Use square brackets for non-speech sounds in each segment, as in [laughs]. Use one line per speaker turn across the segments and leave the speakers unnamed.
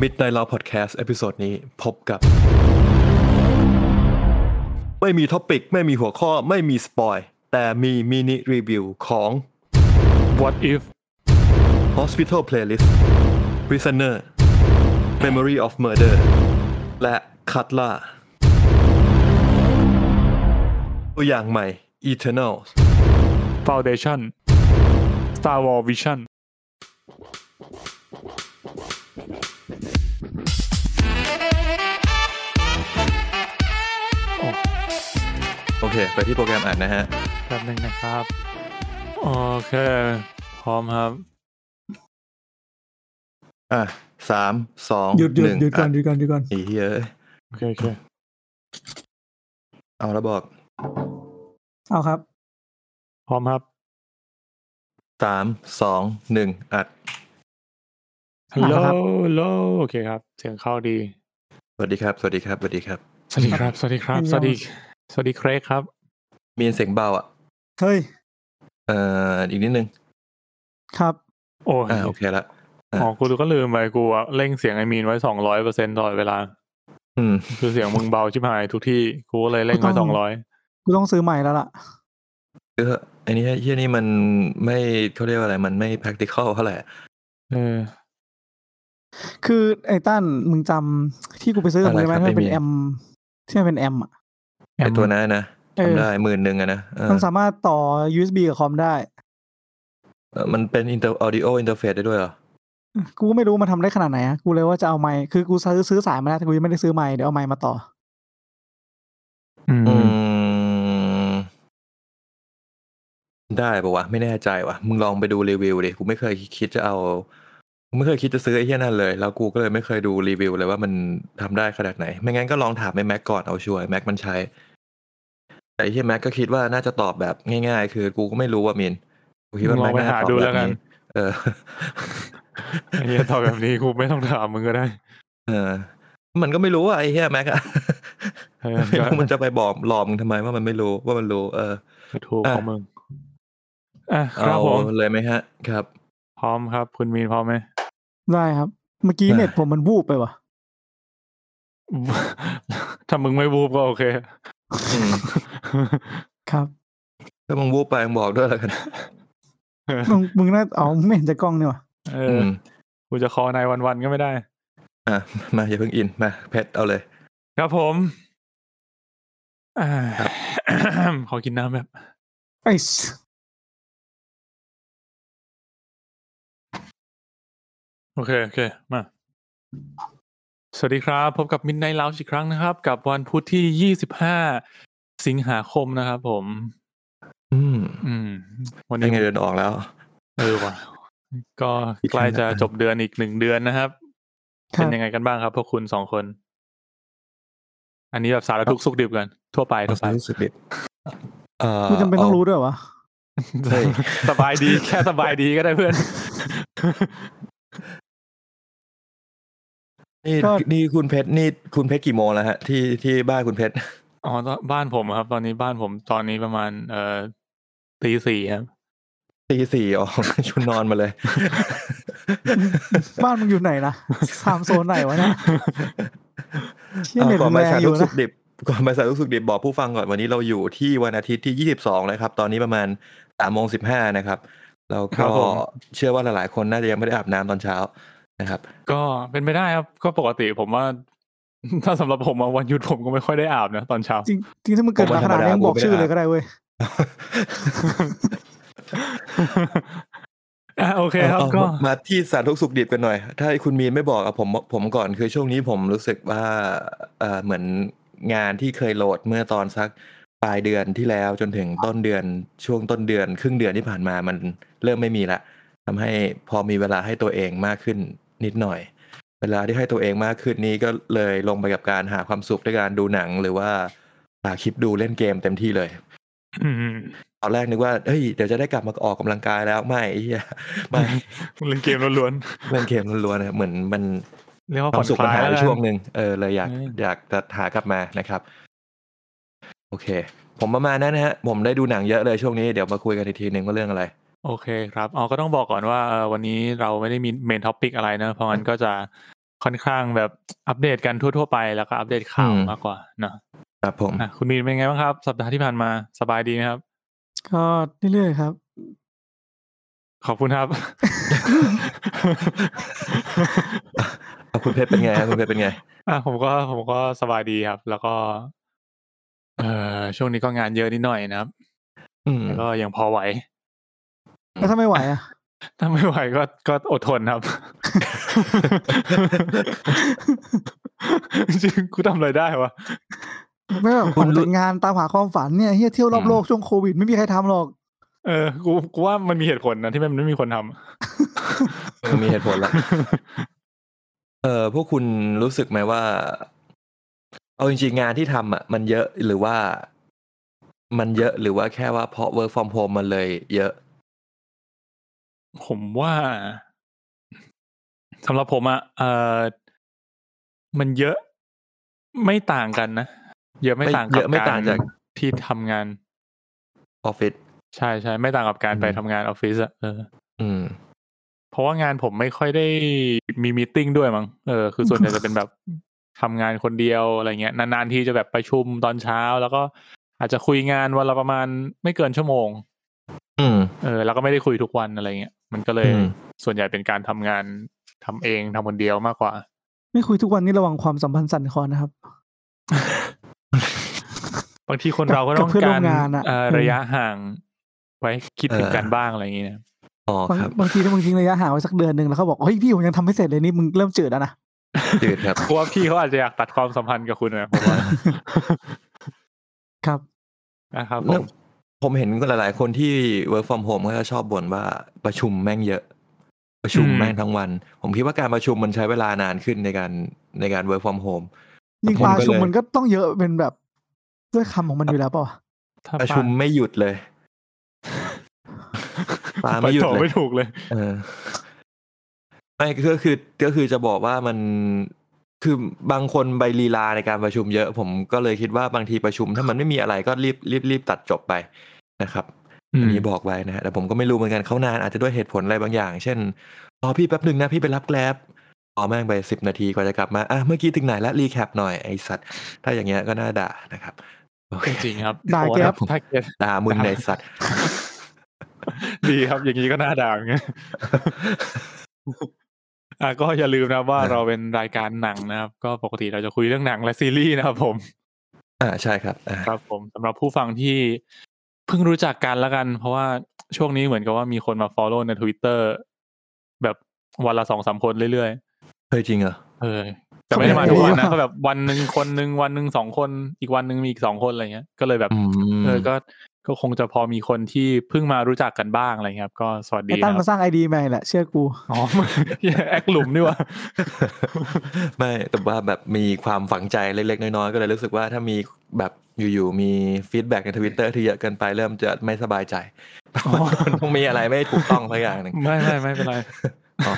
Midnight Love Podcast เอพิโซดนี้พบกับ ไม่มีท็อปิกไม่มีหัวข้อไม่มีสปอยแต่มีมินิรีวิวของ
What if
Hospital Playlist Prisoner Memory of Murder และ Cutla ตัวอย่างใหม่ Eternals
Foundation Star Wars Vision
โอเค ไปที่โปรแกรมอ่านนะฮะ
แป๊บหนึ่งนะครับ โอเค พร้อมครับ
อ่ะสามสอง
หยุดหยุด
นึ่ง
หยุดก่อนห
อ่ะ
ยุดก่อนหยุดก่อน
ไอ้เหี้ยเอ้ย
โอเคโอเค
เอาแล้วบอก
เอาครับ
พร้อมครับ
สามสองหนึ่งอัด
ฮัลโหล
อ่ะครับ
ฮัลโหลโอเคครับ เสียงเข้าดี
สวัสดีครับ สวัสดีครับ สวัสดีครับ
สวัสดีครับ สวัสดีครับ สวัสดี สวัสดีเครกครับ
มีเสียงเบาอ่ะ
เฮ้ย
เอ่อ อีกนิดนึง
ครับ
โอ้ย
อ่า โอเคละ
อ๋อกูก็ลืมไปกูอะเร่งเสียงไอมีนไว้สองร้อยเปอร์เซ็นต์ตลอดเวลา
อืม
คือเสียงมึงเบาชิบหายทุกที่ กูก็เลยเร่งไว้
ก็ต้
ส
อ
อง งร้อย
กูต้องซื้อใหม่แล้วล่ะ
คืออันนี้เฮียนี่มันไม่เขาเรียกว่าอะไร มันไม่ practical เท่าไหร่
เออ
คือไอ้ตั้นมึงจำที่กูไปซื้อกับมึงได้ไหม
อะไรครับ
ที่มันเป็น
ไม่มี
แอมที่มันเป็นแอมอ่ะ
ไอตัวนั้นนะ
เออ
ทำได้หมื่นหนึ่งอะนะเออ
มันสามารถต่อ USB กับคอมได้
เออมันเป็น inter audio interface ได้ด้วยเหรอ
กูก็ไม่รู้มันทำได้ขนาดไหนอะกูเลยว่าจะเอาไมค์คือกูซื้อซื้อสายมาแล้วแต่กูยังไม่ได้ซื้อไมค์เดี๋ยวเอาไมค์มาต่อ
อืม
อืม ได้ปะวะ ไม่แน่ใจวะมึงลองไปดูรีวิวดิ กูไม่เคยคิดจะเอากูไม่เคยคิดจะซื้อไอ้เหี้ยนั่นเลย แล้วกูก็เลยไม่เคยดูรีวิวเลยว่ามันทำได้ขนาดไหน ไม่งั้นก็ลองถามไอ้แม็กก่อนเอาชัวร์แม็กมันใช้ แต่ไอ้เหี้ยแม็กก็คิดว่าน่าจะตอบแบบง่ายๆ คือ กูก็ไม่รู้ว่ามิน กูคิดว่า
ลอ
แม็ก
งไป
น่า
หา
จะต
ดู
อบแบ
แล้ว
บ
กัน
นี้เออ
ไอ้เหี้ยตอบแบบนี้กูไม่ต้องถามมึงก็ได้
เออ มันก็ไม่รู้ว่าไอ้เหี้ยแม็กอะ
เออ
ไม่รู้
ก็
[laughs] มันจะไปบอกหลอมมึงทำไมว่ามันไม่รู้ว่ามันรู้ เออ
กระทูก
อ่ะ
ของมึงอ่ะค
เอา
รับผม
เลยไหมฮะ ครับ
พร้อมครับ คุณมีนพร้อม [laughs] ไหม
ได้ครับ เมื่อกี้
ได้
เน็ตผมมันวูบไปว่ะ
ถ้ามึงไม่บูบก็โอเค [laughs]
อืม
ครับ
ถ้ามึงวูบไปมึงบอกด้วยแล้วกัน
มึงมึงน่าเอาไม่เห็นจะกล้องเนี่ยว่ะ
เอ
อื
อ
ม
กูจะคอนายวันๆก็ไม่ได้
อ่ะมาอย่าเพิ่งอินมาเพชรเอาเลย
ครับผมอ่า
ครับ
[coughs] ขอกินน้ำแบบ
ไอ้ส
โอเคโอเคมา สวัสดีครับ พบกับมินไนลาวอีกครั้งนะครับ กับวันพุธที่ยี่สิบห้าสิงหาคมนะครับผม
อืม
อืม วัน
ยั
นี้
งไงเดินออกแล้ว
เออว่ะ ก็ใกล้จะจบเดือนอีกหนึ่งเดือนนะครับ
ครั
เป็น
บ
ยังไงกันบ้างครับพวกคุณสองคน อันนี้แบบสารทุกข์สุขดิบกัน ทั่วไปทั่วไป
รู้สึกดิบเอ่อ
กูจำเป็นต้องรู้ด้วยวะ
เฮ้ย
[laughs] สบายดี แค่สบายดีก็ได้เพื่อน [laughs]
นี่นี่คุณเพชรนี่คุณเพชรกี่โมงแล้วฮะ ที่ที่บ้านคุณเพชร [laughs]
อ๋อตอนบ้านผมอะครับ ตอนนี้บ้านผมตอนนี้ประมาณ เอ่อตีสี่ครับ
ตีสี่อ [laughs] อกชุดนอนมาเลย
บ้านมึงอยู่ไหนนะสามโซนไหนวะเนี่ยเชี่ยเน็ต
อ่ะก่อ
มึ
น
ง
ไป
แรง
สาร
อ
ลู
ยู่
กสุ
นะ
กดิบก่อนไปสารลูกสุกดิบบอกผู้ฟังก่อนวันนี้เราอยู่ที่วันอาทิตย์ที่ 22 นะครับ ตอนนี้ประมาณ3โมง15นะครับแล้ว
ครั
ก็
บผม
เชื่อว่าหลายๆ คนน่าจะยังไม่ได้อาบน้ำตอนเช้านะครับ
ก็เป็นไปได้ครับ ก็ปกติผมว่า [laughs] ถ้าสำหรับผมอะวันหยุดผมก็ไม่ค่อยได้อาบนะต
[laughs]
อนเช้า
จริงจริงถ้ามึงเกิดมาขนาดนี้มึงบอกชื่อเลยก็ได้เว้ย
อ่ะโอเคครับ
เอา
ก็
มามาที่สารทุกข์สุขดิบกันหน่อย ถ้าคุณมีนไม่บอกอะผมผมก่อนคือช่วงนี้ผมรู้สึกว่าเออเหมือนงานที่เคยโหลดเมื่อตอนสักปลายเดือนที่แล้วจนถึงต้นเดือนช่วงต้นเดือน ครึ่งเดือนที่ผ่านมามันเริ่มไม่มีละทำให้พอมีเวลาให้ตัวเองมากขึ้นนิดหน่อย เวลาที่ให้ตัวเองมากขึ้นนี้ก็เลยลงไปกับการหาความสุขด้วยการดูหนังหรือว่าหาคลิปดูเล่นเกมเต็มที่เลย
อืม
ตอนแรกนึกว่าเฮ้ยเดี๋ยวจะได้กลับมาออกกำลังกายแล้วไม่ไอ้เหี้ย [laughs] ไม่
เล่นเกมล้วน
เล่นเกมล้วนๆนะเหมือนมัน
ๆเรียกว่า
ค
ผ่
วาม
อน
สุข
ค
มัน
ลาย
หาย
แล้
ไป
วกัน
ช่วงหนึ่งเออเลยอยาก
อืม
อยากจะหากลับมานะครับ โอเค ผมประมาณนั้นนะฮะ ผมได้ดูหนังเยอะเลยช่วงนี้เดี๋ยวมาคุยกันอีกทีหนึ่งว่าเรื่องอะไร
โอเคครับอ๋อก็ต้องบอกก่อนว่าเอ่อวันนี้เราไม่ได้มีเมนท็อปิกอะไรนะ เพราะงั้นก็จะ ค่อนข้างแบบอัปเดตกันทั่วๆไปแล้วก็อัปเดตข่าว
อืม
มากกว่าเนาะ
ครับผม
อ่ะคุณมีนเป็นไงบ้างครับ สัปดาห์ที่ผ่านมาสบายดีไหมครับ
ก็เรื่อยๆครับ
ขอบ
[laughs]
คุณครับ
อ่ะคุณเพชรเป็นไงฮะคุณเพชรเป็นไง
อ่ะผมก็ผมก็สบายดีครับ แล้วก็ เอ่อช่วงนี้ก็งานเยอะนิดหน่อยนะครับ
อืม
แล้วก็ยังพอไหว
แล้วถ้าไม่ไหวอ่ะ
ถ้าไม่ไหวก็ก็อดทนครับ
[laughs]
จริงกูทำอะไรได้วะ
ไม่แบบ
คุณรู้
แต่งงานตามหาความฝันเนี่ยเฮียเที่ยวรอบโลกช่วงโควิดไม่มีใครทำหรอก
เออกูกูว่ามันมีเหตุผลนะที่มันไม่มีคนทำ
เออมีเหตุผลละ เออพวกคุณรู้สึกไหมว่า เอาจริงๆงานที่ทำอ่ะ มันเยอะหรือว่า มันเยอะหรือว่าแค่ว่าเพราะ work from home มันเลยเยอะ
[laughs] ผมว่าสำหรับผมอะเออมันเยอะไม่ต่างกันนะ เยอะไม่
ไม่
ต่าง
เย
กับ
อะไม่ต่างจาก
ที่ทำงาน
ออฟฟิศ
ใช่ใช่ไม่ต่างกับการ
อืม
ไปทำงานออฟฟิศอะเออ
อืม
เพราะว่างานผมไม่ค่อยได้มีมีติ้งด้วยมั้งเออคือส่วนใหญ่จะเป็นแบบ [laughs] ทำงานคนเดียวอะไรเงี้ยนานๆทีจะแบบประชุมตอนเช้า แล้วก็อาจจะคุยงานวันละประมาณไม่เกินชั่วโมง
อืม
เออแล้วก็ไม่ได้คุยทุกวันอะไรเงี้ยมันก็เลย
อืม
ส่วนใหญ่เป็นการทำงานทำเองทำคนเดียวมากกว่า
ไม่คุยทุกวันนี่ระวังความสัมพันธ์สั่นคลอนนะครับ
บางทีคนเราก็
กับ
ต้อง
เพื่อนร่
กาว ร
มงานอะ
เอ่อ
เออ
ระยะห่างไว้คิดถึง
เออ
กันบ้างอะไรอย่างเงี้ยนะ
อ๋อบ
าง
ครับ
บางทีถ้ามึงทิ้งระยะห่างไว้สักเดือนหนึ่งแล้วเขาบอกเฮ้ยพี่ผมยังทำไม่เสร็จเลยนี่มึงเริ่มจืดแล้วนะ
จืดครับ
เพราะว่าพี่เขาอาจจะอยากตัดความสัมพันธ์กับคุณนะผมว่า
ครับ
นะครับผ
เรื่อง
ม
ผมเห็นหลาย ๆ คนที่ work from home ก็จะชอบบ่นว่าประชุมแม่งเยอะ ประชุมแม่งทั้งวัน ผมคิดว่าการประชุมมันใช้เวลานานขึ้นในการในการ work from home
ยิ่ง
ผม
ปลา
ก็เลย
ชุมมันก็ต้องเยอะเป็นแบบด้วยคำของมันอยู่แล้วเปล่าวะ
ถ้า
ประชุมไม่หยุดเลย ปาไม่หยุด
ต่อ
เลย
ไม่ถูกเลย
เออไม่ก็คือก็คือจะบอกว่ามันคือบางคนใบลีลาในการประชุมเยอะ ผมก็เลยคิดว่าบางทีประชุม ถ้ามันไม่มีอะไรก็รีบรีบรีบตัดจบไปนะครับ อันนี้บอกไว้นะฮะแต่ผมก็ไม่รู้เหมือนกันเขานานอาจจะด้วยเหตุผลอะไรบางอย่าง เช่นอ๋อพี่แป๊บหนึ่งนะพี่ไปรับแกลบอ๋อแม่งไปสิบนาทีกว่าจะกลับมาอ่ะเมื่อกี้ถึงไหนละรีแคปหน่อยไอสัตว์ ถ้าอย่างเงี้ยก็น่าด่านะครับโอเค
จริงๆครับ
ด่าแก๊บ
ถ้าเกลียด
ด่ามึงในสัต
[laughs]
ว์
ดีครับ อย่างนี้ก็น่า [laughs] ด่าอย่างเงี้ยอ่ะก็อย่าลืมนะว่า
เออ
เราเป็นรายการหนังนะครับ ก็ปกติเราจะคุยเรื่องหนังและซีรีส์นะครับผม
อ่าใช่ครับอ่า
ครับผมสำหรับผู้ฟังที่เพิ่งรู้จักกันแล้วกัน เพราะว่าช่วงนี้เหมือนกับว่ามีคนมา follow ใน Twitter แบบวันละสองสามคนเรื่อย
เคยจริงเหรอ
ๆเออแต่ไม่ได้มาทุกวันนะ
[laughs] เขาไม่ได้
ก็แบบวันหนึ่งคนหนึ่งวันหนึ่งสองคนอีกวันหนึ่งมีอีกสองคนอะไรเงี้ยก็เลยแบบ
อืม
เออก็ก็คงจะพอมีคนที่เพิ่งมารู้จักกันบ้างอะไรเงี้ยครับก็สวัสดี
ไอ้ตั้น
นะค
มา
รับ
สร้างไอดีใหม่แหละเชื่อกู
อ๋อ [laughs] แอคหลุมนี่หวะ
[laughs] ไม่แต่ว่าแบบมีความฝังใจเล็กๆ น้อยๆ ก็เลยรู้สึกว่าถ้ามีแบบอยู่ๆ มีฟีดแบ็กในทวิตเตอร์ที่เยอะเกินไปเริ่มจะไม่สบายใจเพราะว่า
อ๋อ
[laughs] มันต้องมีอะไรไม่ถูกต้องสักอย่างหนึ่ง
ไม่ไม่ไม่เป็นไร
อ๋อ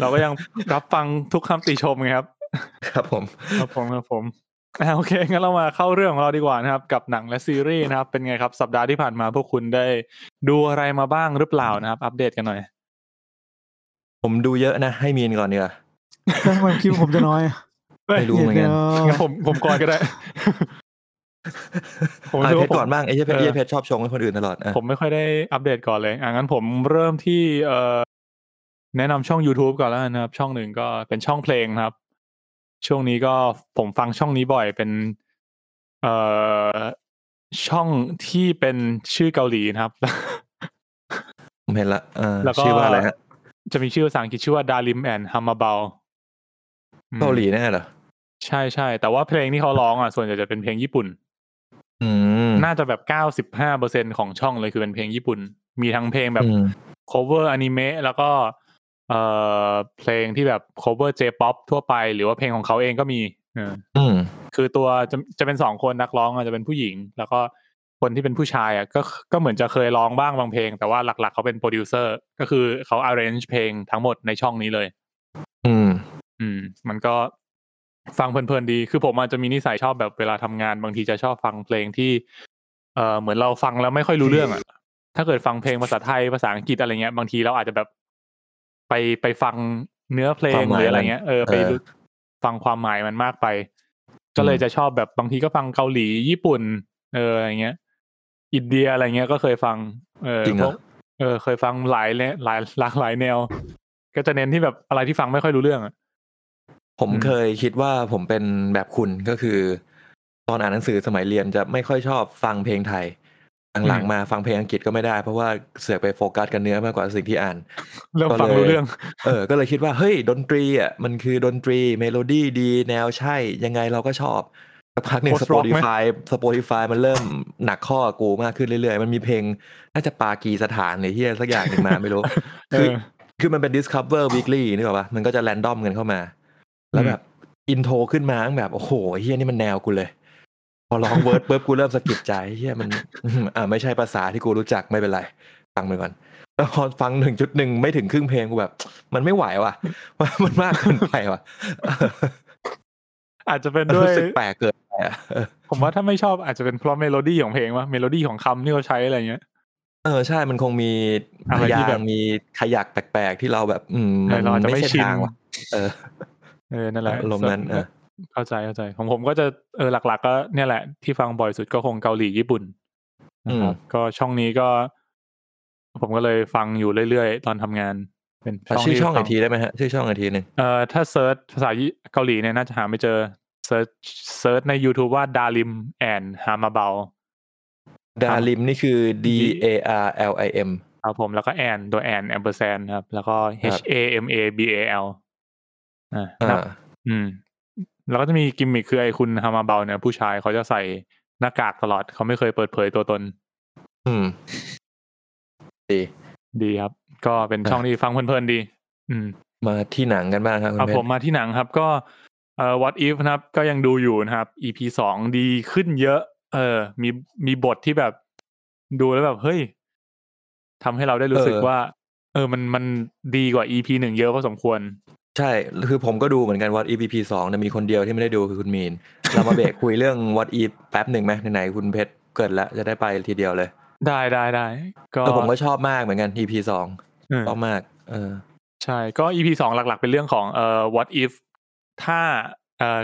เราก็ยังรับฟังทุกคำติชมไงครับ
ครับผม
ครับผมครับผมอ่าโอเคงั้นเรามาเข้าเรื่องของเราดีกว่านะครับ กับหนังและซีรีส์นะครับ เป็นไงครับ สัปดาห์ที่ผ่านมาพวกคุณได้ดูอะไรมาบ้างหรือเปล่านะครับ อัปเดตกันหน่อย
ผมดูเยอะนะ ให้มีนก่อนเนีกว่ย
แล้วทำไมคิดว่าผมจะน้อยอะ
ไม่
รู้เหมือนกัน
งั้นผมผมก่อนก็ได้ ผมรู้สึ
เพช
กว่าร
ก่อน
ผม
บ้างไอ้เหี้ยเพชร
เออ
ไอ้เพชรชอบชงให้คนอื่นตลอดอ่ะ
ผมไม่ค่อยได้อัปเดตก่อนเลยอ่ะงั้นผมเริ่มที่เอ่อแนะนำช่อง YouTube ก่อนแล้วกันนะครับ ช่องหนึ่งก็เป็นช่องเพลงครับ ช่วงนี้ก็ผมฟังช่องนี้บ่อยเป็นเอ่อช่องที่เป็นชื่อเกาหลีนะครับ
ผมเห็นละเออ
แล้วก็
ชื่อว่าอะไรฮะ
จะมีชื่อภาษาอังกฤษชื่อว่าดาริมแอนฮัมมาเบล
เกาหลีแน่เหรอ
ใช่ใช่แต่ว่าเพลงที่เขาร้องอ่ะส่วนใหญ่จะเป็นเพลงญี่ปุ่น
อืม
น่าจะแบบเก้าสิบห้าเปอร์เซ็นของช่องเลยคือเป็นเพลงญี่ปุ่น มีทั้งเพลงแบบ
อืม
cover อนิเมะแล้วก็เอ่อเพลงที่แบบ cover J-pop ทั่วไป หรือว่าเพลงของเขาเองก็มีเออ
อืม
คือตัวจะจะเป็นสองคนนักร้องอ่ะจะเป็นผู้หญิง แล้วก็คนที่เป็นผู้ชายอ่ะก็ก็เหมือนจะเคยร้องบ้างบางเพลง แต่ว่าหลักๆ เขาเป็นโปรดิวเซอร์ก็คือเขา arrange เพลงทั้งหมดในช่องนี้เลย
อืม
อืมมันก็ฟังเพลินๆดี คือผมอาจจะมีนิสัยชอบแบบเวลาทำงานบางทีจะชอบฟังเพลงที่ เออเหมือนเราฟังแล้วไม่ค่อยรู้เรื่องอะถ้าเกิดฟังเพลงภาษาไทยภาษาอังกฤษอะไรเงี้ย บางทีเราอาจจะแบบไปไปฟังเนื้อเพลงหรืออะไรเงี้ยเออไปรู้ ฟังความหมายมันมากไป ก็เลยจะชอบแบบบางทีก็ฟังเกาหลีญี่ปุ่น เอออะไรเงี้ย อินเดียอะไรเงี้ยก็เคยฟัง เออ
จริงเหรอ
พวกเออ เคยฟังหลายแนหลายหลากหลายแนว ก็จะเน้นที่แบบอะไรที่ฟังไม่ค่อยรู้เรื่องอะ
ผม
อืม
เคยคิดว่าผมเป็นแบบคุณก็คือ ตอนอ่านหนังสือสมัยเรียนจะไม่ค่อยชอบฟังเพลงไทย หลังๆมาฟังเพลงอังกฤษก็ไม่ได้ เพราะว่าเสือกไปโฟกัสกันเนื้อมากกว่าสิ่งที่อ่าน
เริ่ม
ก็เลย
ฟังรู้เรื่อง
เออ ก็เลยคิดว่าเฮ้ยดนตรีอ่ะมันคือดนตรีเมโลดี้ดีแนวใช่ ยังไงเราก็ชอบสักพักหนึ่ง
Post rock ไหม
Spotify Spotify มันเริ่มหนักข้อกูมากขึ้นเรื่อยๆ มันมีเพลง น่าจะปากีสถานหรือที่สักอย่างหนึ่งมาไม่รู้
[laughs] เอ
คือ
อ
คือมันเป็น Discover Weekly นึกออกปะมันก็จะแรนดอมกันเข้ามา แล้วแบบอินโทรขึ้นมาแบบ โอ้โหเฮียนี่มันแนวกูเลย พอร้องเวิร์ดปุ๊บกูเริ่มสะกิดใจเฮียมัน [laughs] อ่าไม่ใช่ภาษาที่กูรู้จักไม่เป็นไร ฟังไปก่อนแล้วพอฟังหนึ่งจุดหนึ่งไม่ถึงครึ่งเพลงกูแบบ มันไม่ไหวว่ะ [laughs] มันมันมากเกินไปว่ะ
อาจจะเป็น
มัน
[laughs] ด้วย
รู้สึกแปลกเกินไปอะเออ
ผมว่าถ้าไม่ชอบอาจจะเป็นเพราะเมโลดี้ของเพลงว่าเมโลดี้ของคำที่เขาใช้อะไรเงี้ย
เออใช่มันคงมี
อะ
พ
ไรที่
ยาง
แบบ
มีขยักแปลกๆที่เราแบบ อืม
เออเราอาจจะ
ไม่
ไม่
ใช่
ชิน
ทางว่ะ เออ
เออนั่นแหละ
อารมณ์นั้นเออ
เข้าใจเข้าใจของผมก็จะเออหลัก ๆ ก็เนี่ยแหละที่ฟังบ่อยสุดก็คงเกาหลีญี่ปุ่นนะครับก็ช่องนี้ก็ ผมก็เลยฟังอยู่เรื่อยๆ ตอนทำงาน เป็น
อ่ะชื่อ
ที่
ช่อง
ฟั
อีกทีได้ไหมฮะชื่อช่องอีกทีหนึ่ง
เอ่อถ้าเซิร์ชภาษาญี่เกาหลีเนี่ยน่าจะหาไม่เจอเซิร์ชเซิร์ชใน YouTube ว่าดาริมแอนฮามาเบา
ดาริมนี่คือ D A R L I M
ครับผมแล้วก็แอนตัวแอนแอมเปอร์แซนครับ แล้วก็
ครับ
H A M A B A L อ่านับ
อ่า
อืม แล้วก็จะมีกิมมิคคือไอ้คุณฮามาเบาเนี่ย ผู้ชายเขาจะใส่หน้ากากตลอดเขาไม่เคยเปิดเผยตัวตน
อืม ดี
ดีครับ ก็เป็น
อ่ะ
ช่องที่ฟังเพลินๆดี อืม
มาที่หนังกันบ้างครับคุณ
เอา
เพ
ผ
ช
ม
ร
มาที่หนังครับ ก็เอ่อ what if นะครับ ก็ยังดูอยู่นะครับ EP สองดีขึ้นเยอะ เออ มีมีบทที่แบบดูแล้วแบบเฮ้ยทำให้เราได้รู้สึกว่า เออมันมันดีกว่า EP หนึ่งเยอะพอสมควร
ใช่ คือผมก็ดูเหมือนกัน What If EP สองแต่ยมีคนเดียวที่ไม่ได้ดูคือคุณมีน เรามาเบ [laughs] รกคุยเรื่อง What If แป๊บหนึ่งไหมไหนๆคุณเพชรเกิดแล้วจะได้ไปทีเดียวเลย
ได้ได้ได้ก็
แต่ผมก็ชอบมากเหมือนกัน EP สอง
เออ
ชอบมาก เออ
ใช่ก็ EP สองหลัก ๆ เป็นเรื่องของเอ่อ what if ถ้าเอ่อ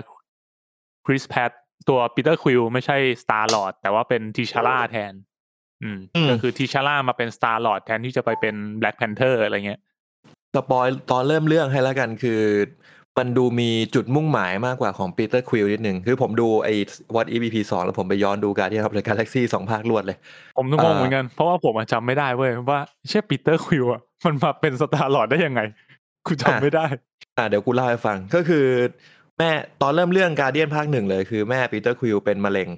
คริสแพตตัวปีเตอร์ควิลไม่ใช่สตาร์ลอดแต่ว่าเป็นทีชาร่าแทน อืม
อืม
ก็คือทีชาร่ามาเป็นสตาร์ลอดแทนที่จะไปเป็นแบล็กแพนเทอร์อะไรเงี้ย
สปอยตอนเริ่มเรื่องให้แล้วกันคือ มันดูมีจุดมุ่งหมายมากกว่าของปีเตอร์ควิลนิดหนึ่งคือผมดูไอ้ What If EP สองแล้วผมไปย้อนดู [laughs] การที่ครับเลยกาแล็กซี่สองภาครวดเลย
ผมทุกงง
อ่า
เหมือนกัน เพราะว่าผมอะจำไม่ได้เว้ยว่าเช่ปีเตอร์ควิลอะมันมาเป็นสตาร์ลอดได้ยังไงกูจำไม่ได้
อ่าเดี๋ยวกูเล่าให้ฟังก็คือ แม่ตอนเริ่มเรื่องการเดียนภาคหนึ่งเลยคือแม่ปีเตอร์ควิลเป็นมะเร็ง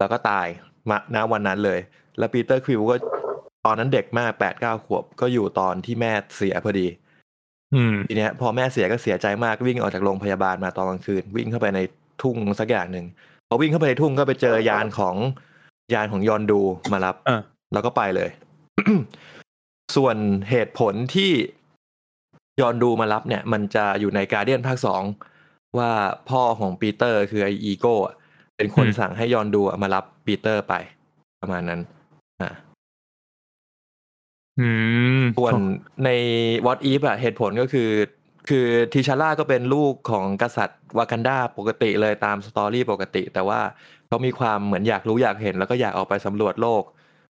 แล้วก็ตายมาณวันนั้นเลย แล้วปีเตอร์ควิลก็ตอนนั้นเด็กมากแปดเก้าขวบ ก็อยู่ตอนที่แม่เสียพอดี
อืม
ทีเนี้ยพอแม่เสียก็เสียใจมากวิ่งออกจากโรงพยาบาลมาตอนกลางคืน วิ่งเข้าไปในทุ่งสักอย่างหนึ่งพอวิ่งเข้าไปในทุ่งก็ไปเจอยานของยานของยอนดูมารับ
อ่า
แล้วก็ไปเลย [clears throat] ส่วนเหตุผลที่ยอนดูมารับเนี่ย มันจะอยู่ในการเดียนภาคสองว่าพ่อของปีเตอร์คือไออีโก้อะเป็นคนสั่งให้ยอนดูอะมารับปีเตอร์ไป ประมาณนั้น อ่า
อืม
ส่วนใน What If อะเหตุผลก็คือ คือทิชาร่าก็เป็นลูกของกษัตริย์วากันดาปกติเลยตามสตอรี่ปกติ แต่ว่าเขามีความเหมือนอยากรู้อยากเห็น แล้วก็อยากออกไปสำรวจโลก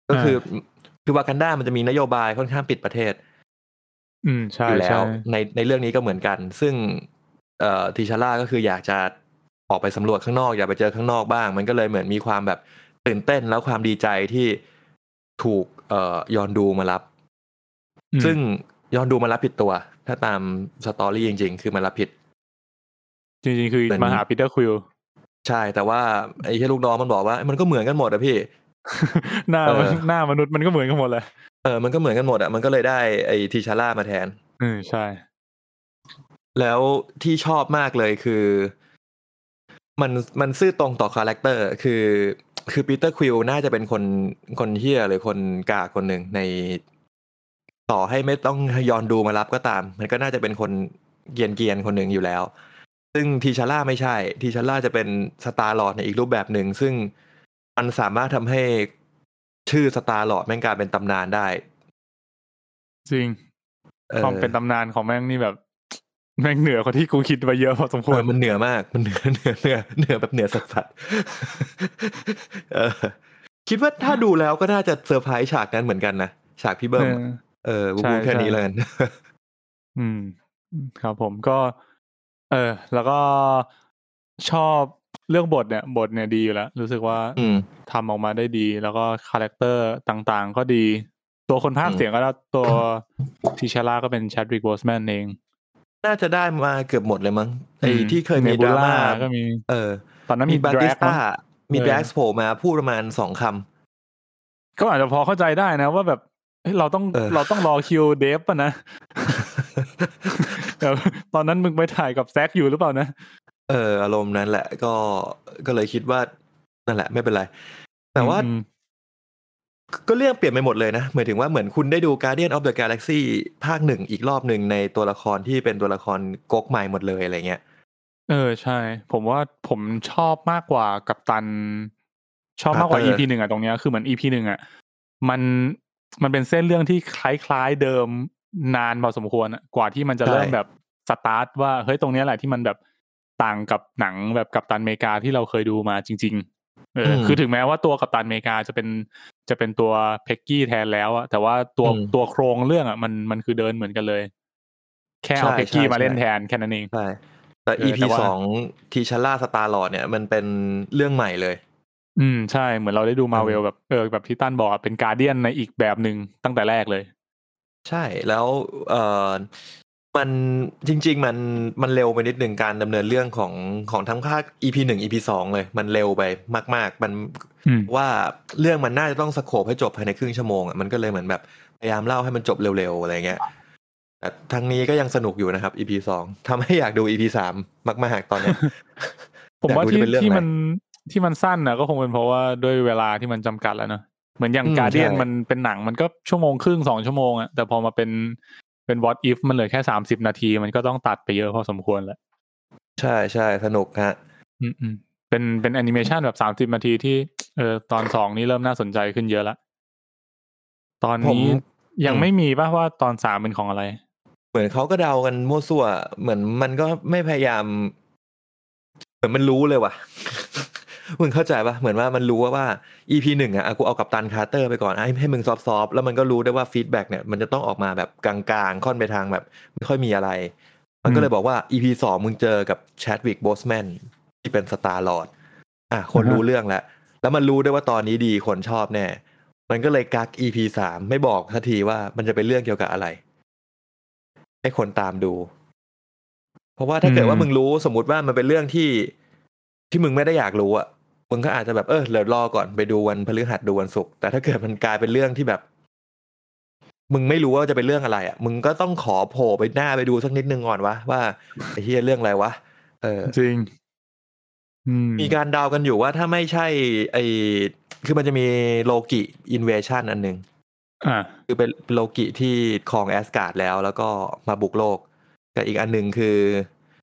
ก็คืออคือวากันดามันจะมีนโยบายค่อนข้างปิดประเทศ
อืมใช่
อยู่แล้
ใช่
วในในเรื่องนี้ก็เหมือนกัน ซึ่งเอ่อทิชาร่าก็คืออยากจะออกไปสำรวจข้างนอก อยากไปเจอข้างนอกบ้าง มันก็เลยเหมือนมีความแบบตื่นเต้นแล้วความดีใจที่ถูกเอ่อยอนดูมารับ
อืม
ซึ่งย้อนดูมันรับผิดตัว ถ้าตามสตอรี่จริง ๆ คือมันรับผิด
จริงๆคือ
เหมือน
มาหาปีเตอร์ควิล
ใช่ แต่ว่าไอ้ที่ลูกน้องมันบอกว่ามันก็เหมือนกันหมดอะพี่
หน้ามัน
เออ
หน้ามนุษย์มันก็เหมือนกันหมดเลย
เออมันก็เหมือนกันหมดอะมันก็เลยได้ไอ้ทีชาร่ามาแทน
อืมใช่
แล้วที่ชอบมากเลยคือ มันมันซื่อตรงต่อคาแรคเตอร์ คือคือปีเตอร์ควิลน่าจะเป็นคนคนเฮี้ยหรือคนกากคนหนึ่งใน ต่อให้ไม่ต้องยอนดูมารับก็ตาม มันก็น่าจะเป็นคนเกรียนเกียนๆคนหนึ่งอยู่แล้ว ซึ่งทีชาร่าไม่ใช่ ทีชาร่าจะเป็นสตาร์ลอดในอีกรูปแบบหนึ่ง ซึ่งมันสามารถทำให้ชื่อสตาร์ลอดแม่งกลายเป็นตำนานได้
จริง
ออ
ความเป็นตำนานของแม่งนี่แบบ แม่งเหนือกว่าที่กูคิดไปเยอะพ [laughs] อสมควร
เออมันเหนือมาก มันเหนือเหนือเหนือเหนือแบบเหนือสัสสัสเออคิดว่าถ้าดูแล้วก็น่าจะเซอร์ไพรส์ฉากนั้นเหมือนกันนะ ฉากพี่เบิ้ม
เออ
เออกู
ใช่
พูดแค่
ใช่
นี้เลย
อืม ครับผมก็ เออ แล้วก็ชอบเรื่องบทเนี่ย บทเนี่ยดีอยู่แล้ว รู้สึกว่า
[laughs] อืม
ทำออกมาได้ดี แล้วก็คาแรคเตอร์ต่างๆ ก็ดี ตัวคนภาค
อืม
เสียงก็แล้ว
[coughs]
ตัวทิชาร่าก็เป็นแชดริกโบสแมนเอง
น่าจะได้มาเกือบหมดเลยมั้งไอ้
อื
ที่เคยมี
เนบู
ดราม่า
ล่ก็มี
เออ
ตอนนั้น
มี
มี
บา
แด
ติส
กมั้
ต้าง มี
เออ
แดกโผล่มาพูดประมาณสองค
ก็อาจจะพอเข้าใจได้นะ ว่าแบบเฮ้ยเราต้อง
เออ
เราต้องรอคิวเดฟป่ะนะ
ำ [laughs]
แต่ [laughs] ตอนนั้นมึงไปถ่ายกับแซกอยู่หรือเปล่านะ
เอออารมณ์นั้นแหละ ก็ก็เลยคิดว่านั่นแหละไม่เป็นไร แต่ว่า
อืม
ก็เรื่องเปลี่ยนไปหมดเลยนะหมายถึงว่าเหมือนคุณได้ดู Guardian of the Galaxy ภาคหนึ่งอีกรอบหนึ่งในตัวละครที่เป็นตัวละครก๊กใหม่หมดเลยอะไรเงี้ย
เออใช่ ผมว่าผมชอบมากกว่ากับตัน ชอบมากกว่า
Carter
EP หนึ่งอะตรงเนี้ยคือเหมือน EP หนึ่งอะมันมันเป็นเส้นเรื่องที่คล้ายๆเดิมนานพอสมควรอะกว่าที่มันจะ
ใช่
เริ่มแบบสตาร์ทว่าเฮ้ยตรงเนี้ยแหละที่มันแบบต่างกับหนังแบบกัปตันอเมริกาที่เราเคยดูมาจริง ๆ เอออ
ม
คือถึงแม้ว่าตัวกัปตันอเมริกาจะเป็นจะเป็นตัวเพ็กกี้แทนแล้วอะแต่ว่าตัว
อืม
ตัวโครงเรื่องอะมันมันคือเดินเหมือนกันเลย แค่เอา
ใช่
เพ็กกี้
ใช่
มาเล่น
ใช่
แทนแค่นั้นเอง
ใช่แต่
เออ
EP
แต่ว่า
สองทีชาร่าสตาร์ลอดเนี่ยมันเป็นเรื่องใหม่เลย
อืมใช่เหมือนเราได้ดูมาเวล
เออ
แบบเออแบบที่ตั้นบอกอะเป็นการเดียนในอีกแบบหนึ่งตั้งแต่แรกเลย
ใช่แล้วเออมันจริง ๆ มันมันเร็วไปนิดหนึ่งการดำเนินเรื่องของของทั้งภาค EP หนึ่ง EP สองเลย มันเร็วไปมาก ๆ มัน
อืม
ว่าเรื่องมันน่าจะต้องสโคปให้จบภายในครึ่งชั่วโมงอ่ะมันก็เลยเหมือนแบบพยายามเล่าให้มันจบเร็วๆอะไรเงี้ยแต่ทั้งนี้ก็ยังสนุกอยู่นะครับ EP สองทำให้อยากดู EP สามมากๆตอนเนี้ย
ผมว่า
อยากรู้จะ
ที่
เป็นเรื่อง
ที่
อะไร
มันที่มันสั้นนะก็คงเป็นเพราะว่าด้วยเวลาที่มันจำกัดแล้วเนอะเหมือนอย่าง
อืม
การเดียน
ใช่
มันเป็นหนังมันก็ชั่วโมงครึ่งสองชั่วโมงอะแต่พอมาเป็นเป็น what if มันเหลือแค่สามสิบนาที มันก็ต้องตัดไปเยอะพอสมควรแหละ
ใช่ใช่สนุกฮะ
อืมอืมเป็นเป็นแอนิเมชันแบบสามสิบนาทีที่เออตอนสองนี่เริ่มน่าสนใจขึ้นเยอะละตอนนี้
ผม
ยัง
อืม
ไม่มีป่ะว่าตอนสามเป็นของอะไร
เหมือนเขาก็เดากันมั่วซั่ว เหมือนมันก็ไม่พยายาม เหมือนมันรู้เลยว่ะ [laughs] มึงเข้าใจปะเหมือนว่ามันรู้ว่าว่า EP หนึ่งอ่ะอ่ะกูเอากับตันคาร์เตอร์ไปก่อนอ่ะให้ให้มึงซอฟต์ๆแล้วมันก็รู้ได้ว่าฟีดแบ็กเนี่ยมันจะต้องออกมาแบบกลางๆ ค่อนไปทางแบบ ไม่ค่อยมีอะไร มันก็เลยบอกว่า EP สองมึงเจอกับแชดวิกโบสแมนที่เป็นสตาร์ลอร์ดอ่ะคน
อือฮะ
รู้เรื่องแล้ว แล้วมันรู้ได้วยว่าตอนนี้ดีคนชอบแน่มันก็เลยกัก EP สามไม่บอกสักทีว่ามันจะเป็นเรื่องเกี่ยวกับอะไร ให้คนตามดู เพราะว่าถ้าเกิดว่า
อืม
มึงรู้สมมติว่ามันเป็นเรื่องที่ที่มึงไม่ได้อยากรู้อะมึงก็อาจจะแบบเออเดี๋ยวรอก่อนไปดูวันพฤหัสดูวันศุกร์แต่ถ้าเกิดมันกลายเป็นเรื่องที่แบบ มึงไม่รู้ว่าจะเป็นเรื่องอะไรอะมึงก็ต้องขอโผล่ไปหน้าไปดูสักนิดนึงก่อนวะว่าไอ้เฮียเรื่องอะไรวะเออ
จริง อืม
มีการเดาวกันอยู่ว่าถ้าไม่ใช่ไอคือมันจะมีโลกิอินเวชันอันหนึ่ง
อ่า
คือเป็นโลกิที่ครองแอสการ์ดแล้ว แล้วก็มาบุกโลกกับอีกอันหนึ่งคือ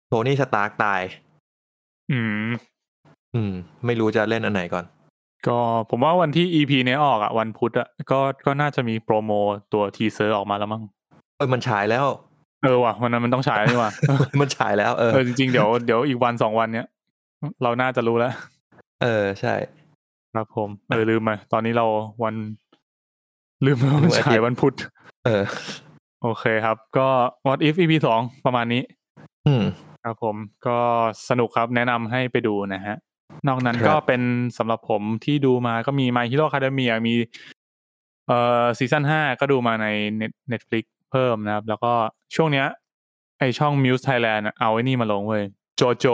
โทนี่สตาร์กตาย
อืม
อืม ไม่รู้จะเล่นอันไหนก่อน
ก็ผมว่าวันที่ EP เนี้ยออกอะวันพุธอะก็ก็น่าจะมีโปรโมตัวทีเซอร์ออกมาแล้วมั้ง
เออมันฉายแล้ว [laughs]
เออว่ะวันนั้นมันต้องฉายนี่ [laughs] ว่ะ
มันฉายแล้ว เออ
เออจริงๆเดี๋ยวเดี๋ยวอีกวันสองวันเนี้ยเราน่าจะรู้แล้ว
เออใช่
ครับผม เออลืมไปตอนนี้เราวัน ลืมไปว่ามันฉายวันพุธ
เออ
โอเคครับ ก็ What If EP สองประมาณนี้
อืม
ครับผมก็สนุกครับแนะนำให้ไปดูนะฮะ นอกนั้น
ครั
ก็
บ
เป็นสำหรับผมที่ดูมาก็มี My Hero Academia มีเอ่อซีซั่นห้าก็ดูมาใน Net- Netflix เพิ่มนะครับ แล้วก็ช่วงเนี้ย ไอช่อง Muse Thailand อะเอาไอ้นี่มาลงเว้ยโจโจ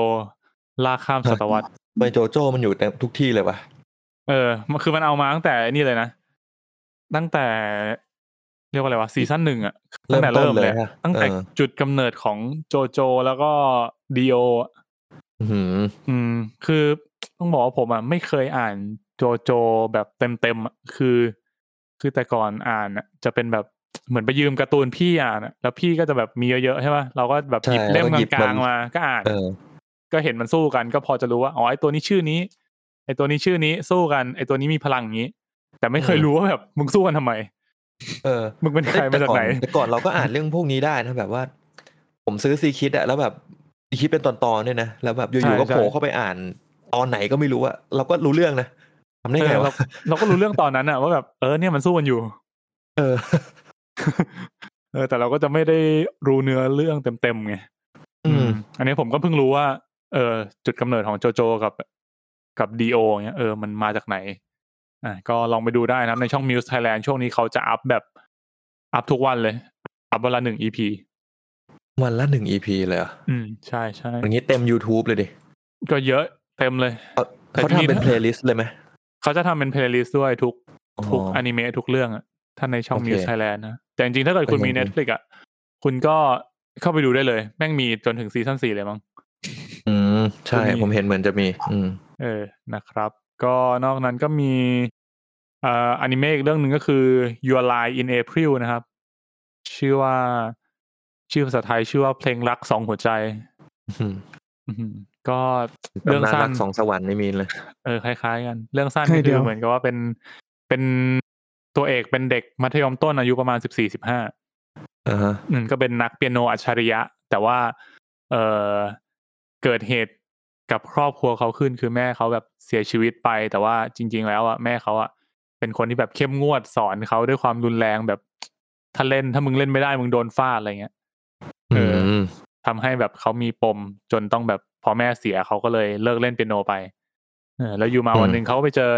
ลากข้ามศตวรรษ
ไปโจโจ้มันอยู่ในทุกที่เลยวะ
เออมันคือมันเอามาตั้งแต่ไอ้นี่เลยนะ ตั้งแต่ เรียกว่าอะไรวะซีซั่นหนึ่งอะตั้งแต่เริ่มเลย
ฮะ
ตั้งแต่
เออ
จุดกำเนิดของโจโจแล้วก็ดีโอ
อื้อหือ
อืมคือต้องบอกว่าผมอ่ะไม่เคยอ่านโจโจแบบเต็มเต็มๆอะคือ คือแต่ก่อนอ่านอะจะเป็นแบบเหมือนไปยืมการ์ตูนพี่อ่านอะแล้วพี่ก็จะแบบมีเยอะๆใช่ป่ะเราก็แบบหยิบ
ใช่
เล่ม
แล้วก็หยิบ
กลาง
มัน
ๆมาก็อ่าน
เออ
ก็เห็นมันสู้กันก็พอจะรู้ว่าอ๋อไอตัวนี้ชื่อนี้ไอตัวนี้ชื่อนี้สู้กันไอตัวนี้มีพลังอย่างนี้ แต่ไม่เคย
อืม
รู้ว่าแบบมึงสู้กันทำไม
เออ
มึงเป็นใครมาจากไหน
แต่ก่อนแต่ก่อนเราก็อ่านเรื่องพวกนี้ได้นะแบบว่า ผมซื้อซีคิดอะแล้วแบบซีคิดเป็นตอนๆเนี่ยนะแล้วแบบอยู่ๆก็
ใช่ใช่
โผล่เข้าไปอ่าน ตอนไหนก็ไม่รู้อะเราก็รู้เรื่องนะทำได้ไง
เออเรา
วะ
เราก็รู้เรื่องตอนนั้นอะว่าแบบเออเนี่ยมันสู้กันอยู่
เออ
เออแต่เราก็จะไม่ได้รู้เนื้อเรื่องเต็มๆไง
อืม
อันนี้ผมก็เพิ่งรู้ว่า เออจุดกำเนิดของโจโจกับกับดีโอเนี่ยเออมันมาจากไหนอ่ะก็ลองไปดูได้นะครับในช่อง Muse Thailand ช่วงนี้เขาจะอัพแบบอัพทุกวันเลย อัพวันละหนึ่ง EP
วันละหนึ่งอีพีเลยเหรอ
อืมใช่ใช่
อย่างนี้เต็ม YouTube เลยดิ
ก็เยอะเต็มเลย
เอา
แต่
เขา
ทีนี้
ทำเป็นเพลย์ลิสต์เลยไหม
เขาจะทำเป็นเพลย์ลิสต์ด้วยทุก
อ๋อ
ทุกอนิเมะทุกเรื่องอะท่านในช่อง
โอเค
Muse Thailand นะ แต่จริงๆ ถ้าเกิดคุณมี
เออ
Netflix อะคุณก็เข้าไปดูได้เลย แม่งมีจนถึงซีซั่นสี่เลยมั้ง
อืมใช่
คุณมี
ผมเห็นเหมือนจะมี อืม
เออนะครับ ก็นอกนั้นก็มีเอ่ออนิเมะอีกเรื่องหนึ่งก็คือ Your Lie in April นะครับ ชื่อว่าชื่อภาษาไทยชื่อว่าเพลงรักสองหัวใจ
อืม
อื้อหือก็เรื่อง
ตำนาน
สั้
รั
น
กสองสวรรค์ไม่มีเลย
เออคล้ายๆกัน เรื่องสั้น
ใช่
ก็
เดี๋
คื
ย
อ
ว
เหมือนกับว่าเป็นเป็นตัวเอกเป็นเด็กมัธยมต้นอายุประมาณสิบสี่สิบห้า
อ่าฮะ
อืมก็เป็นนักเปียโนอัจฉริยะ แต่ว่าเออเกิดเหตุกับครอบครัวเขาขึ้นคือแม่เขาแบบเสียชีวิตไป แต่ว่าจริง ๆ แล้วอ่ะแม่เขาอ่ะเป็นคนที่แบบเข้มงวดสอนเขาด้วยความรุนแรงแบบถ้าเล่นถ้ามึงเล่นไม่ได้มึงโดนฟาดอะไรเงี้ย เอ
อื
อ
ม
ทำให้แบบเขามีปมจนต้องแบบพอแม่เสียเขาก็เลยเลิกเล่นเปียโนไปเออแล้วอยู่มา
อืม
วันหนึ่งเขาก็ไปเจอ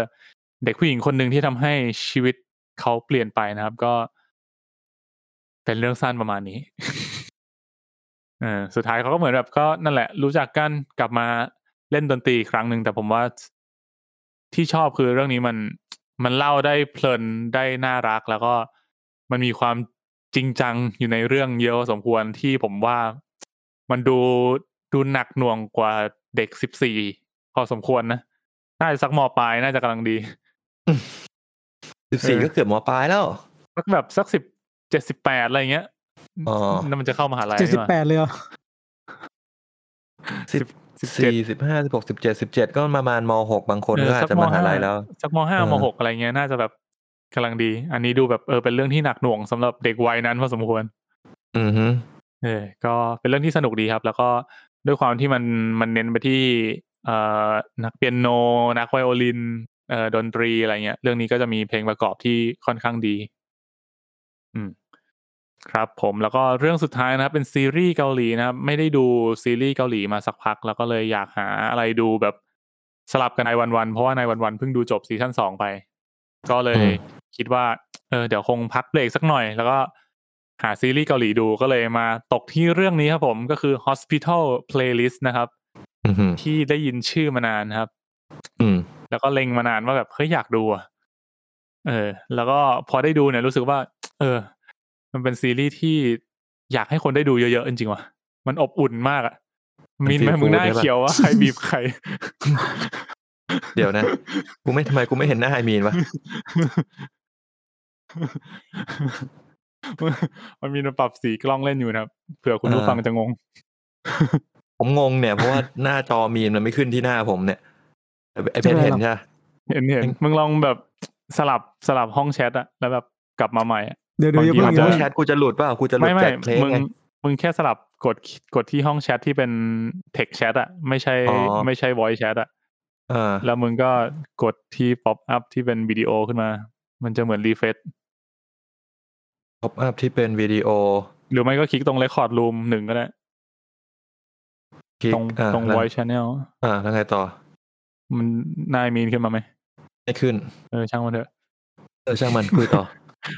เด็กผู้หญิงคนหนึ่งที่ทำให้ชีวิตเขาเปลี่ยนไปนะครับ ก็ เป็นเรื่องสั้นประมาณนี้ [laughs] เออสุดท้ายเขาก็เหมือนแบบก็นั่นแหละ รู้จักกันกลับมาเล่นดนตรีอีกครั้งหนึ่งแต่ผมว่าที่ชอบคือเรื่องนี้มันมันเล่าได้เพลินได้น่ารัก แล้วก็มันมีความจริงจังอยู่ในเรื่องเยอะพอสมควรที่ผมว่ามันดูดูหนักหน่วงกว่าเด็กสิบสี่พอสมควรนะน่าจะสักมปลายน่าจะกำลังดี
สิบสี่
เออ
ก็เกือบมอปลายแล้ว
สักแบบสักสิบเจ็ดสิบแปดอะไรเงี้ย
อ๋อ
นั่นมันจะเข้ามหาลัย
เจ็ดสิบ
นี่หว่า
แปดเลยเหรอ
สิบ
สิบเจ็ด
สี่สิบห้าสิบหกสิบเจ็ดสิบเจ็ดก็ประมาณมหกบางคน
เออ
ก็อาจ
สัก
จะ
ม
มหาลัย
ห้า
แล้ว
สักมห้า
เออ
มหกอะไรเงี้ยน่าจะแบบกำลังดี อันนี้ดูแบบเออเป็นเรื่องที่หนักหน่วงสำหรับเด็กวัยนั้นพอสมควร
อือฮึ
เออ ก็เป็นเรื่องที่สนุกดีครับ แล้วก็ด้วยความที่มันมันเน้นไปที่เอ่อนักเปียโน นักไวโอลินเอ่อดนตรีอะไรเงี้ย เรื่องนี้ก็จะมีเพลงประกอบที่ค่อนข้างดี อืม ครับผมแล้วก็เรื่องสุดท้ายนะครับ เป็นซีรีส์เกาหลีนะครับ ไม่ได้ดูซีรีส์เกาหลีมาสักพัก แล้วก็เลยอยากหาอะไรดูแบบสลับกับนายวันวันๆเพราะว่านายวันวันๆเพิ่งดูจบซีซั่นสองไป ก็เลย
อืม
คิดว่า เออเดี๋ยวคงพักเบรกสักหน่อย แล้วก็หาซีรีส์เกาหลีดูก็เลยมาตกที่เรื่องนี้ครับผมก็คือ Hospital Playlist นะครับ
อือฮึ
ที่ได้ยินชื่อมานานนะครับ
อืม
แล้วก็เล็งมานานว่าแบบเฮ้ยอยากดูอะเออ แล้วก็พอได้ดูเนี่ยรู้สึกว่า เออ มันเป็นซีรีส์ที่อยากให้คนได้ดูเยอะๆจริงๆว่ะ มันอบอุ่นมากอะ
มัน
มินแม่
feel
มึงหน้า
good ใช่ปะ
เขียวว่า [laughs] ใครบีบใคร
เดี๋ยวนะ กูไม่ทำไมกูไม่เห็นหน้าไฮมีนวะ
มันมีปรับสีกล้องเล่นอยู่นะครับเผื่อคุณผู้
อ่า
ฟังจะงง
ผมงงเนี่ย เพราะว่าหน้าจอมีนมันไม่ขึ้นที่หน้าผมเนี่ยแต่ไอเพชรเห็นใช่ปะ
เห็นเห็น
เป็น
มึงลองแบบสลับสลับห้องแชทอะแล้วแบบกลับมาใหม่อะ
เดี๋ยวเดี๋ยวอย่าเพิ่
บา
ง
งที
อ
มั
ย่า
น
เพิ่ง
จะ
แชทกูจะหลุดเปล่ากูจะหลุด
ไม่ไม่
จากเพลง
มึง
ไง
มึงแค่สลับกดกดที่ห้องแชทที่เป็นเทคแชทอะไม่ใช่
อ๋อ
ไม่ใช่ voice chat อะ
เออ
[laughs] แล้วมึงก็กดที่ pop up ที่เป็นวิดีโอขึ้นมา มันจะเหมือนรีเฟซ
พอปอัพที่เป็นวิดีโอ
หรือไม่ก็คลิกตรง record room หนึ่งก็ได้
คลิก
ตรง
อ่า
ตรง
แล้ว
voice channel
อ่าแล้วไงต่อ
มันหนายมีนขึ้นมาไหม
ไม่ขึ้น
เออช่างมันเถอะ
เออช่าง
[laughs]
มันคุยต่อ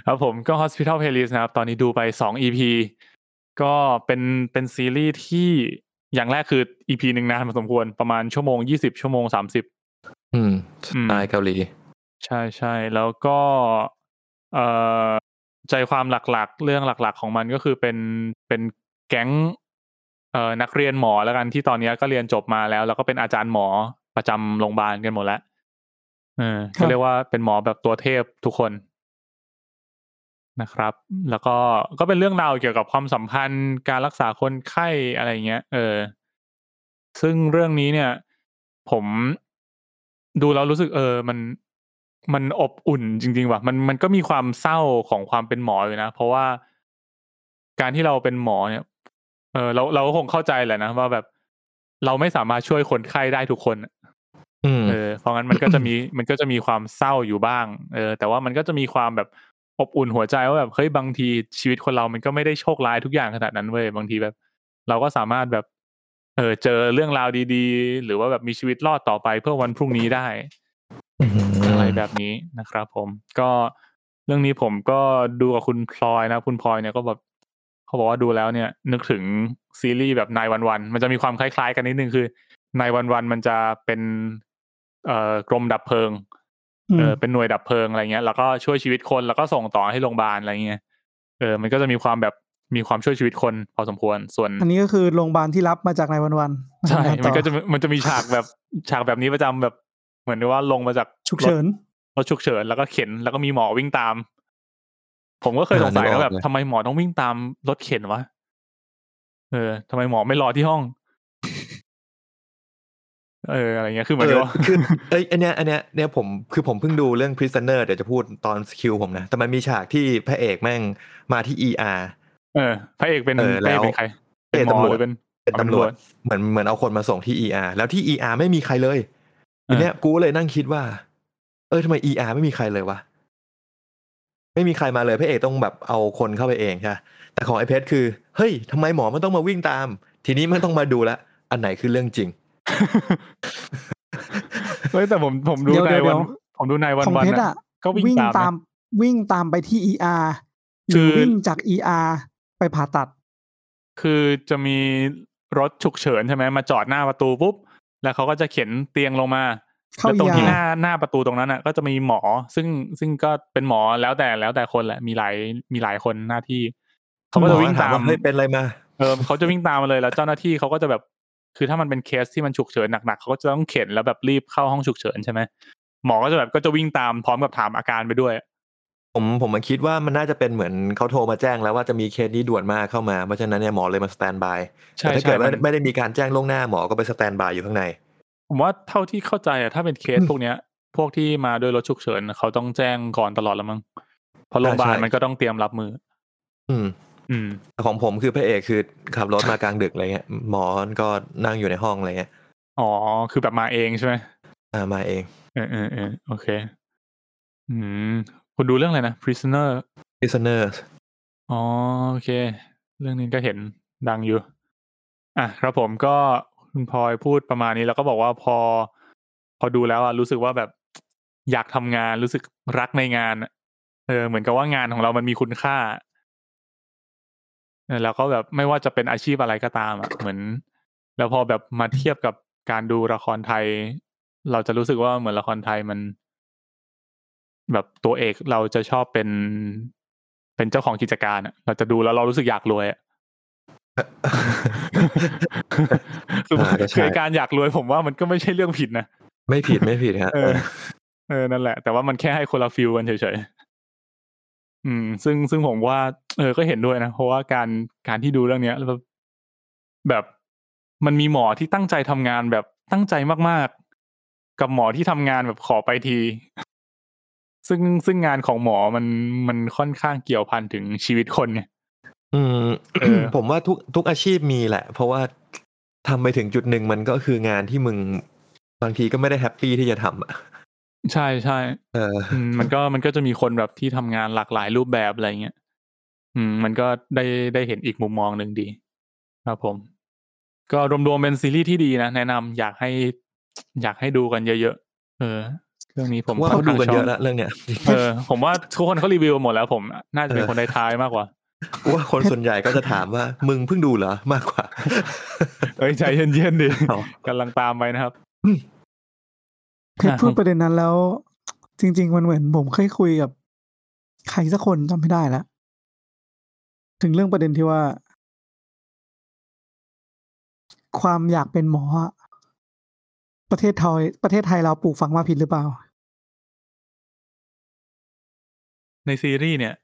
ครับผมก็ Hospital Playlist นะครับ ตอนนี้ดูไปสอง EP ก็เป็นเป็นซีรีส์ที่อย่างแรกคือ EP หนึ่งนานพอสมควรประมาณชั่วโมงยี่สิบชั่วโมงสามสิบ
อืมส
อืม
ไตล์เกาหลี
ใช่ใช่แล้วก็เอ่อใจความหลักๆ เรื่องหลักๆ ของมันก็คือเป็นเป็นแก๊งเอ่อนักเรียนหมอแล้วกันที่ตอนนี้ก็เรียนจบมาแล้ว แล้วก็เป็นอาจารย์หมอประจำโรงพยาบาลกันหมดแล้วเออก็เรียกว่าเป็นหมอแบบตัวเทพทุกคนนะครับ แล้วก็ก็เป็นเรื่องราวเกี่ยวกับความสัมพันธ์การรักษาคนไข้อะไรอย่างเงี้ย เออ ซึ่งเรื่องนี้เนี่ย ผมดูแล้วรู้สึกเออ มันมันอบอุ่นจริง ๆ ว่ะมันมันก็มีความเศร้าของความเป็นหมออยู่นะ เพราะว่าการที่เราเป็นหมอเนี่ย เอ ออเราเราก็คงเข้าใจแหละนะว่าแบบเราไม่สามารถช่วยคนไข้ได้ทุกคนอะ
อืม
เออเพราะงั้นมันก็ [coughs] จะมี มันก็จะมีความเศร้าอยู่บ้าง เออ แต่ว่ามันก็จะมีความแบบอบอุ่นหัวใจว่าแบบเฮ้ยบางทีชีวิตคนเรามันก็ไม่ได้โชคร้ายทุกอย่างขนาดนั้นเว้ยบางทีแบบ เราก็สามารถแบบ เออเจอเรื่องราวดี ๆ หรือว่าแบบมีชีวิตรอดต่อไปเพื่อวันพรุ่งนี้ได้ อะไรแบบนี้นะครับผมก็เรื่องนี้ผมก็ดูกับคุณพลอยนะ คุณพลอยเนี่ยก็แบบเขาบอกว่าดูแล้วเนี่ย นึกถึงซีรีส์แบบนายวันวันมันจะมีความคล้ายๆ กันนิดนึงคือนายวันวันมันจะเป็นเอ่อกรมดับเพลิงเออเป็นหน่วยดับเพลิงอะไรเงี้ยแล้วก็ช่วยชีวิตคนแล้วก็ส่งต่อให้โรงพยาบาลอะไรเงี้ยเออมันก็จะมีความแบบมีความช่วยชีวิตคนพอสมควรส่วน
อันนี้ก็คือโรงพยาบาลที่รับมาจากนายวันวัน
ใช่
ทำงา
มั
ต่อ
นก็จะมีมันจะมีฉากแบบฉากแบบนี้ประจำแบบเหมือนว่าลงมาจาก
ฉุกเฉิ
รถ
น
รถฉุกเฉินแล้วก็เข็นแล้วก็มีหมอวิ่งตาม ผมก็เคย
อ่า
สงสัย
นึกออ
นะ
ก
แบบ
เลย
ทำไมหมอต้องวิ่งตามรถเข็นวะเออทำไมหมอไม่รอที่ห้อง เอออะไรเงี้ยคือเหมือน
เออ
ว่า
คือเอ้ยอันเนี้ยอันเนี้ยเนี่ยผมคือผมเพิ่งดูเรื่อง prisoner เดี๋ยวจะพูดตอนสคิวผมนะ แต่มันมีฉากที่พระเอกแม่งมาที่ ER
เออพระเอกเป็น
เออ
พระเอก
แล้ว
เป็นใคร เป็นหม
เอกตำ
อ
รวจ
หรือเป็น
เป็นตำรวจ
ตำรวจ
เหมือนเหมือนเอาคนมาส่งที่ ER แล้วที่ ER ไม่มีใครเลย
เออ
ทีเนี้ยกูเลยนั่งคิดว่า เออทำไม ER ไม่มีใครเลยวะไม่มีใครมาเลยพระเอกต้องแบบเอาคนเข้าไปเองใช่ปะแต่ของไอเพชรคือเฮ้ยทำไมหมอมันต้องมาวิ่งตาม ทีนี้มันต้องมาดูละอันไหนคือเรื่องจริง
เฮ้ยแต่ผมผมดู
เดี๋ยว
ในายวั
เดี๋ย
น
ว
ผมดูในายวัน
ของ
วัน
เพชร
น่ะ
อ่ะ
ก็วิ่ง
วิ่ง
ตาม
ตา
นะ
มวิ่งตามไปที่เออาร์ห
คื
รือ
อ
วิ่งจากเออาร์ไปผ่าตัด
คือจะมีรถฉุกเฉินใช่ไหมมาจอดหน้าประตูปุ๊บ แล้วเขาก็จะเข็นเตียงลงมา
เข้า
แล้วตรง
ยา
ที่หน้าหน้าประตูตรงนั้นอ่ะ ก็จะมีหมอซึ่งซึ่งก็เป็นหมอแล้วแต่แล้วแต่คนแหละมีหลายมีหลายคนหน้าที่เขาก็จะวิ่งตาม
เฮ้ยเป็นอะไรมา
เออเขาจะวิ่งตามมาเลยแล้วเจ้าหน้าที่เขาก็จะแบบ คือถ้ามันเป็นเคสที่มันฉุกเฉินหนักๆเขาก็จะต้องเข็นแล้วแบบรีบเข้าห้องฉุกเฉินใช่ไหมหมอก็จะแบบก็จะวิ่งตามพร้อมกับถามอาการไปด้วย
ผมผมมาคิดว่ามันน่าจะเป็นเหมือนเขาโทรมาแจ้งแล้วว่าจะมีเคสนี้ด่วนมากเข้ามา เพราะฉะนั้นเนี่ยหมอเลยมาสแตนบาย
ใช่
แต่ถ้า
ใช่
เกิดว่า
มัน
ไม่ได้มีการแจ้งล่วงหน้าหมอก็ไปสแตนบายอยู่ข้างใน
ผมว่าเท่าที่เข้าใจอะถ้าเป็นเคส
อืม
พวกเนี้ย พวกที่มาด้วยรถฉุกเฉินเขาต้องแจ้งก่อนตลอดแล้วมั้งเพราะโรงพยาบาล
ใช่
มันก็ต้องเตรียมรับมือ
อืม
อืม
แต่ของผมคือพระเอกคือขับรถมากลางดึกอะไรเงี้ยหมอก็นั่งอยู่ในห้องอะไรเงี้ย
อ๋อ คือแบบมาเองใช่ไหม
อ่ามาเอง
เออเออเออโอเค อืม คุณดูเรื่องอะไรนะ prisoner
listener
อ๋อโอเค เรื่องนี้ก็เห็นดังอยู่ อ่ะครับผมก็คุณพลอยพูดประมาณนี้แล้วก็บอกว่าพอ พอดูแล้วอ่ะรู้สึกว่าแบบอยากทำงานรู้สึกรักในงานอะเออเหมือนกับว่างานของเรามันมีคุณค่าเออแล้วก็แบบไม่ว่าจะเป็นอาชีพอะไรก็ตามอ่ะเหมือน แล้วพอแบบมาเทียบกับการดูละครไทย เราจะรู้สึกว่าเหมือนละครไทยมัน แบบตัวเอกเราจะชอบเป็น เป็นเจ้าของกิจการอะเราจะดูแล้วเรารู้สึกอยากรวยอะ [laughs] คือ
อ่าก็ใช่
คือการอยากรวยผมว่ามันก็ไม่ใช่เรื่องผิดนะ
[laughs] ไม่ผิดไม่ผิดฮะ
เออ เออ นั่นแหละ แต่ว่ามันแค่ให้คนละฟิลกันเฉยๆ อืม ซึ่งซึ่งผมว่า เออ ก็เห็นด้วยนะ เพราะว่าการการที่ดูเรื่องเนี้ยแล้วแบบแบบมันมีหมอที่ตั้งใจทำงานแบบตั้งใจมากๆ กับหมอที่ทำงานแบบขอไปที [laughs] ซึ่งซึ่งงานของหมอมันมันค่อนข้างเกี่ยวพันถึงชีวิตคนไง
อืม
เออ
ผมว่าทุกทุกอาชีพมีแหละ เพราะว่าทำไปถึงจุดหนึ่งมันก็คืองานที่มึงบางทีก็ไม่ได้แฮปปี้ที่จะทำอะ
ใช่ใช่
เออ
อืมมันก็มันก็จะมีคนแบบที่ทำงานหลากหลายรูปแบบอะไรเงี้ย อืม มันก็ได้ได้เห็นอีกมุมมองหนึ่งดี ครับผม ก็รวมๆเป็นซีรีส์ที่ดีนะ แนะนำอยากให้ อยากให้ดูกันเยอะๆเออเรื่องนี้ผม
ว่าเขา
ค่
ดู
ง
กันเยอะ
ชบ
แล้วเรื่อง
[laughs]
เนี้ย
เออ ผมว่าทุกคนเขารีวิวหมดแล้วผม น่าจะเป็นคนท้ายๆมากกว่า
ว่าคนส่วนใหญ่ก็จะถามว่า มึงเพิ่งดูเหรอมากกว่า
เอ้ยใจเย็นๆดิ
อ๋อ
กำลังตามไปนะครับ
เพชรพูดประเด็นนั้นแล้ว จริง ๆ มันเหมือนผมเคยคุยกับใครสักคนจำไม่ได้ละถึงเรื่องประเด็นที่ว่า ความอยากเป็นหมออะประเทศไทยประเทศไทยเราปลูกฝังมาผิดหรือเปล่า
ในซีรีส์เนี่ย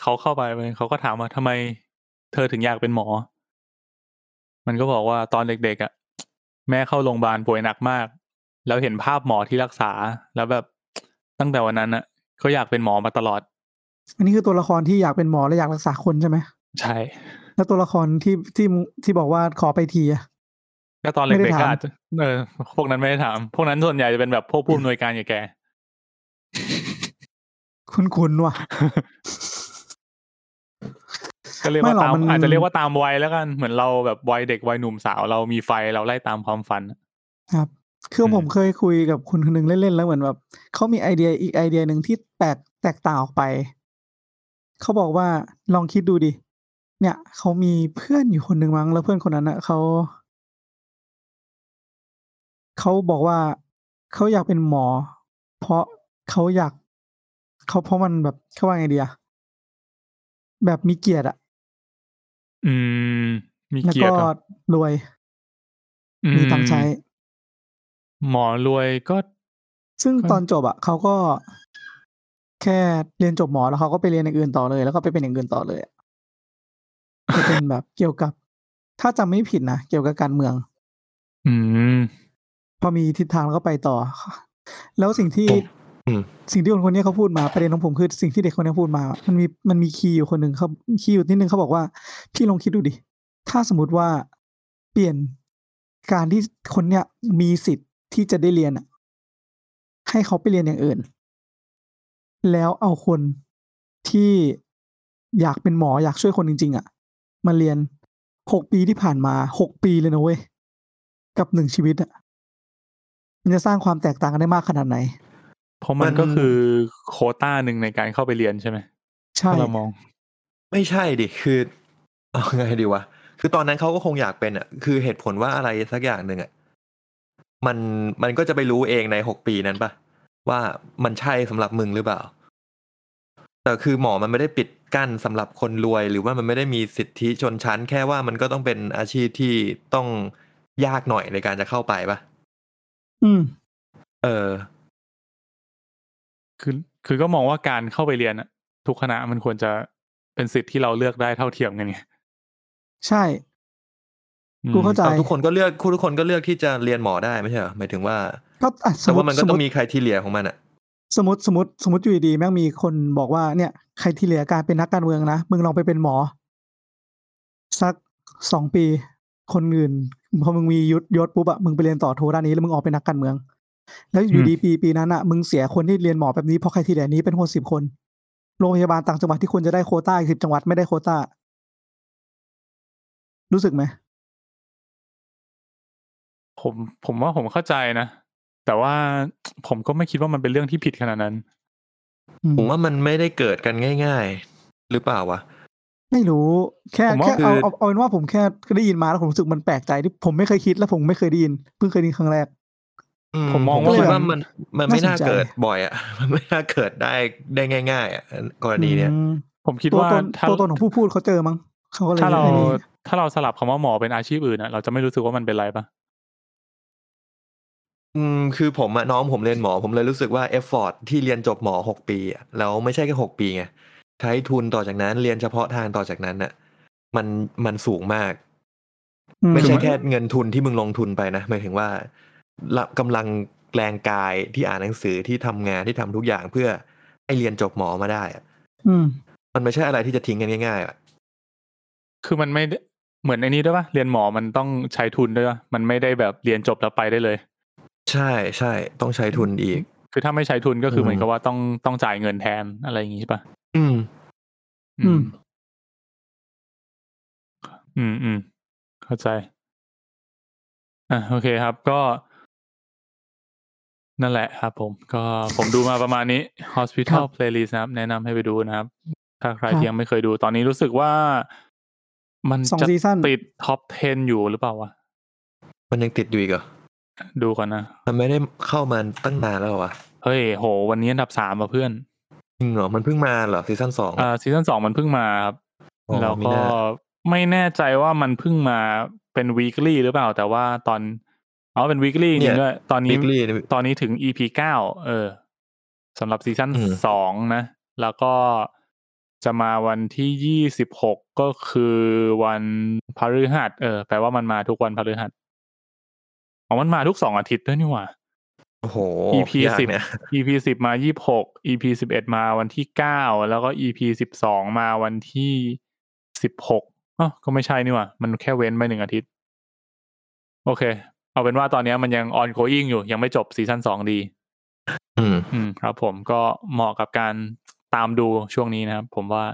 เขาเข้าไปเว้ยเขาก็ถามว่าทำไมเธอถึงอยากเป็นหมอ มันก็บอกว่าตอนเด็กๆอะ่ะ แม่เข้าโรงพยาบาลป่วยหนักมาก แล้วเห็นภาพหมอที่รักษา แล้วแบบตั้งแต่วันนั้นอะ่ะเขาอยากเป็นหมอมาตลอด
อันนี้คือตัวละครที่อยากเป็นหมอและอยากรักษาคนใช่ไหม
ใช่
แล้วตัวละครที่ที่ที่บอกว่าขอไปทีอะ
ก็ตอน
ไม่ได้
เด็กๆก็
ถาม
อาจจะเออพวกนั้นไม่ได้ถาม พวกนั้นส่วนใหญ่จะเป็นแบบพวกผู้อำนวยการแก่
คุณคุณว่ะ [laughs]
ๆก็เรียก
ไม่
ว่า
หรอก
ตาม
มัน
อาจจะเรียกว่าตามวัยแล้วกันเหมือนเราแบบวัยเด็กวัยหนุ่มสาวเรามีไฟเราไล่ตามความฝัน
คือ
ม
ผมเคยคุยกับคนคนหนึงเล่นๆแล้วเหมือนแบบเขามีไอเดียอีกไอเดียหนึ่งที่แตกแตกต่างออกไป เขาบอกว่าลองคิดดูดิ เนี่ยเขามีเพื่อนอยู่คนหนึ่งมั้งแล้วเพื่อนคนนั้นน่ะเขาเขาบอกว่าเขาอยากเป็นหมอ เพราะเขาอยากเขาเพราะมันแบบเขาว่าไงเดียแบบมีเกียรติอะ
อืม มี
แล้ว
เกียรติเห
ก็
รอ
รวย
อื
มีตังค์ใช้
หมอรวยก็
ซึ่ง
ก็
ตอนจบอะเขาก็แค่เรียนจบหมอแล้วเขาก็ไปเรียนอย่างอื่นต่อเลย แล้วก็ไปเป็นอย่างอื่นต่อเลยอะจะเป็นแบบเกี่ยวกับ ถ้าจำไม่ผิดนะเกี่ยวกับการเมือง
อืม
พอมีทิศทางแล้วก็ไปต่อ [laughs] แล้วสิ่งที่
อืม
สิ่งที่คนคนเนี้ยเขาพูดมาประเด็นของผมคือสิ่งที่เด็กคนเนี้ยพูดมา มันมีมันมีคีย์อยู่คนหนึ่งเขาคีย์อยู่นิดนึงเขาบอกว่า พี่ลองคิดดูดิ ถ้าสมมติว่าเปลี่ยนการที่คนเนี้ยมีสิทธิ์ที่จะได้เรียนอะให้เขาไปเรียนอย่างอื่น แล้วเอาคนที่อยากเป็นหมออยากช่วยคนจริง ๆอะมาเรียนหกปีที่ผ่านมาหกปีเลยนะเว้ยกับหนึ่งชีวิตอะมันจะสร้างความแตกต่างกันได้มากขนาดไหน
เพราะมัน
มัน
ก็คือโควต้าหนึ่งในการเข้าไปเรียนใช่ไหม
ใช่
ถ้าเรามอง
ไม่ใช่ดิคือ [laughs] เอาไงดีวะคือตอนนั้นเขาก็คงอยากเป็นอ่ะคือเหตุผลว่าอะไรสักอย่างหนึ่งอ่ะมันมันก็จะไปรู้เองในหกปีนั้นปะว่ามันใช่สำหรับมึงหรือเปล่า แต่คือหมอมันไม่ได้ปิดกั้นสำหรับคนรวย หรือว่ามันไม่ได้มีสิทธิชนชั้น แค่ว่ามันก็ต้องเป็นอาชีพที่ต้องยากหน่อยในการจะเข้าไปปะ
อืม
เออ
คือคือก็มองว่าการเข้าไปเรียนอะทุกคณะมันควรจะเป็นสิทธิ์ที่เราเลือกได้เท่าเทียมกันไง
ใช่
อืม
กูเข้าใจ
แต่ทุกคนก็เลือกทุกคนก็เลือกที่จะเรียนหมอได้ไม่ใช่เหรอหมายถึงว่า
ก็อ่ะส
แต่
มม
ว่า
ติ
มันก็
สมม
ต้อง
ติ
มีใครที่เหลียของมันอ่ะ
สมมติสมมติสมมติอยู่ดีๆแม่งมีคนบอกว่าเนี่ยใครที่เหลือการเป็นนักการเมืองนะมึงลองไปเป็นหมอ สักสองปีคนอื่นพอมึงมียศยศปุ๊บอะมึงไปเรียนต่อโทด้านนี้แล้วมึงออกเป็นนักการเมือง แล้วอยู่ดีปีปีนั้นอะมึงเสียคนที่เรียนหมอแบบนี้เพราะใครที่เหลือนี้เป็นคนสิบคนโรงพยาบาลต่างจังหวัดที่ควรจะได้โควต้าอีกสิบจังหวัดไม่ได้โควต้า รู้สึกไหม
ผมผมว่าผมเข้าใจนะ แต่ว่าผมก็ไม่คิดว่ามันเป็นเรื่องที่ผิดขนาดนั้น
อืม
ผมว่ามันไม่ได้เกิดกันง่าย ๆ หรือเปล่าวะ
ไม่รู้ แค่
ผมว่า
แค่
คือ
เอาเอาเอาเป็นว่าผมแค่ได้ยินมาแล้วผมรู้สึกมันแปลกใจที่ผมไม่เคยคิดและผมไม่เคยได้ยินเพิ่งเคยได้ยินครั้งแรก
ผมมองว่า
คิดว่ามันมันไม่น่า
น่าสนใจ
เกิดบ่อยอ่ะ [laughs] มันไม่น่าเกิดได้ได้ง่าย ๆ อ่ะกรณีเนี้ย
อืม
ผมคิด
ตัว
ว่า
ตน
ถ้า
ตัวตนของผู้พูดเขาเจอมั้งเขาก็เลย
ถ้าเรา
ไอ้นี่
ถ้าเราสลับคำว่าหมอเป็นอาชีพอื่นอะเราจะไม่รู้สึกว่ามันเป็นไรปะ
อืมคือผมอะน้องผมเรียนหมอ ผมเลยรู้สึกว่าเอฟฟอร์ที่เรียนจบหมอหกปีอะแล้วไม่ใช่แค่หกปีไงใช้ทุนต่อจากนั้นเรียนเฉพาะทางต่อจากนั้นน่ะ มันมันสูงมาก
อื
ไม่ใช่แค่เงินทุนที่มึงลงทุนไปนะหมายถึงว่าละกำลังแรงกายที่อ่านหนังสือที่ทำงานที่ทำทุกอย่างเพื่อให้เรียนจบหมอมาได้อะ
อืม
มันไม่ใช่อะไรที่จะทิ้งกันง่ายๆอะ
คือมันไม่ได้เหมือนไอ้นี้ด้วยปะเรียนหมอมันต้องใช้ทุนด้วยปะมันไม่ได้แบบเรียนจบแล้วไปได้เลย
ใช่ใช่ต้องใช้ทุนอีก
คือถ้าไม่ใช้ทุนก็คื
ม
ออเหมือนกับว่าต้องต้องจ่ายเงินแทนอะไรอย่างงี้ใช่ปะ
อืม
อืม
อืมอืมเข้าใจ อ่ะโอเคครับ ก็ นั่นแหละครับผม ก็ผมดูมาประมาณนี้ Hospital
ครับ
Playlist นะครับ แนะนำให้ไปดูนะครับ ถ้าใคร
ครับ
ที่ยังไม่เคยดูตอนนี้รู้สึกว่ามัน
สอง
จะ
ซีซั่น
ติดท็อป 10 อยู่หรือเปล่าวะ
มันยังติดอยู่อีกเหรอ
ดูก่อนนะ
มันไม่ได้เข้ามาตั้งนานแล้วเหรอวะ
เฮ้ยโห วันนี้อันดับสามว่ะเพื่อน
จริงเหรอ มันเพิ่งมาเหรอซีซั่นสอง
อ่าซีซั่นสองมันเพิ่งมาครับ
อ๋อ
แล้ว
มี
ก็
หน้า
ไม่แน่ใจว่ามันเพิ่งมาเป็น weekly หรือเปล่า แต่ว่าตอนอ๋อเป็น weekly จริงด้วยตอนนี้
บิ๊กลี่
ตอนนี้ถึง EP เก้าเออสำหรับซีซั่น
อืม
สองนะ แล้วก็จะมาวันที่ยี่สิบหกก็คือวันพฤหัสเออแปลว่ามันมาทุกวันพฤหัสอ๋อมันมาทุกสองอาทิตย์ด้วยนี่หว่า
โอ้โห
EP
ยาก
สิบ
เนี่ย
EP สิบมายี่บหก EP สิบเอ็ดมาวันที่เก้าแล้วก็ EP สิบสองมาวันที่สิบหก อ๋อก็ไม่ใช่นี่หว่า มันแค่เว้นไปหนึ่งอาทิตย์ โอเค เอาเป็นว่าตอนเนี้ยมันยัง ongoing อยู่ ยังไม่จบซีซั่นสองดี
อืม
อืมครับผมก็เหมาะกับการตามดูช่วงนี้นะครับ ผมว่า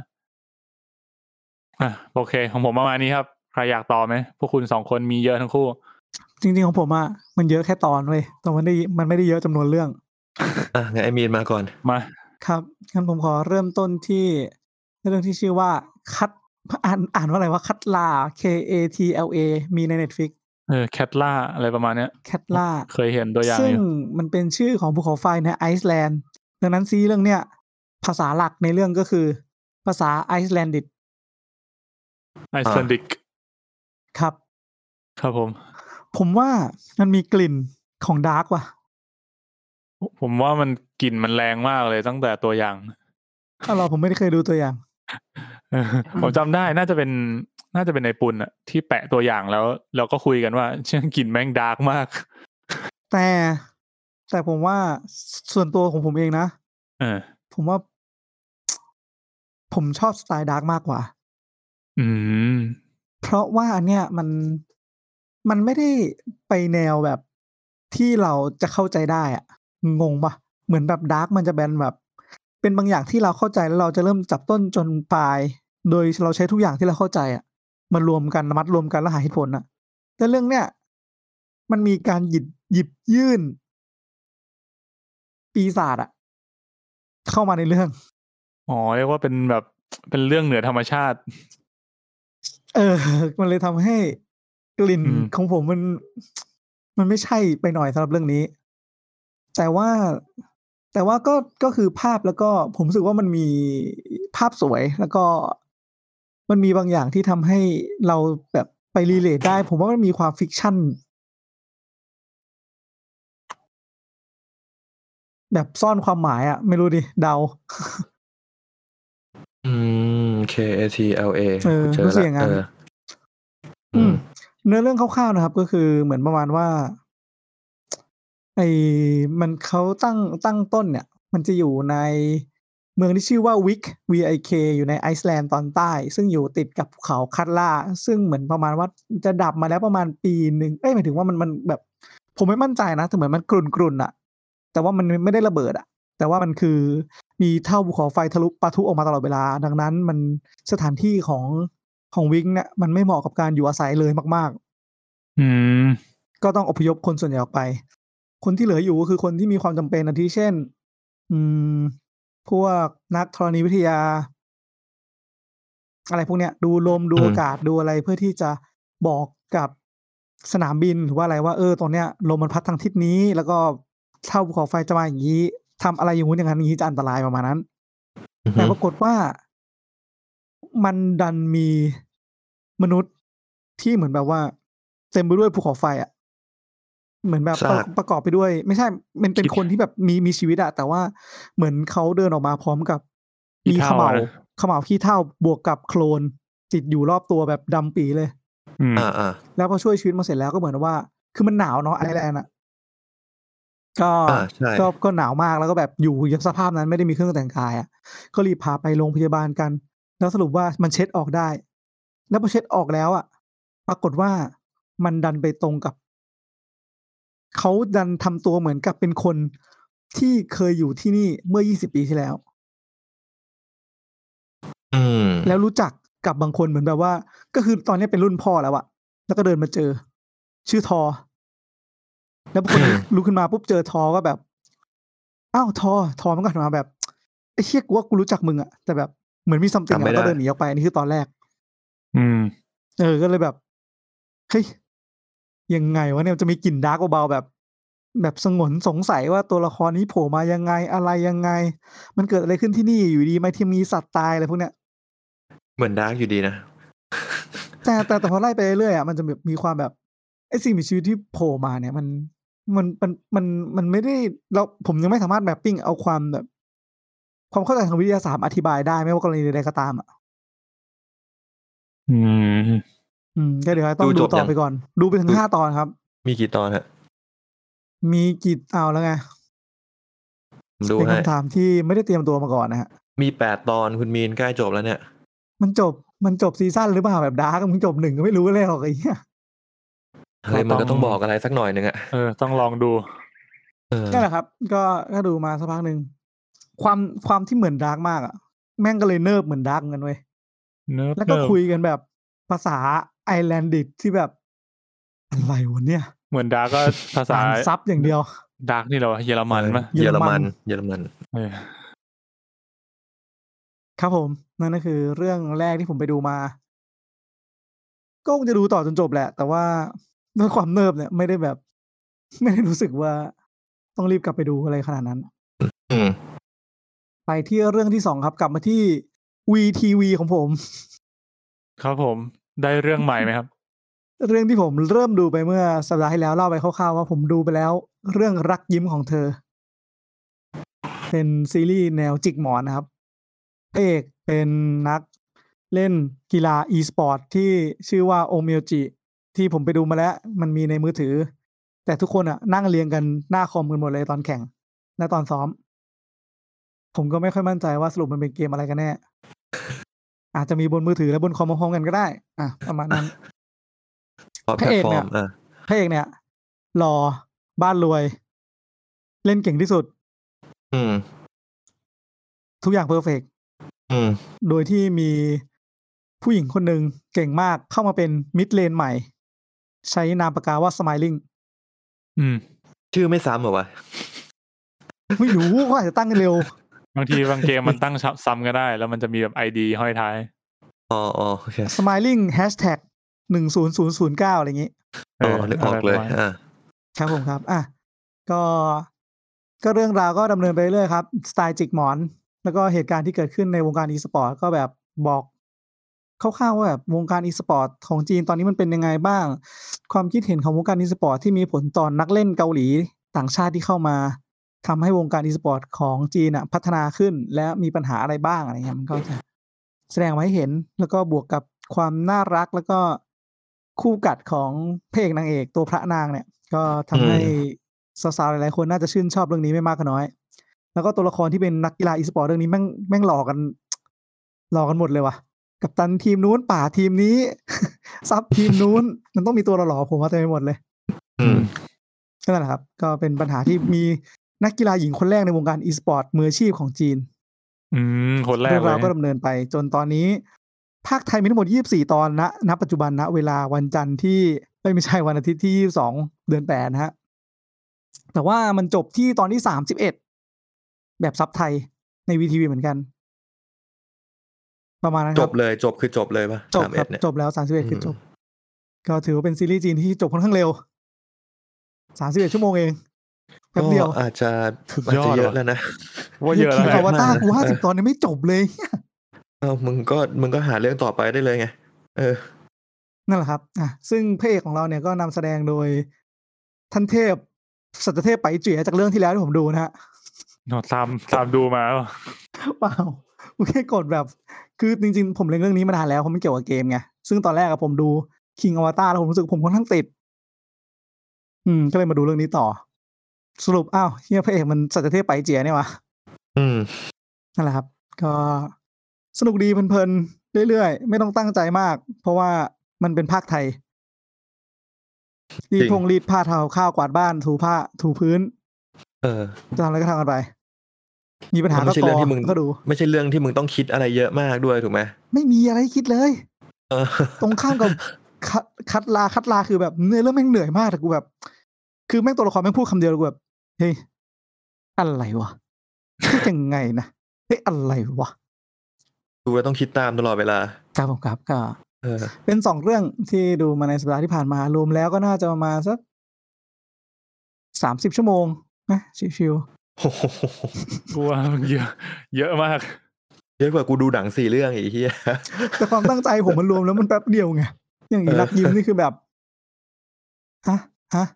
อ่ะโอเค ของผมประมาณนี้ครับ ใครอยากต่อไหมพวกคุณสองคนมีเยอะทั้งคู่
จริงๆของผมอะมันเยอะแค่ตอนเว้ยแต่มันได้มันไม่ได้เยอะจำนวนเรื่อง
อ่ะงั้นไอมีนมาก่อน
มา
ครับงั้นผมขอเริ่มต้นที่เรื่องที่ชื่อว่าคัดอ่านอ่านว่าอะไรว่าคัตลา K A T L A มีใน Netflix
เออแคทล่าอะไรประมาณเนี้ย
แคทลา
เคยเห็นตัวอย่าง
ซึ่
อ
ง
ยู่
มันเป็นชื่อของภูเขาไฟในไอซ์แลนด์ดังนั้นซีรีส์เรื่องเนี้ยภาษาหลักในเรื่องก็คือ ภาษาไอซ์แลนดิก
ไอซ์แลนดิก
ครับ
ครับผม
ผมว่ามันมีกลิ่นของดาร์กว่ะ
ผมว่ามันกลิ่นมันแรงมากเลยตั้งแต่ตัวอย่าง [laughs]
ถ้าวเราผมไม่ได้เคยดูตัวอย่าง
เออผมจำได้น่าจะเป็นน่าจะเป็นในปุ่นอะที่แปะตัวอย่างแล้วเราก็คุยกันว่า [laughs] เชื่อกลิ่นแม่งดาร์กมาก
แต่แต่ผมว่าส่วนตัวของผมเองนะ
เออ
ผมว่า ผมชอบสไตล์ดาร์กมากกว่า
อืม
เพราะว่าอันเนี้ยมันมันไม่ได้ไปแนวแบบที่เราจะเข้าใจได้อะงงปะเหมือนแบบดาร์กมันจะแบนแบบ เป็นบางอย่างที่เราเข้าใจแล้วเราจะเริ่มจับต้นจนปลาย โดยเราใช้ทุกอย่างที่เราเข้าใจอะมันรวมกันมัดรวมกันแล้วหาเหตุผลอะแต่เรื่องเนี้ยมันมีการหยิบหยิบยื่น ปีศาจอะเข้ามาในเรื่อง
อ๋อเรียกว่าเป็นแบบเป็นเรื่องเหนือธรรมชาติ
เออ [laughs] มันเลยทำให้กลิ่น
อืม
ของผมมัน มันไม่ใช่ไปหน่อยสำหรับเรื่องนี้ แต่ว่าแต่ว่าก็ก็คือภาพแล้วก็ผมรู้สึกว่ามันมีภาพสวยแล้วก็ มันมีบางอย่างที่ทำให้เราแบบไปรีเลทได้ ผมว่ามันมีความฟิกชั่น แบบซ่อนความหมายอะไม่รู้ดิ เดา
อืม K A T L A
เออรู้สึกอย่างนั้น
อืม
เนื้อเรื่องคร่าวๆนะครับ ก็คือเหมือนประมาณว่าไอ้มันเขาตั้งตั้งต้นเนี่ย มันจะอยู่ในเมืองที่ชื่อว่าวิก V I K อยู่ในไอซ์แลนด์ตอนใต้ ซึ่งอยู่ติดกับภูเขาคัตล่า ซึ่งเหมือนประมาณว่าจะดับมาแล้วประมาณปีหนึ่งเอ้ยหมายถึงว่ามันมันแบบ ผมไม่มั่นใจนะแต่เหมือนมันกรุ่นๆอะแต่ว่ามันไม่ได้ระเบิดอะแต่ว่ามันคือมีเท่าภูเขาไฟทะลุปะทุออกมาตลอดเวลา ดังนั้นมันสถานที่ของของวิกเนี่ยมันไม่เหมาะกับการอยู่อาศัยเลยมาก ๆ
อืม
ก็ต้องอพยพคนส่วนใหญ่ออกไป คนที่เหลืออยู่ก็คือคนที่มีความจำเป็นอาทิเช่น อืม พวกนักธรณีวิทยา อะไรพวกเนี้ย ดูลมดู
อืม
อากาศดูอะไรเพื่อที่จะบอกกับสนามบินหรือว่าอะไรว่าเออตอนเนี้ยลมมันพัดทางทิศนี้ แล้วก็เท่าภูเขาไฟจะมาอย่างนี้ทำอะไรอย่างงู้นอย่างนั้นอย่างนี้จะอันตรายประมาณนั้น แต่ปรากฏว่ามันดันมีมนุษย์ที่เหมือนแบบว่า เต็มไปด้วยภูเขาไฟอะ่ะ เหมือนแบบ
ซาก
ประกอบไปด้วย ไม่ใช่มันเป็น
คิด
คนที่แบบมีมีชีวิตอะแต่ว่าเหมือนเขาเดินออกมาพร้อมกับ
ขี้
มีเข
เถ้า
ม่า
อะนะ
เขม่าขี้เท่าบวกกับโคลน ติดอยู่รอบตัวแบบดำปีเลย
อืม
อ่าอ่า
แล้วพอช่วยชีวิตมาเสร็จแล้วก็เหมือนว่า คือมันหนาวเนาะไอร์แลนด์อ่ะก็
อ่าใช่
ก็ก็หนาวมากแล้วก็แบบอยู่กับสภาพนั้นไม่ได้มีเครื่องแต่งกายอะ่ะ ก็รีบพาไปโรงพยาบาลกัน แล้วสรุปว่ามันเช็ดออกได้ แล้วพอเช็ดออกแล้วอะ่ะ ปรากฏว่ามันดันไปตรงกับเขาดันทำตัวเหมือนกับเป็นคนที่เคยอยู่ที่นี่เมื่อ 20 ปีที่แล้ว
อืม
แล้วรู้จักกับบางคนเหมือนแบบว่า ก็คือตอนนี้เป็นรุ่นพ่อแล้วอะแล้วก็เดินมาเจอ ชื่อทอ แล้วบางคน
อืม
ลุกขึ้นมาปุ๊บเจอทอก็แบบอ้าวทอ ทอมันก็หันมาแบบไอ้เชี่ยกูว่ากูรู้จักมึงอะแต่แบบเหมือนมีซัมติง
จำไม่
แล้วก็
ได้
เดินหนีออกไปอันนี่คือตอนแรก
อืม
เออ ก็เลยแบบ เฮ้ย ยังไงวะเนี่ยมันจะมีกลิ่นดาร์กเบาๆแบบ แบบสงวนสงสัยว่าตัวละครนี้โผล่มายังไงอะไรยังไง มันเกิดอะไรขึ้นที่นี่อยู่ดีไหมที่มีสัตว์ตายอะไรพวกเนี้ย
เหมือนดาร์กอยู่ดีนะ
แต่แต่แต่พอไล่ไปเรื่อยๆอ่ะมันจะแบบมีความแบบไอ้สิ่งมีชีวิตที่โผล่มาเนี่ย มันมันมันมันมันไม่ได้เราผมยังไม่สามารถแมปปิ้งเอาความแบบ ความเข้าใจทางวิทยาศาสตร์อธิบายได้ไม่ว่ากรณีใดๆก็ตามอ่ะ
อืม
อืมก็เดี๋ยวต้อง
ดูจ
ดู
บ
ต่
ยั
อง ไปก่อน ดูไปถึง
ดู
ห้าตอนครับ
มีกี่ตอนฮะ
มีกี่เอาแล้วไง
ผมดู
เป็น
ให้
คำถามที่ไม่ได้เตรียมตัวมาก่อนนะฮะ
มีแปดตอนคุณมีนใกล้จบแล้วเนี่ย
มันจบ มันจบซีซั่นหรือเปล่าแบบดาร์กมึงจบหนึ่งก็ไม่รู้เลยหรอกไอ้เหี้ย
อะไรมันก็ต้องบอกอะไรสักหน่อยหนึ่งอะ
เออ ต้องลองดู
เออ
นั่นแหละครับ ก็ก็ดูมาสักพักหนึ่งความความที่เหมือนดาร์กมากอ่ะ แม่งก็เลยเนิบเหมือนดาร์กเหมือนกันเว้ย
เนิบ
แล้วก็
เนิบ
คุยกันแบบภาษาไอร์แลนดิกที่แบบ อะไรวะเนี่ย
เหมือนดาร์กก็ภาษา
อ่านซับอย่างเดียว
ดาร์กนี่เหรอเยอรมันปะ
เย
เย
อ
อ
ร
รมั
มัน
น
เยอรมัน
เออ
ครับผม นั่นก็คือเรื่องแรกที่ผมไปดูมา ก็คงจะดูต่อจนจบแหละ แต่ว่าด้วยความเนิบเนี่ยไม่ได้แบบ [laughs] ไม่ได้รู้สึกว่าต้องรีบกลับไปดูอะไรขนาดนั้น
อืม
ไปที่เรื่องที่สองครับ กลับมาที่ VTV ของผม
ครับผมได้เรื่องใหม่ไหมครับ
เรื่องที่ผมเริ่มดูไปเมื่อสัปดาห์ที่แล้วเล่าไปคร่าวๆว่าผมดูไปแล้ว เรื่องรักยิ้มของเธอ เป็นซีรีส์แนวจิกหมอนนะครับพระเอกเป็นนักเล่นกีฬา e-sport ที่ชื่อว่าโอเมจิที่ผมไปดูมาแล้ว มันมีในมือถือ แต่ทุกคนอะนั่งเรียงกันหน้าคอมกันหมดเลยตอนแข่ง และตอนซ้อม ผมก็ไม่ค่อยมั่นใจว่าสรุปมันเป็นเกมอะไรกันแน่ อาจจะมีบนมือถือและบนคอมพร้อมๆกันก็ได้อ่ะประมาณนั้น
เพราะแพลตฟอร์มอ่ะ
พระเอกเนี่ยหล่อบ้านรวย เล่นเก่งที่สุด
อืม
ทุกอย่างเพอร์เฟก
อืม
โดยที่มีผู้หญิงคนหนึ่งเก่งมากเข้ามาเป็นมิดเลนใหม่ ใช้นามปากกาว่าสไมลิง
อืม
ชื่อไม่ซ้ำเหรอวะ
ไม่รู้ ก็อาจจะตั้งกันเร็ว
บางทีบางเกมมันตั้งซ้ำซ้ำก็ได้ แล้วมันจะมีแบบไอดีห้อยท้าย
อ๋ออ๋อโอเค
สไมลิงแฮชแท็กหนึ่งศูนย์ศูนย์ศูนย์เก้าอะไรอย่างนี้
อ๋อนึกออกเลยอ่า
ครับผมครับ อ่ะ ก็ ก็เรื่องราวก็ดำเนินไปเรื่อยครับ สไตล์จิกหมอน แล้วก็เหตุการณ์ที่เกิดขึ้นในวงการอีสปอร์ตก็แบบบอกคร่าวๆว่าแบบวงการอีสปอร์ตของจีนตอนนี้มันเป็นยังไงบ้าง ความคิดเห็นของวงการอีสปอร์ตที่มีผลต่อนนักเล่นเกาหลีต่างชาติที่เข้ามาทำให้วงการอีสปอร์ตของจีนอ่ะพัฒนาขึ้นและมีปัญหาอะไรบ้างอะไรเงี้ยมันก็จะแสดงไว้ให้เห็นแล้วก็บวกกับความน่ารักแล้วก็คู่กัดของพระเอกนางเอกตัวพระนางเนี่ย ก็ทำให้สาวๆหลายๆคนน่าจะชื่นชอบเรื่องนี้ไม่มากก็น้อย แล้วก็ตัวละครที่เป็นนักกีฬาอีสปอร์ตเรื่องนี้แม่งแม่งหลอกกัน หลอกกันหมดเลยว่ะ กับตันทีมนู้นป่าทีมนี้ [laughs] ซับทีมนู้น มันต้องมีตัวหล่อๆผมว่าเต็มไปหมดเลย
อืม
ก็นั่นแหละครับ ก็เป็นปัญหาที่มีนักกีฬาหญิงคนแรกในวงการอีสปอร์ตมืออาชีพของจีน
อืม คนแรก
เรื่อง
เล
ราวย ก็ดำเนินไปจนตอนนี้ ภาคไทยมีทั้งหมด 24 ตอนนะณปัจจุบันณเวลาวันจันทร์ที่เอ้ยไม่ใช่วันอาทิตย์ที่ 22 เดือน8นะฮะ แต่ว่ามันจบที่ตอนที่ 31 แบบซับไทยในวีทีวีเหมือนกัน ประมาณนั้นค
จ
รั
บบ เลยจบคือจบเลยปะ
จบ
สาม
ค
เอ็
รั
ด
บ
เนี่ย
จบแล้ว 31 คือจบ ก็ถือว่าเป็นซีรีส์จีนที่จบค่อนข้างเร็ว 31 ชั่วโมงเองแป๊บเดียว
ก็อาจจะ
สุด
อาจ
ยอ
จะ
ด
เย
ว่ะ
อะแล้วนะ
ว่าเยอะแล้ว
นี่
แหละ
คิดอวตารกู
เออ
ห้าสิบตอนยังไม่จบเลย
เอ้ามึงก็มึงก็หาเรื่องต่อไปได้เลยไง เออ
นั่นแหละครับ อ่ะ ซึ่งพระเอกของเราเนี่ยก็นำแสดงโดยท่านเทพ สัตเทพไปเจียจากเรื่องที่แล้วที่ผมดูนะฮะ
โอ้ตามตามดูมา [laughs] ว่ะ
เปล่ากูแค่กดแบบ คือจริงๆ ผมเล่นเรื่องนี้มานานแล้วเพราะมันเกี่ยวกับเกมไง ซึ่งตอนแรกอะผมดู King Avatar แล้วผมรู้สึกผมค่อนข้างติด อืม ก็เลยมาดูเรื่องนี้ต่อ สรุป อ้าวเฮียพระเอกมันสัตเทพไปเจียเนี่ยวะ
อืม
นั่นแหละครับ ก็สนุกดีเพลินๆ เรื่อยๆ ไม่ต้องตั้งใจมาก เพราะว่ามันเป็นภาคไทยรีด
จริง
พงรีดผ้าเทาข้าวกวาดบ้านถูผ้าถูพื้น
เออ
จะทำอะไรก็ทำกันไป มีปัญหา
มันไม่
ก็
ใช่
ก
เรื่องที่มึง
อก็ดู
ไม่ใช่เรื่องที่มึงต้องคิดอะไรเยอะมากด้วยถูกไหม
ไม่มีอะไรให้คิดเลย
เออ
ตรงข้ามกับ [laughs] คัดคัดลาคัดลาคือแบบเนื้อเรื่องแม่งเหนื่อยมากแต่กูแบบ คือแม่งตัวละครแม่งพูดคำเดียวแล้วกูแบบเฮ้ยอะไรวะคิดยังไงนะเฮ้ยอะไรวะ
ดูแล้วต้องคิดตามตลอดเวลา
ครับผมครับก็
เออ
เป็นสองเรื่องที่ดูมาในสัปดาห์ที่ผ่านมารวมแล้วก็น่าจะประมาณสักสามสิบชั่วโมงนะชิว
กูว่ามันเยอะเยอะมาก
เยอะกว่ากูดูหนังสี่เรื่องอีกทีย
ๆแต่ความตั้งใจผมมันรวมแล้วมันแป๊บเดียวไงอย่างอีรักยิ้มนี่คือแบบฮะฮะ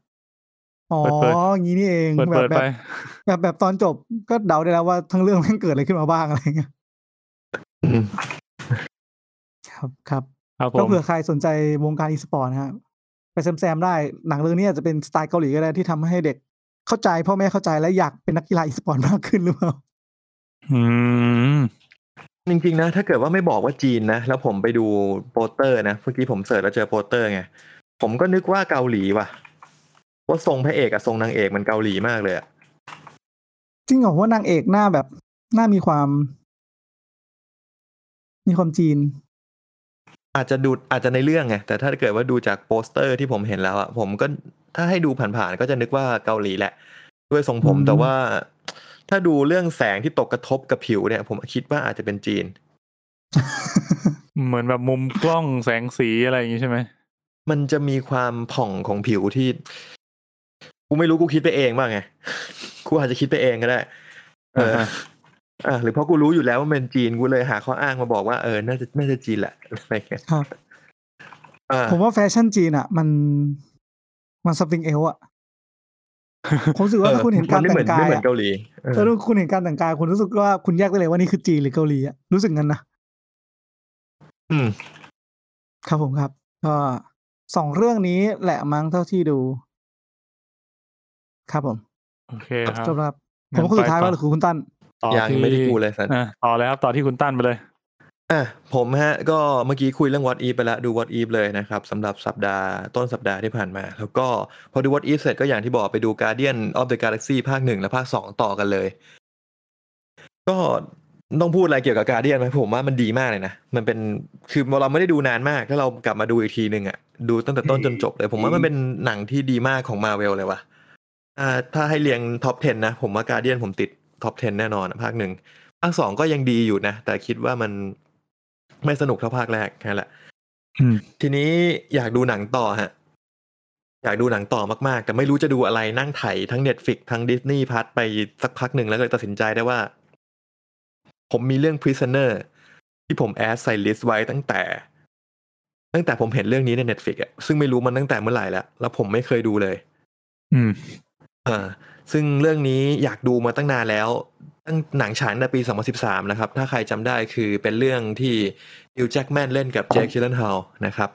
อ๋อ
เปิดเปิด
อย่างนี้นี่เอง
เปิด
แบ
เปิ
บ
ด
แบ
ไป
บแบบแบบตอนจบก็เดาได้แล้วว่าทั้งเรื่องมันเกิดอะไรขึ้นมาบ้างอะไรเงี้ย
อืม
ครับครับ
ครับผ
ก็
ม
เผื่อใครสนใจวงการอีสปอร์ตนะฮะไปแซมๆได้หนังเรื่องนี้อาจจะเป็นสไตล์เกาหลีก็ได้ที่ทำให้เด็กเข้าใจพ่อแม่เข้าใจและอยากเป็นนักกีฬาอีสปอร์ตมากขึ้นหรือเปล่า
อืม
จริงๆนะ ถ้าเกิดว่าไม่บอกว่าจีนนะ แล้วผมไปดูโปสเตอร์นะเมื่อกี้ผมเสิร์ชแล้วเจอโปสเตอร์ไง ผมก็นึกว่าเกาหลีว่ะ ว่าทรงพระเอกกับทรงนางเอกมันเกาหลีมากเลยอะ
จริงเหรอว่านางเอกหน้าแบบหน้ามีความ มีความจีน
อาจจะดูอาจจะในเรื่องไงแต่ถ้าเกิดว่าดูจากโปสเตอร์ที่ผมเห็นแล้วอะผมก็ถ้าให้ดูผ่านๆก็จะนึกว่าเกาหลีแหละ ด้วยทรงผม
อืม
แต่ว่า ถ้าดูเรื่องแสงที่ตกกระทบกับผิวเนี่ย ผมคิดว่าอาจจะเป็นจีน
เหมือนแบบมุมกล้องแสงสีอะไรอย่างงี้ใช่ไหม
มันจะมีความผ่องของผิวที่ กูไม่รู้กูคิดไปเองบ้างไง [laughs] กูอาจจะคิดไปเองก็ได้ เออออ่ะหรือเพราะกูรู้อยู่แล้วว่าเป็นจีนกูเลยหาข้ออ้างมาบอกว่าเออน่าจะน่าจะจีนแหละอะไรเงี้ย
ครับ
อ่า
ผมว่าแฟชั่นจีนอ่ะ มันมัน something else อ่ะ ผมรู้สึกว่าถ้าคุณเห็นการ
มั
แต่
ไม่
งกา
ไม่
ย
เหมือ
อะ
นเกาหลีเออ
ถ้าคุณเห็นการแต่งกาย คุณรู้สึกว่าคุณแยกได้เลยว่านี่คือจีนหรือเกาหลีอ่ะรู้สึกงั้นนะ
อืม
ครับผมครับ ก็สองเรื่องนี้แหละมั้งเท่าที่ดู ครับผม
โอเคครับ
จบแล้วครับผมว่าคนสุดท้ายว่าหรือคุณตั้น
ต่อ
ยัง
ที่
ไม่ได้ดูเลยสัน
อ่ะต่อแล้วต่อที่คุณตั้นไปเลย
อ่ะผมฮะ ก็เมื่อกี้คุยเรื่อง What If ไปแล้วดู What If เลยนะครับสำหรับสัปดาห์ต้นสัปดาห์ที่ผ่านมา แล้วก็พอดู What If เสร็จก็อย่างที่บอกไปดู Guardian of the Galaxy ภาคหนึ่งและภาคสองต่อกันเลย ก็ต้องพูดอะไรเกี่ยวกับ Guardian ไหมผมว่ามันดีมากเลยนะ มันเป็นคือเราไม่ได้ดูนานมากถ้าเรากลับมาดูอีกทีหนึ่งอะดูตั้งแต่ต้นจนจบเลย ผมว่ามันเป็นหนังที่ดีมากของ Marvel เลยว่ะอ่าถ้าให้เรียงท็อป 10 นะ ผมว่า Guardian ผมติดท็อป 10 แน่นอนอะภาคหนึ่ง ภาคสองก็ยังดีอยู่นะ แต่คิดว่ามันไม่สนุกเท่าภาคแรกแค่นั้นแหละ
อืม
ทีนี้อยากดูหนังต่อฮะ อยากดูหนังต่อมากๆ แต่ไม่รู้จะดูอะไรนั่งไถทั้ง Netflix ทั้ง Disney p l u s ไปสักพักหนึ่งแล้วก็เลยตัดสินใจได้ว่า ผมมีเรื่อง Prisoner ที่ผมแอดใส่ลิสต์ไว้ตั้งแต่ ตั้งแต่ผมเห็นเรื่องนี้ใน Netflix อะซึ่งไม่รู้มันตั้งแต่เมื่อไหร่แล้ว แล้วผมไม่เคยดูเลย
อืม
อ่าซึ่งเรื่องนี้อยากดูมาตั้งนานแล้ว ตั้งหนังฉายในปี 2013 นะครับ ถ้าใครจำได้คือเป็นเรื่องที่ดิวแจ็คแมนเล่นกับเจคชิลเลนฮาลนะครับ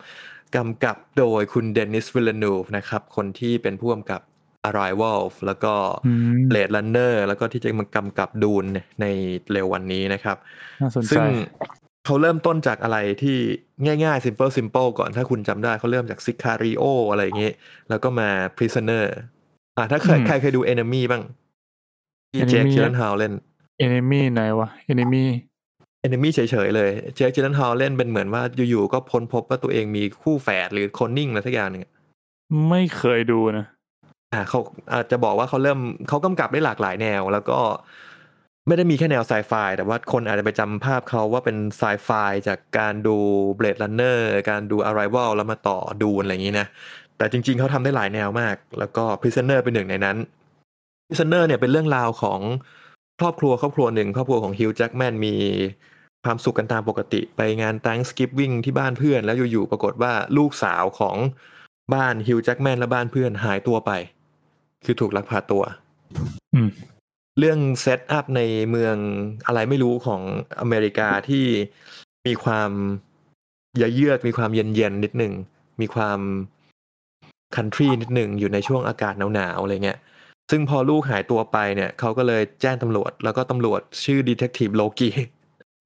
กำกับโดยคุณเดนิสวิลเลนูฟนะครับ คนที่เป็นผู้กำกับ Arrival แล้วก็
อืม
Blade Runner แล้วก็ที่จะมากำกับดูนในเร็ววันนี้นะครับ
น่าสนใจ
ซึ่งเขาเริ่มต้นจากอะไรที่ง่ายๆ simple simple ก่อนถ้าคุณจำได้เขาเริ่มจาก Sicario อะไรอย่างนี้ แล้วก็มา Prisoner อ่าถ้าเคยใครเคยดู Enemy บ้างที่เจค
Enemy
จิลันฮาวเล่น
เอนมี่ไหนวะเอนมี่
Enemy เฉยๆเลยเจคจิลันฮาวเล่นเป็นเหมือนว่าอยู่ๆก็พ้นพบว่าตัวเองมีคู่แฝดหรือคนนิ่งอะไรสักอย่างหนึ่ง
ไม่เคยดูนะ
อ่าเขาอาจจะบอกว่าเขาเริ่มเขากำกับได้หลากหลายแนว แล้วก็ไม่ได้มีแค่แนวไซไฟแต่ว่าคนอาจจะไปจำภาพเขาว่าเป็นไซไฟจากการดู Blade Runner การดู Arrival แล้วมาต่อดูอะไรอย่างนี้นะ แต่จริงๆเขาทำได้หลายแนวมาก แล้วก็ Prisoner เป็นหนึ่งในนั้น Prisoner เนี่ยเป็นเรื่องราวของครอบครัวครอบครัวหนึ่ง ครอบครัวของ Hugh Jackman มีความสุขกันตามปกติ ไปงาน Thanksgiving ที่บ้านเพื่อน แล้วอยู่ๆปรากฏว่าลูกสาวของบ้าน Hugh Jackman และบ้านเพื่อนหายตัวไป คือถูกลักพาตัว
อืม
เรื่องเซตอัพในเมืองอะไรไม่รู้ของอเมริกาที่มีความเยือเยือกมีความเย็นเย็นๆนิดหนึ่ง มีความคันทรีนิดหนึ่งอยู่ในช่วงอากาศหนาวๆอะไรเงี้ย ซึ่งพอลูกหายตัวไปเนี่ย เขาก็เลยแจ้งตำรวจ แล้วก็ตำรวจชื่อดีเทคทีฟโลกิ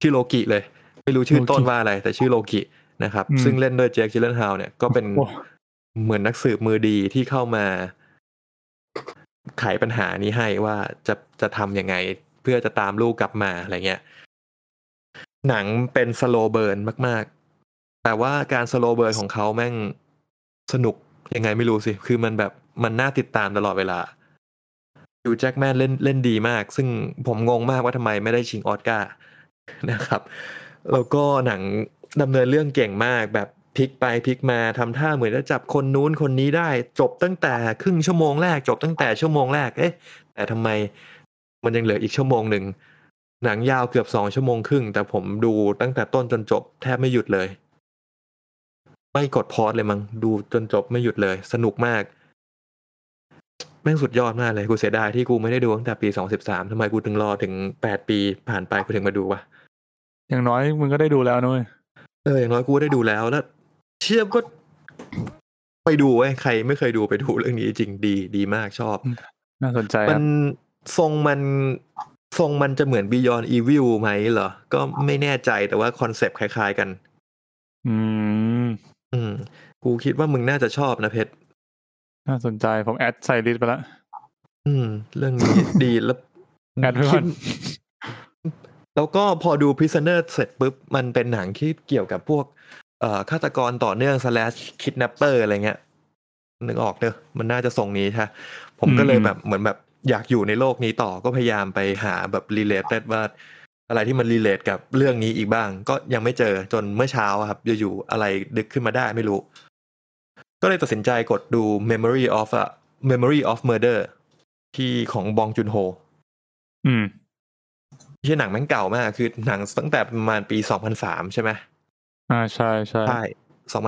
ชื่อโลกิเลย ไม่รู้ชื่อ
โลกิ
ต้นว่าอะไร แต่ชื่อโลกินะครับ
อืม
ซึ่งเล่นโดยเจคจิลเลนฮาวเนี่ยก็เป็น
โอ้
เหมือนนักสืบมือดีที่เข้ามาไขปัญหานี้ให้ว่าจะจะทำยังไง เพื่อจะตามลูกกลับมาอะไรเงี้ย หนังเป็นสโลเบิร์นมาก ๆ แต่ว่าการสโลเบิร์นของเขาแม่งสนุกยังไงไม่รู้สิ คือมันแบบมันน่าติดตามตลอดเวลาอยู่แจ็คแมนเล่นเล่นดีมาก ซึ่งผมงงมากว่าทำไมไม่ได้ชิงออสการ์ [laughs] นะครับ แล้วก็หนังดำเนินเรื่องเก่งมากแบบพลิกไปพลิกมาทำท่าเหมือนจะจับคนนู้นคนนี้ได้ จบตั้งแต่ครึ่งชั่วโมงแรก จบตั้งแต่ชั่วโมงแรกเอ๊ะ แต่ทำไมมันยังเหลืออีกชั่วโมงหนึ่ง หนังยาวเกือบสองชั่วโมงครึ่ง แต่ผมดูตั้งแต่ต้นจนจบแทบไม่หยุดเลย ไม่กดพอดเลยมั้งดูจนจบไม่หยุดเลย สนุกมากแม่งสุดยอดมากเลยกูเสียดายที่กูไม่ได้ดูตั้งแต่ปีสองสิบสามทำไมกูถึงรอถึงแปดปีผ่านไปกูถึงมาดูวะ
อย่างน้อยมึงก็ได้ดูแล้วนุ้ย
เอออย่างน้อยกูก็ได้ดูแล้วแล้ว เชื่อก็ไปดูไอ้ยใครไม่เคยดูไปดูเรื่องนี้จริงดีดีมากชอบ
น่าสนใจค
มั
รั
น
บ
ทรงมัน ทรงมันจะเหมือน Beyond Evil ไหมเหรอ ก็ไม่แน่ใจแต่ว่าคอนเซปต์คล้ายๆกัน
อืม
อืม กูคิดว่ามึงน่าจะชอบนะเพชร
น่าสนใจผมแอดไซริสไปละ
อืม เรื่องนี้ ดีแล้ว
[laughs] แอดไว้ก่อน
แล้วก็พอดู Prisoner เสร็จปุ๊บ มันเป็นหนังที่เกี่ยวกับพวกเอ่อฆาตกรต่อเนื่อง slash kidnapper อะไรเงี้ยนึกออกเนอะมันน่าจะทรงนี้ใช่ปะผมก็เลยแบบเหมือนแบบอยากอยู่ในโลกนี้ต่อก็พยายามไปหาแบบ related ว่า อะไรที่มัน relate กับเรื่องนี้อีกบ้าง ก็ยังไม่เจอจนเมื่อเช้าอะครับอยู่ๆอะไรดึกขึ้นมาได้ไม่รู้ ก็เลยตัดสินใจกดดู memory of a memory of murder ที่ของบองจุนโฮ
อืม
ไม่ใช่หนังแม่งเก่ามาก คือหนังตั้งแต่ประมาณปี 2003 ใช่ไหม
อ่าใช่ใช่
ใช่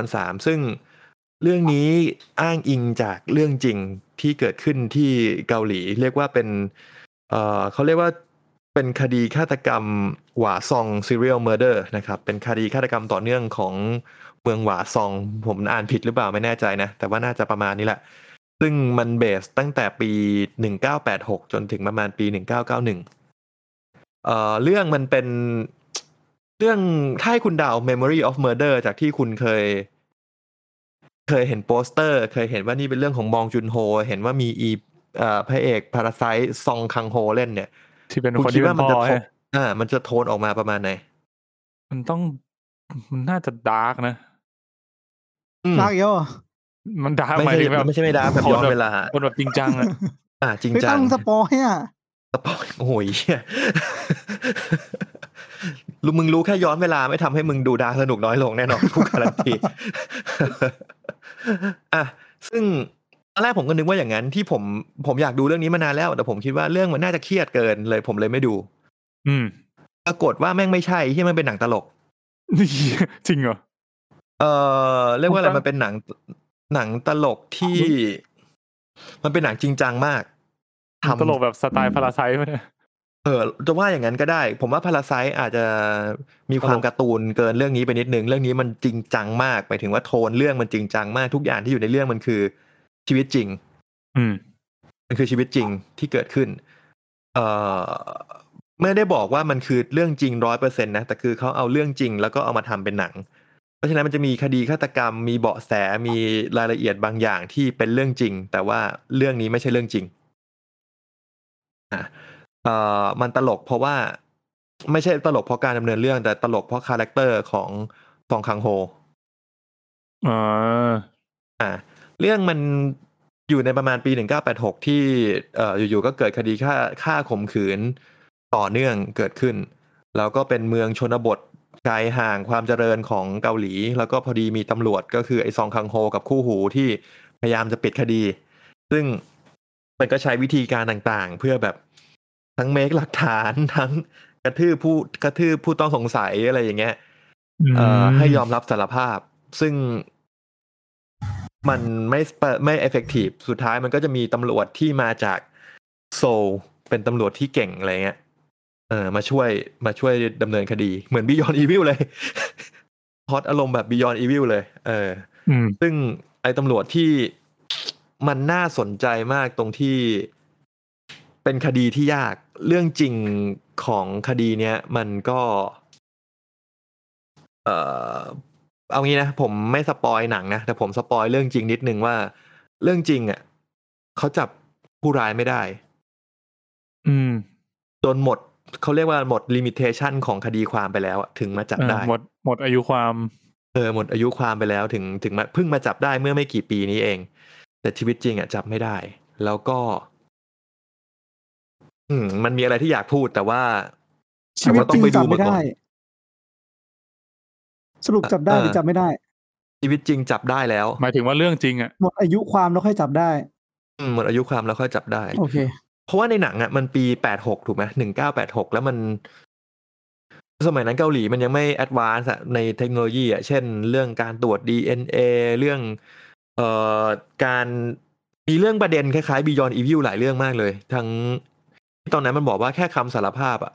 2003 ซึ่งเรื่องนี้อ้างอิงจากเรื่องจริงที่เกิดขึ้นที่เกาหลี เรียกว่าเป็น เอ่อเขาเรียกว่าเป็นคดีฆาตกรรมหวาซอง serial murder นะครับ เป็นคดีฆาตกรรมต่อเนื่องของเมืองหวาซอง ผมอ่านผิดหรือเปล่าไม่แน่ใจนะ แต่ว่าน่าจะประมาณนี้แหละ ซึ่งมันเบสตั้งแต่ปี 1986 จนถึงประมาณปี 1991 เอ่อเรื่องมันเป็นเรื่องถ้าให้คุณเดาว Memory of Murder จากที่คุณเคย เคยเห็นโปสเตอร์ เคยเห็นว่านี่เป็นเรื่องของบองจุนโฮ เห็นว่ามีอีเอ่อพระเอกพาราไซซองคังโฮเล่นเนี่ย
ที่เป็น
คุณ
คน
คิด
ที่เป็
ว่าน มันจะ
พ่
โทน
อใช่
อ่า มันจะโทนออกมาประมาณไหน
มันต้องมันน่าจะดาร์กนะ
อืม
รักเยอะเหรอ
มันดาร์ก
ไม่
หมาย
ใช่
ถึงแบบ
ไม่ใช่ไม่ดาแบบย้อนเวลา
คนแบบจริงจั
[laughs]
งอะ
อ่าจริง
ไม่
จั
ตั้
ง
งสปอยอ่ะ
สปอยโอ้ยเหี้ย [laughs] รู้มึงรู้แค่ย้อนเวลาไม่ทำให้มึงดูดาร์กสนุกน้อยลงแน่นอนกูการันตี [laughs] อ่ะซึ่งตอนแรกผมก็นึกว่าอย่างนั้นที่ผมผมอยากดูเรื่องนี้มานานแล้ว แต่ผมคิดว่าเรื่องมันน่าจะเครียดเกินเลย ผมเลยไม่ดู
อืม [laughs]
ปรากฏว่าแม่งไม่ใช่ที่มันเป็นหนังตลก
จริงเหรอ
เออเรียกว่าอะไร
มันก็
มันเป็นหนังหนังตลกที่ มันเป็นหนังจริงจังมากทำ
ตลกแบบสไตล์พาราไซต์ไหมเนี่ย
เออจะว่าอย่างนั้นก็ได้ ผมว่าพาราไซอาจจะมีความ
ตลก
การ์ตูนเกินเรื่องนี้ไปนิดนึง เรื่องนี้มันจริงจังมากหมายถึงว่าโทนเรื่องมันจริงจังมาก ทุกอย่างที่อยู่ในเรื่องมันคือชีวิตจริง
อืม
มันคือชีวิตจริงที่เกิดขึ้น เอ่อไม่ได้บอกว่ามันคือเรื่องจริงร้อยเปอร์เซ็นต์นะ แต่คือเขาเอาเรื่องจริงแล้วก็เอามาทำเป็นหนัง เพราะฉะนั้นมันจะมีคดีฆาตกรรม มีเบาะแส มีรายละเอียดบางอย่างที่เป็นเรื่องจริง แต่ว่าเรื่องนี้ไม่ใช่เรื่องจริงอ่ะเอ่อมันตลกเพราะว่าไม่ใช่ตลกเพราะการดำเนินเรื่อง แต่ตลกเพราะคาแรคเตอร์ของฟองคังโฮ
เออ
อ่าเรื่องมันอยู่ในประมาณปี 1986 ที่เอ่ออยู่ๆก็เกิดคดีฆ่าฆ่าข่มขืนต่อเนื่องเกิดขึ้น แล้วก็เป็นเมืองชนบทไกลห่างความเจริญของเกาหลี แล้วก็พอดีมีตำรวจก็คือไอซองคังโฮกับคู่หูที่พยายามจะปิดคดี ซึ่งมันก็ใช้วิธีการต่างๆ เพื่อแบบทั้งเมคหลักฐาน [laughs] ทั้งกระทืบผู้กระทืบผู้ต้องสงสัยอะไรอย่างเงี้ย เอ่อให้ยอมรับสารภาพ ซึ่งมันไม่สเปไม่เอฟเฟกตีฟสุดท้ายมันก็จะมีตำรวจที่มาจากโซลเป็นตำรวจที่เก่งอะไรเงี้ยเออมาช่วยมาช่วยดำเนินคดี เหมือนบิยอนอีวิลเลย [laughs] ฮอตอารมณ์แบบบิยอนอีวิลเลย เออ
อืม
ซึ่งไอ้ตำรวจที่มันน่าสนใจมากตรงที่เป็นคดีที่ยากเรื่องจริงของคดีเนี้ยมันก็ เอ่อเอางี้นะผมไม่สปอยหนังนะแต่ผมสปอยเรื่องจริงนิดนึงว่า เรื่องจริงอ่ะเขาจับผู้ร้ายไม่ได้
อืม
จนหมดเขาเรียกว่าหมดลิมิเ t ชันของคดีความไปแล้วอะถึงมาจับ
เออ
ได้
หมดหมดอายุความ
เออหมดอายุความไปแล้วถึงถึงมาเพิ่งมาจับได้เมื่อไม่กี่ปีนี้เอง แต่ชีวิตจริงอ่ะจับไม่ได้ แล้วก็ อืม มันมีอะไรที่อยากพูดแต่ว่า
ชีวิตจริงจับไม่ได้ สรุปจับได้
เออ
หรือจับไม่ได้
ชีวิตจริงจับได้แล้ว
หมายถึงว่าเรื่องจริงอ่ะ
หมดอายุความแล้วค่อยจับได้
อืมหมดอายุความแล้วค่อยจับได้
โอเค
เพราะว่าในหนังอ่ะมันปีแปดหกถูกไหมหนึ่งเก้าแปดหกแล้วมัน สมัยนั้นเกาหลีมันยังไม่แอดวานซ์อะในเทคโนโลยีอ่ะเช่น เรื่องการตรวจ DNA เรื่อง เอ่อการมีเรื่องประเด็นคล้ายๆ Beyond Evil หลายเรื่องมากเลย ทั้งตอนนั้นมันบอกว่าแค่คำสารภาพอ่ะ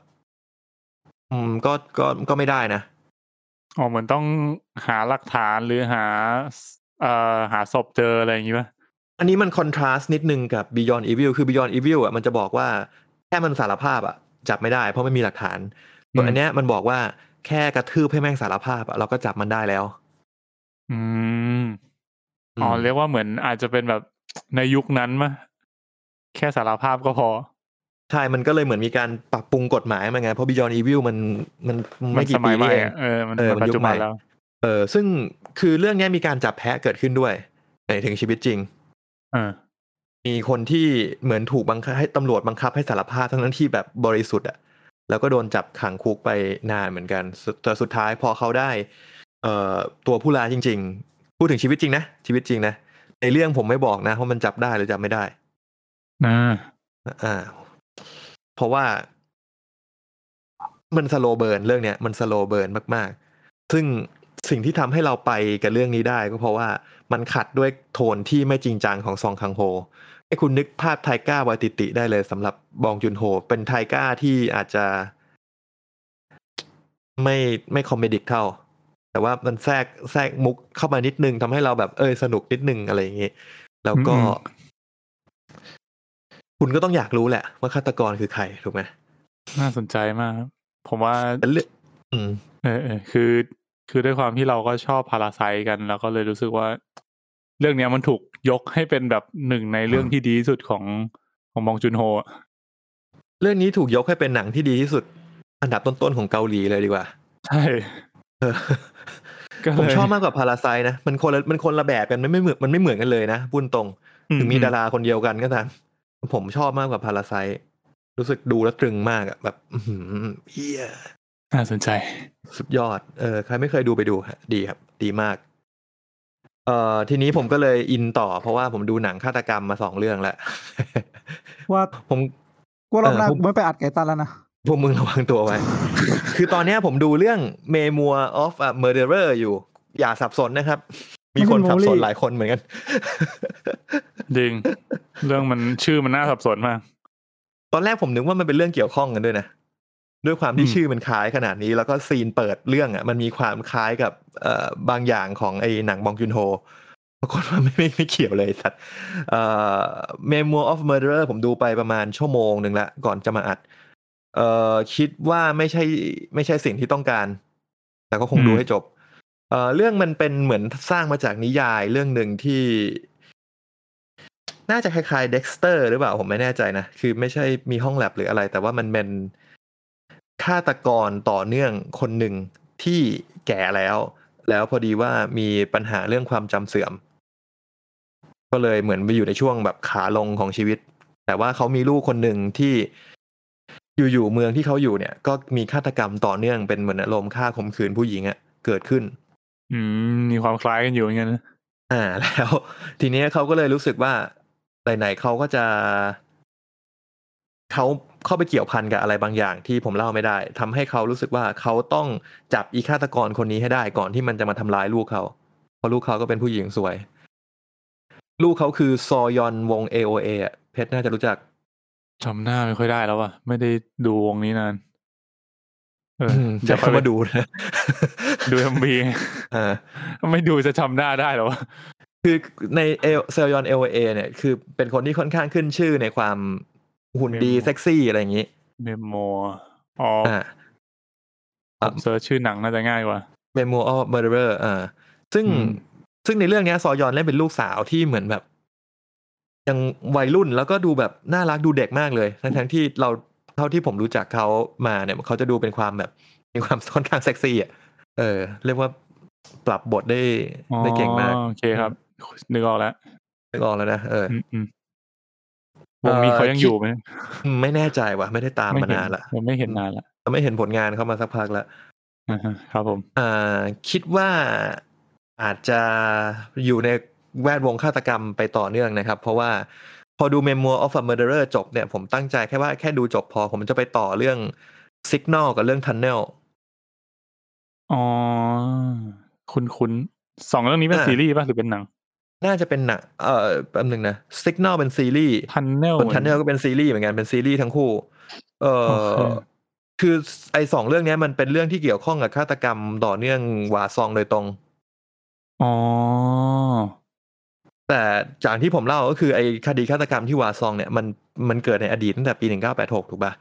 อืมก็ก็ก็ไม่ได้นะ
อ๋อเหมือนต้องหาหลักฐานหรือหาเอ่อหาศพเจออะไรอย่างงี้ป่ะ
อันนี้มันคอนทราสต์นิดนึงกับ Beyond Evil คือ Beyond Evil อ่ะมันจะบอกว่าแค่มันสารภาพอ่ะ จับไม่ได้ เพราะไม่มีหลักฐานส่วนอันเนี้ยมันบอกว่าแค่กระทืบให้แม่งสารภาพอะเราก็จับมันได้แล้ว
อืมอ๋อ
ม
เรียกว่าเหมือนอาจจะเป็นแบบในยุคนั้นมะแค่สารภาพก็พอ
ใช่ มันก็เลยเหมือนมีการปรับปรุงกฎหมายมาไง เพราะ Beyond Evil มันมัน
มั
ไม่
น
กี่
สมั
ปี
ยใหม่
นี่เอง
อะเออมัน
เออ
มันปัจจุบัน
มันยุคใหม่
แล้ว
เออ ซึ่งคือเรื่องเนี้ยมีการจับแพะเกิดขึ้นด้วยในถึงชีวิตจริง
เออ
มีคนที่เหมือนถูกบังคับให้ตำรวจบังคับให้สารภาพทั้งนั้นที่แบบบริสุทธิ์อะแล้วก็โดนจับขังคุกไปนานเหมือนกันสุดแต่สุดท้ายพอเขาได้ เอ่อตัวผู้ร้ายจริง ๆ พูดถึงชีวิตจริงนะชีวิตจริงนะในเรื่องผมไม่บอกนะว่ามันจับได้หรือจับไม่ได้
นะ
อ่า เพราะว่า มันสโลเบิร์นเรื่องเนี้ยมันสโลเบิร์นมากๆ ซึ่งสิ่งที่ทำให้เราไปกับเรื่องนี้ได้ก็เพราะว่ามันขัดด้วยโทนที่ไม่จริงจังของซองคังโฮให้คุณนึกภาพไทก้าวาติติได้เลยสำหรับบองจุนโฮ เป็นไทก้าที่อาจจะ ไม่ไม่คอมเมดิกเท่า แต่ว่ามันแทรกแทรกมุกเข้ามานิดนึงทำให้เราแบบเอยสนุกนิดนึงอะไรอย่างงี้ แล้วก็
อืม
คุณก็ต้องอยากรู้แหละ ว่าฆาตกรคือใครถูกไหม
น่าสนใจมากครับผมว่า
แต่เรื่องอืม
เออเออคือคือด้วยความที่เราก็ชอบพาราไซกันแล้วก็เลยรู้สึกว่า เรื่องเนี้ยมันถูกยกให้เป็นแบบหนึ่งในเรื่องที่ดีที่สุดของของบองจุนโฮอะ
เรื่องนี้ถูกยกให้เป็นหนังที่ดีที่สุด อันดับต้นๆของเกาหลีเลยดีกว่า
ใช่
เออ
[laughs] ก็
ผม
เลย
ชอบมากกว่าพาราไซนะ มันคนละมันคนละแบบกันมันไม่เหมือนมันไม่เหมือนกันเลยนะบุญตรง
อื
ถึงมีดาราคนเดียวกันก็ตามผมชอบมากกว่าพาราไซรู้สึกดูแล้วตรึงมากอะแบบ อื้อหือเหี้ย
น่าสนใจ
สุดยอดเออใครไม่เคยดูไปดูฮะดีครับ ดีมาก เอ่อทีนี้ผมก็เลยอินต่อ เพราะว่าผมดูหนังฆาตกรรมมาสองเรื่องแล้ว [laughs]
ว่า
ผม
ว่ารอบหน้า
เออผม
กูไม่ไปอัดไก่ตันแล้วนะ
พวกมึงระวังตัวไว้ [laughs] คือตอนเนี้ยผมดูเรื่อง Memoir of a Murderer อยู่ อย่าสับสนนะครับ มีคนสับสนหลายคนเหมือนกัน
จริง เรื่องมันชื่อมันน่าสับสนมาก
ตอนแรกผมนึกว่ามันเป็นเรื่องเกี่ยวข้องกันด้วยนะ ด้วยความที่
อืม
ชื่อมันคล้ายขนาดนี้ แล้วก็ซีนเปิดเรื่องอ่ะ มันมีความคล้ายกับเอ่อบางอย่างของไอ้หนังบองจุนโฮปรากฏว่าไม่ไม่ไม่เกี่ยวเลยสัตว์เอ่อ Memoir of Murderer ผมดูไปประมาณชั่วโมงหนึ่งละก่อนจะมาอัด เอ่อคิดว่าไม่ใช่ไม่ใช่สิ่งที่ต้องการ แต่ก็คงดูให้จบ เอ่อเรื่องมันเป็นเหมือนสร้างมาจากนิยายเรื่องหนึ่งที่ น่าจะคล้ายๆ Dexter หรือเปล่าผมไม่แน่ใจนะ คือไม่ใช่มีห้องแลบหรืออะไร แต่ว่ามันเป็นฆาตกรต่อเนื่องคนหนึ่งที่แก่แล้ว แล้วพอดีว่ามีปัญหาเรื่องความจำเสื่อม ก็เลยเหมือนไปอยู่ในช่วงแบบขาลงของชีวิต แต่ว่าเขามีลูกคนหนึ่งที่อยู่ๆเมืองที่เขาอยู่เนี่ย ก็มีฆาตกรรมต่อเนื่องเป็นเหมือนอารมณ์ฆ่าข่มขืนผู้หญิงอะเกิดขึ้น
อืม มีความคล้ายกันอยู่เหมือนกันนะ
อ่า [laughs] แล้ว ทีเนี้ยเขาก็เลยรู้สึกว่าไหนๆเขาก็จะเขาเข้าไปเกี่ยวพันกับอะไรบางอย่างที่ผมเล่าไม่ได้ทำให้เขารู้สึกว่าเขาต้องจับอีฆาตกรคนนี้ให้ได้ก่อนที่มันจะมาทำร้ายลูกเขาเพราะลูกเขาก็เป็นผู้หญิงสวย ลูกเขาคือซอยอนวง AOA อะเพชรน่าจะรู้จัก
จำหน้าไม่ค่อยได้แล้วว่ะ ไม่ได้ดูวงนี้นาน เออ
[laughs] จะ
ค่อย
เข้ามาดูนะ
ดูเอ็มบี
อ่า
ไม่ดูจะจำหน้าได้เหรอวะ
คือในเซลยอนเอลเอเนี่ยคือเป็นคนที่ค่อนข้างขึ้นชื่อในความหุ่นดีเซ็กซี่อะไรอย่างนี้
เมมโมอ๋อ
อ่า
ผมเซิร์ชชื่อหนังน่าจะง่ายกว่า
เมมูออฟเมอร์เรอร์อ่าซึ่ง
อืม
ซึ่งในเรื่องเนี้ยซอยอนเล่นเป็นลูกสาวที่เหมือนแบบ ยังวัยรุ่นแล้วก็ดูแบบน่ารักดูเด็กมากเลยทั้งทั้งๆที่เราเท่าที่ผมรู้จักเขามาเนี่ยเขาจะดูเป็นความแบบมีความ ค่อนข้างเซ็กซี่อ่ะเออ เรียกว่าปรับบทได้
อ๋อ
ได้เก่งมาก
โอเคครับ นึกออกแล้ว
นึกออกแล้วนะเออ
อืมอืม
เอ่
ว
อ
งนี้เขายังอยู่ไหม
ไม่แน่ใจว่ะไม่ได้ตาม
ไม่
มา
เห็
นานละ
ผมไม่เห็นนานละ
แต่ไม่เห็นผลงานเขามาสักพักละ
อ่าฮะครับผม
อ่าคิดว่าอาจจะอยู่ในแวดวงฆาตกรรมไปต่อเนื่องนะครับ เพราะว่าพอดู Memoir of a Murderer จบเนี่ยผมตั้งใจแค่ว่าแค่ดูจบพอผมจะไปต่อเรื่อง Signal กับเรื่อง Tunnel
อ๋อ คุ้นคุ้นๆสองเรื่องนี้เป็น
อ่า
ซีรีส์ป่ะหรือเป็นหนัง
น่าจะเป็นหนังเอ่อแป๊บหนึงนะ Signal เป็นซีรีส์
ทันเนล
ส่วน Tunnel ก็เป็นซีรีส์เหมือนกันเป็นซีรีส์ทั้งคู่เอ่
โอ
อ
เค
คือไอ้สองเรื่องเนี้ยมันเป็นเรื่องที่เกี่ยวข้องกับฆาตกรรมต่อเนื่องหวาซองโดยตรง
อ๋อ
แต่จากที่ผมเล่าก็คือไอ้คดีฆาตกรรมที่วาซองเนี่ยมันมันเกิดในอดีตตั้งแต่ปี 1986 ถูกปะ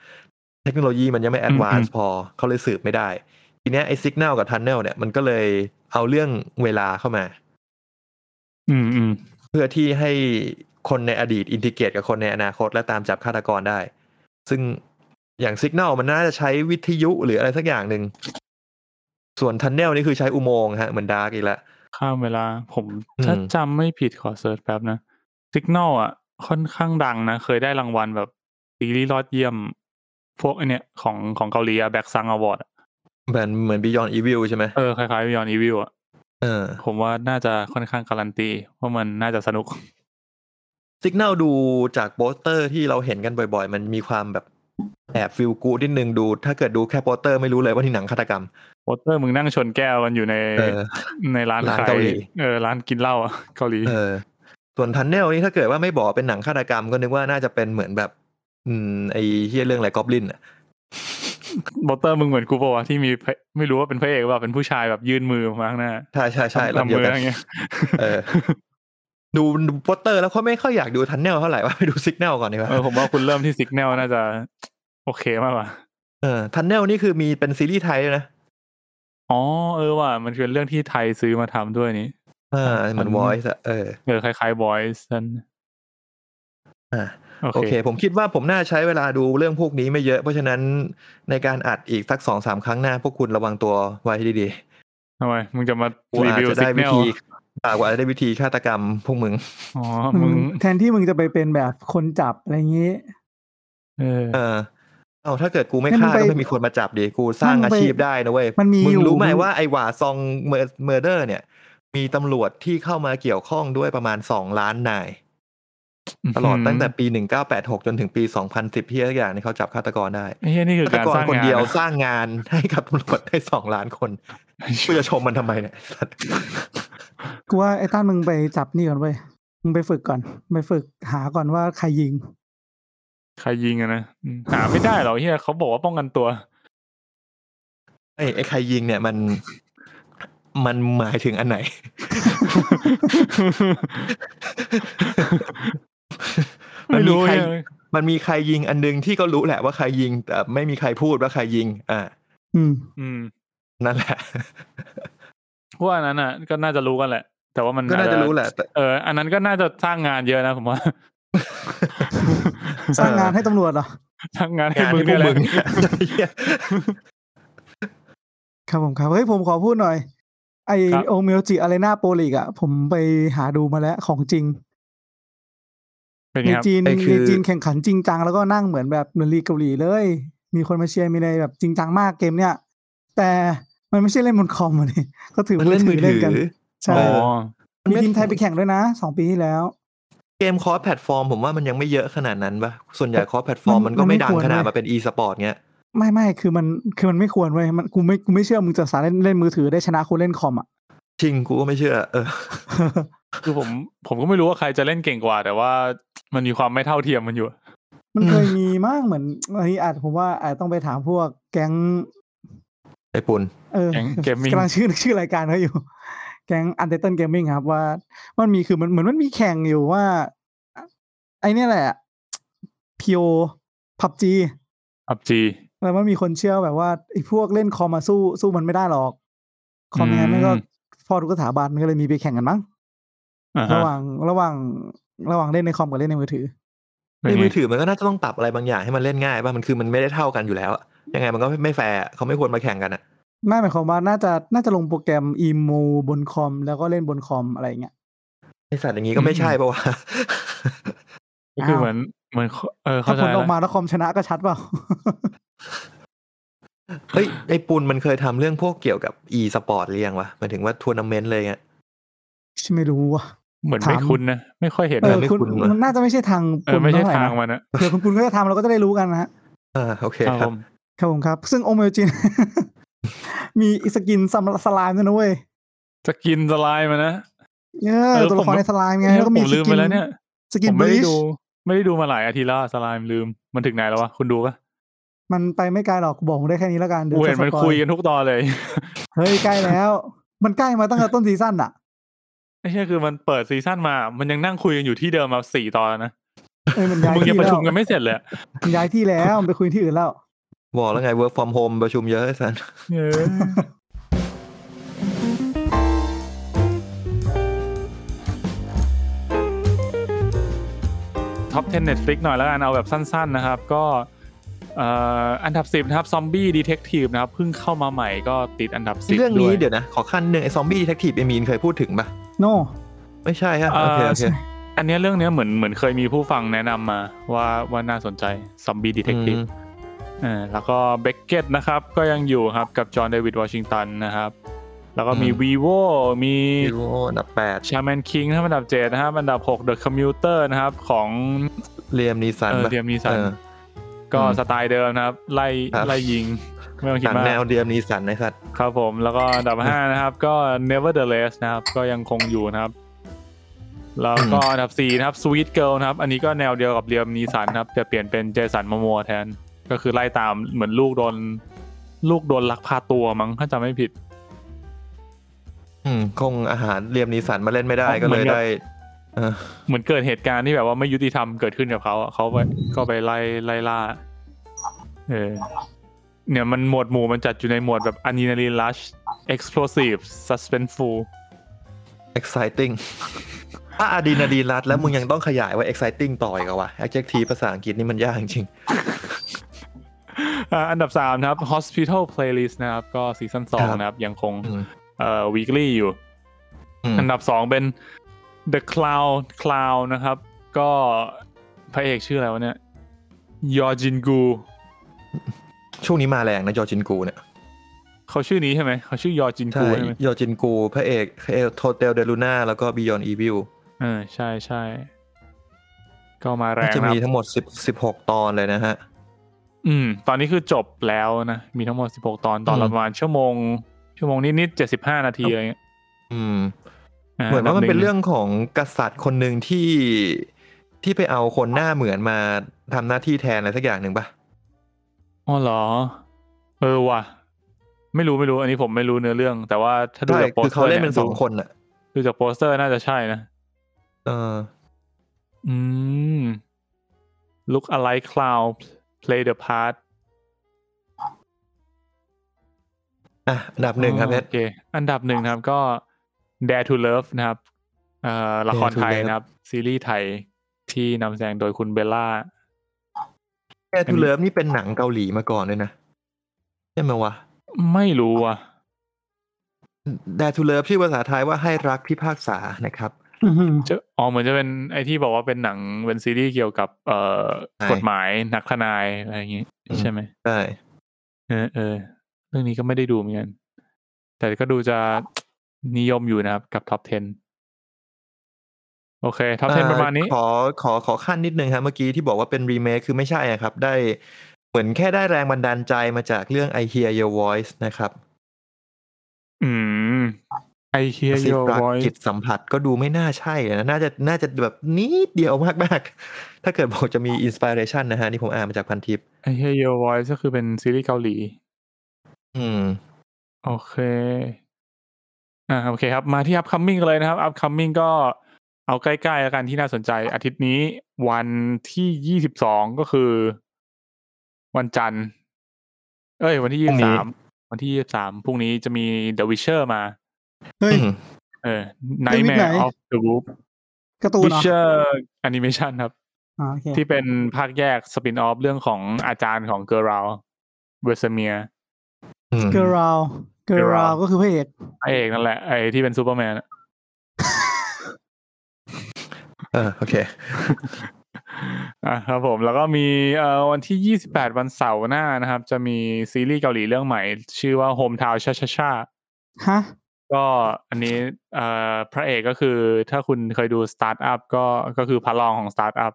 เทคโนโลยีมันยังไม่แอดวาน
อืม
ซ์พอเขาเลยสืบไม่ได้ ทีเนี้ยไอ้สัญญาณกับทันเนลเนี่ยมันก็เลยเอาเรื่องเวลาเข้ามา
อืมอืม
เพื่อที่ให้คนในอดีตอินทิเกตกับคนในอนาคตและตามจับฆาตกรได้ ซึ่งอย่างสัญญาณมันน่าจะใช้วิทยุหรืออะไรสักอย่างหนึ่ง ส่วนทันเนลนี่คือใช้อุโมงค์ฮะเหมือนดาร์กอีกแล้ว
ข้ามเวลาผม
อืม
ถ้าจำไม่ผิดขอเสิร์ชแป๊บนะสิก n น l อ่ะ ค่อนข้างดังนะ เคยได้รางวัลแบบซีรีส์ยอดเยี่ยม พวกไอเนี่ยของของเกาหลีอะแบ็กซังอวอร์ด
เหมือนเหมือนบิยอนอีวิลใช่ไหม
เออคล้ายๆยอนอีวิวอ่ะ
เออ
ผมว่าน่าจะค่อนข้างการันตีว่ามันน่าจะสนุก
สิกแนลดูจากโปสเตอร์ที่เราเห็นกันบ่อยๆ มันมีความแบบแอบฟิลกูดนิดนึงดู ถ้าเกิดดูแค่โปสเตอร์ไม่รู้เลยว่านี่หนังฆาตกรรม
โปสเตอร์มึงนั่งชนแก้วกันอยู่ใน
เออ
ในร้าน
ร้าน
ขาย
เกาหลี
เออร้านกินเหล้าอะเกาหลี
เออ ส่วนทันเนลนี่ถ้าเกิดว่าไม่บอกเป็นหนังฆาตกรรมก็นึกว่าน่าจะเป็นเหมือนแบบ อืมไอ้เฮียเรื่องอะไรกอบลินอ่ะ
โปสเตอร์มึงเหมือนกูปะวะที่มีพระไม่รู้ว่าเป็นพระเอกหรือเปล่าเป็นผู้ชายแบบยื่นมือมาข้างหน้า
ใช่ใช่ใช่
ทำ
ลำ
ทำ
เดีย
มื
ว
อ
กัน
อย่างเงี้ย
เออดูดูโปสเตอร์แล้วก็ไม่ค่อยอยากดูทันเนลเท่าไหร่ว่าไปดูสิกแนลก่อนดีกว่า
เออผมว่าคุณเริ่มที่สิกแนลน่าจะ โอเคมากกว่า
เออทันเนลนี่คือมีเป็นซีรีส์ไทยด้วยนะ
อ๋อเออว่ะมันเป็นเรื่องที่ไทยซื้อมาทำด้วยนี่
อ่าเหมือน
Tunnel
voice อะเออ
เออคล้ายๆ Boys นั่น
อ่า
โอ
โอ
เค
เค ผมคิดว่าผมน่าใช้เวลาดูเรื่องพวกนี้ไม่เยอะ เพราะฉะนั้นในการอัดอีกสักสองสามครั้งหน้า พวกคุณระวังตัวไว้ให้ดี
ทำไมมึงจะมา
ๆก
รี
ว่า
วิว
จะ
สิ
ได้
กแน
วิ
ล
ธีอ่ากว่าจะได้วิธีฆาตกรรมพว
[laughs]
กมึง
อ๋อ
มึ
มึ
ง
ง
แทนที่มึงจะไปเป็นแบบคนจับอะไรอย่างนี้
เออ
เออเอาถ้าเกิดกูไม่
งั้น
ฆ่า
ไป
ก็ไม่มีคนมาจับดิกูสร้าง
งั้
อา
นไป
ชีพได้นะเว้ย
มันมี
มึ
องยู่
รู้ไหม
มึง
ว่าไอหว่าซองเมอร์เดอร์เนี่ย มีตำรวจที่เข้ามาเกี่ยวข้องด้วยประมาณสองล้านนาย ตลอดตั้งแต่ปี 1986 จนถึงปี 2010ที่ทุกอย่างเนี่ยเขาจับฆาตกรได้
ไอ้เฮียนี่คือ
ฆาต
การ
กร
สร้าง
คน
งาน
เดียว
นะ
สร้างงานให้กับตำรวจได้สองล้านคน [laughs] กูจะชมมันทำไมเนี่ย
กูว่าไอ้ต้านมึงไปจับนี่ก่อนเว้ยมึงไปฝึกก่อน ไปฝึกหาก่อนว่าใครยิง
[laughs] ใครยิงอะนะอืมหาไม่ได้หรอกเฮียเขาบอกว่าป้องกัน
[laughs]
ตัว
ไอ้ไอ้ใครยิงเนี่ยมันมันหมายถึงอันไหน [laughs]
ไม่รู้
มันมีใคร
เนี่ย
มันมีใครยิงอันนึงที่ก็รู้แหละว่าใครยิง แต่ไม่มีใครพูดว่าใครยิง อ่า
อื [laughs] ม
อืม
นั่นแหละ
เพราะว่าอันนั้นอ่ะ ก็น่าจะรู้กันแหละ แต่ว่ามัน
ก็น่าจะรู้แหละแต่
เอออันนั้นก็น่าจะสร้างงานเยอะนะผมว่า [laughs]
สร้างงานให้ตำรวจเหรอ
สร้างงานให้
งาน
มึง
ที่พ
เนี่
วย ก
แห
มึง
ละ
เนี่ยเหี้ย [laughs]
ครับผมครับ เฮ้ยผมขอพูดหน่อย ไอโอเมโอจิอะไรหน้าโปลิกอ่ะ ผมไปหาดูมาแล้วของจริง
เป็น
ใน
ไงครับ
จีน
ไอ้คื
ใน
อ
จีนแข่งขันจริงจังแล้วก็นั่งเหมือนแบบเหมือนลีกเกาหลีเลย มีคนมาเชียร์มีอะไรแบบจริงจังมากเกมเนี่ย แต่มันไม่ใช่เล่นบนคอมอะนี่ [laughs] ก็ถือ
มันเล่นมือถือ
กัใช่
อ๋อ
มัน
มี
ไม่
ทีมไทยไปแข่งด้วยนะสองปีที่แล้ว
เกมคอร์สแพลตฟอร์มผมว่ามันยังไม่เยอะขนาดนั้นปะส่วนใหญ่คอร์สแพลตฟอร์ม
มั
มัน นก็
มันไม่
ไม่ดัง
ควร
ขนาด
เว้ย
มาเป็นอีสปอร์ตเงี้ย
ไม่ไม่คือมันคือมันไม่ควรเว้ยมันกูไม่กูไม่เชื่อมึงจะสามารถเล่นเล่นมือถือได้ชนะคนเล่นคอมอ่ะ [laughs]
จริงกูก็ไม่เชื่อ เออ
คือผม ผมก็ไม่รู้ว่าใครจะเล่นเก่งกว่า แต่ว่ามันมีความไม่เท่าเทียมมันอยู่
มัน
อืม
เคยมีมากเหมือนอันนี้อาจผมว่าอาจต้องไปถามพวกแก๊ง
ไอปุ่น
เออ
แก๊
[laughs]
ง gaming
กำลังชื่อชื่อรายการเขาอยู่ แก๊งอันเดอร์เทนเกมมิ่งครับว่า มันมีคือมันเหมือนมันมีแข่งอยู่ว่า ไอเนี่ยแหละพีโอพับจี
อับจี
แล้วมันมีคนเชื่อแบบว่าไอพวกเล่นคอมมาสู้สู้มันไม่ได้หรอก คอมยังไงมันก็พ่อทุกสถาบันก็เลยมีไปแข่งกันมั้ง
อ่า
ระ
ฮะ
หว่างระหว่างระหว่างเล่นในคอมกับเล่นในมือถือ
เป็น
ไอ
ไง
มือถือมันก็น่าจะต้องปรับอะไรบางอย่างให้มันเล่นง่ายป่ะมันคือมันไม่ได้เท่ากันอยู่แล้วอะยังไงมันก็ไม่แฟร์อะเขาไม่ควรมาแข่งกันอะ
ไม่หมายความว่าน่าจะน่าจะลงโปรแกรมอีโมบนคอม แล้วก็เล่นบนคอมอะไรอย่างเงี้ย
ไอสัตว์อย่างนี้ก็ไม่ใช่ปะว [laughs] ะ
ก็คือ
อ้าว
เหมือนเหมือนเขาเออ
ถ้า
เข้าใจ
ผลอ
แล้
อกมาว แล้วคอมชนะก็ชัดเปล่า [laughs]
เฮ้ยไอปุนมันเคยทำเรื่องพวกเกี่ยวกับ e สปอร์ตหรือยังวะหมายถึงว่าทัวร์นาเมนต์เลยเงี้ย
ฉันไม่รู้ว่ะ
เหมือนไม่
ถาม
คุ้นนะไม่ค่อยเห็น
เอ
แบบ
นะ
อ
ไม่
คุณ
คุ้นเลย
มันน่าจะไม่ใช่ทาง
เอ
คุ
อ
ณ
ไม่ใช่
เท่าไหร่
ทาง
นะ
มันอะ
เผื่อคุณคุณก็จะทำเราก็จะได้รู้กันนะฮะ
อ่าโอเค
ครับ
ค
ผ
รับ
ม
ครับผมครับ ซึ่งโอเมจิน [laughs] มีอีสกินสำสไลม์ด้วยนะเว้ย
จะกินสไลด์มันนะ
เอ
เอ
อ
อ
ตัวละค
ผม
รในสไลม์ไง
เฮ้ย
แล้วก็มี
ผม
ส
ลืม
กิ
ไป
น
แล้วเนี่ย
สกิ
ผ
น
ม
บ
ไม่
ริ
ได้
ช
ดู ไม่ได้ดูมาหลายอาทิตย์แล้วสไลม์ลืมมันถึงไหนแล้ววะคุณดูปะ
มันไปไม่ไกลหรอกกูบอกได้แค่นี้แล้วกันเดี๋ยว
กูเห็น
จะ
มัน
สปอ
คุยกันทุกตอนเลย [laughs]
เฮ้ยใกล้แล้ว มันใกล้มาตั้งแต่ต้นซีซั่นอ่ะ
ไม่ใช่คือมันเปิดซีซั่นมา มันยังนั่งคุยกันอยู่ที่เดิมมาสี่ตอนแล้วนะ
เออมันย้าย
มึง
ที่
ยังประ
แล้
ชุ
ว
มกันไม่เสร็จเลยอะ
มันย้ายที่แล้วมันไปคุยที่อื่นแล้ว
บอกแล้วไง work from home ประชุมเยอะไอ้สัน
เออ ท็อป 10 Netflix หน่อยแล้วกันเอาแบบสั้นๆนะครับ ก็เอ่ออันดับ 10 นะครับซอมบี้ดีเทคทีฟนะครับเพิ่งเข้ามาใหม่ก็ติดอันดับ 10
เรื่องนี้
ด้วย
เดี๋ยวนะ ขอขั้นหนึ่งไอ้ซอมบี้ดีเทคทีฟเอมีนเคยพูดถึงปะ
โน่
ไม่ใช่ฮะ
เอ่อ
โอเคโอเค
อันเนี้ยเรื่องเนี้ยเหมือนเหมือนเคยมีผู้ฟังแนะนำมาว่าว่าน่าสนใจซอมบี้ดีเทคทีฟ
อืม
อ่าแล้วก็เบคเกตนะครับก็ยังอยู่ครับกับจอห์นเดวิดวอชิงตันนะครับ แล้วก็มี vivo มี
ฮีโร่อันดับแปด
Shaman King นะครับอันดับ7นะครับอันดับ 6 The Commuter นะครับ ของ
เรียมนีสัน
เอ่อ
ปะ
เดียมนีสัน
เออ
ก็
อืม
สไตล์เดิมนะครับ ไล่
ครับ
ไล่ยิง ไม่ต้องคิ
ห
ด
นัง
มา
แนว
ก
เรียมนีสันนะครับ
ครับผมแล้วก็อันดับ 5 นะครับ ก็ Nevertheless นะครับ ก็ยังคงอยู่นะครับ แล้วก็อันดับ 4 นะครับ Sweet Girl นะครับ อันนี้ก็แนวเดียวกับเดียมนีสันนะครับแต่เปลี่ยนเป็นเจสันม o มัวแทน ก็คือไล่ตามเหมือนลูกโดน ลูกโดนลักพาตัวมั้งถ้าจำไม่ผิด
อืมคงอาหารเรียมนีสันมาเล่นไม่ได้
อ๋อ
ก็เลย
เหมือนกับ
ได้ เออ
เหมือนเกิดเหตุการณ์ที่แบบว่าไม่ยุติธรรมเกิดขึ้นกับเขาอะเขาไปก็ไปไล่ไล่ล่า เออ เนี่ยมันหมวดหมู่มันจัดอยู่ในหมวดแบบอะดรีนาลีนรัช explosive suspenseful
exciting [laughs] ถ้าอะดรีนาลีนรัดแล้วมึงยังต้องขยายว่า exciting ต่ออีกเหรอวะ adjective ภาษาอังกฤษนี่มันยากจริง
อ่าอันดับสามนะครับ hospital playlist นะครับ ก็ซีซั่นสองนะครับ ยังคง
ๆอืม
เอ่อ weekly อยู่
อืม
อันดับสองเป็น The Cloud Cloud นะครับ ก็พระเอกชื่ออะไรวะเนี่ยยอจินกู
ช่วงนี้มาแรงนะยอจินกูเนี่ย
เขาชื่อนี้ใช่ไหมเขาชื่อยอจิน
ใช่
กูใช่ไหม
ยอจินกูพระเอกเอลโทเตลเดลูน่าแล้วก็ Beyond Evil
เออใช่ใช่ก็มาแร
น่าง จะ
นะค
มี
รับ
ทั้งหมด10 16 ตอนเลยนะฮะ
อืม ตอนนี้คือจบแล้วนะ มีทั้งหมด 16 ตอนตอนละ
อืม
ประมาณชั่วโมง ชั่วโมงนิดๆ75 นาทีอะไรเงี้ย
อืม
า
เหมือนว่ามัน
ดับ
เป็นเรื่องของกษัตริย์คนหนึ่งที่ที่ไปเอาคนหน้าเหมือนมาทำหน้าที่แทนอะไรสักอย่างหนึ่งปะ
อ๋อเหรอ เออว่ะ ไม่รู้ไม่รู้ อันนี้ผมไม่รู้เนื้อเรื่อง แต่ว่าถ้าดู
ใช่
จากโป
คือ
สเตอ
เขา
ร์
เล่นเป็น
ย
สองคนอ่ะ
ดูจากโปสเตอร์น่าจะใช่นะ
เออ
อืม Look alike cloud play the part
อ่ะอันดับหนึ่งครับเพชร
โอเคอันดับหนึ่งนะครับก็ Dare to Love นะครับเอ่อละคร
Dare to
ไทย
Love
นะครับ ซีรีส์ไทยที่นำแสดงโดยคุณเบลล่า
แกทูเลิฟนี่เป็นหนังเกาหลีมาก่อนด้วยนะ ใช่ไหมวะ
ไม่รู้อ่ะ
แดทูเลิฟชื่อภาษาไทยว่าให้รักพิพากษานะครับ
อื้อหือ
จะอ๋อเหมือนจะเป็นไอที่บอกว่าเป็นหนังเป็นซีรีส์เกี่ยวกับเอ่อ
ใช่
กฎหมายนักทนายอะไรอย่างงี้
อืม
ใช่ไหม
ใช่
เออเออเรื่องนี้ก็ไม่ได้ดูเหมือนกัน แต่ก็ดูจะนิยมอยู่นะครับกับท็อป 10 โอเคท็อป 10 ประมาณนี้
เอ่อขอขอขอขั้นนิดนึงครับเมื่อกี้ที่บอกว่าเป็นรีเมคคือไม่ใช่อะครับ ได้เหมือนแค่ได้แรงบันดาลใจมาจากเรื่อง I Hear Your Voice นะครับ
อืมไอเคีย
สิ
โย
บรัก
วอย
จิตสัมผัสก็ดูไม่น่าใช่นะ น่าจะน่าจะแบบนิดเดียวมากมากๆ [laughs] ถ้าเกิดบอกจะมีอินสปิเรชันนะฮะ นี่ผมอ่านมาจากพันทิป
ไอ้เฮีย Your Voice ก็คือเป็นซีรีส์เกาหลี
อืม
โอเค อ่าโอเคครับ มาที่ upcoming กันเลยนะครับ upcoming ก็เอาใกล้ๆแล้วกันที่น่าสนใจ อาทิตย์นี้วันที่ยี่สิบสองก็คือ วันจันทร์ เอ้ย วันที่
พรุ่
ยี่
งนี้
สามวันที่ยี่สามพรุ่งนี้จะมี The Witcher มา
[laughs] เฮ้ย
อืม
เออ
The Witcher ไหน
Nightmare of the Wolf
การ์ตูนเหรอ
Witcher Animation ครับ
อ่าโอเค
ที่เป็นภาคแยกสปินออฟเรื่องของอาจารย์ของเกอร์ราเวสเมีย
อืม
เกอร์ราวเกอร์ราวก็คือพระเอก
พระเอกนั่นแหละไอ้ที่เป็นซูเปอร์แมนอะ
เออโอเค
อ่ะครับผมแล้วก็มีเอ่อวันที่ 28 วันเสาร์หน้านะครับ จะมีซีรีส์เกาหลีเรื่องใหม่ ชื่อว่า Hometown ชาชาชา
ฮะ
ก็อันนี้เอ่อพระเอกก็คือถ้าคุณเคยดู Start Up ก็ก็คือพระรองของ Start Up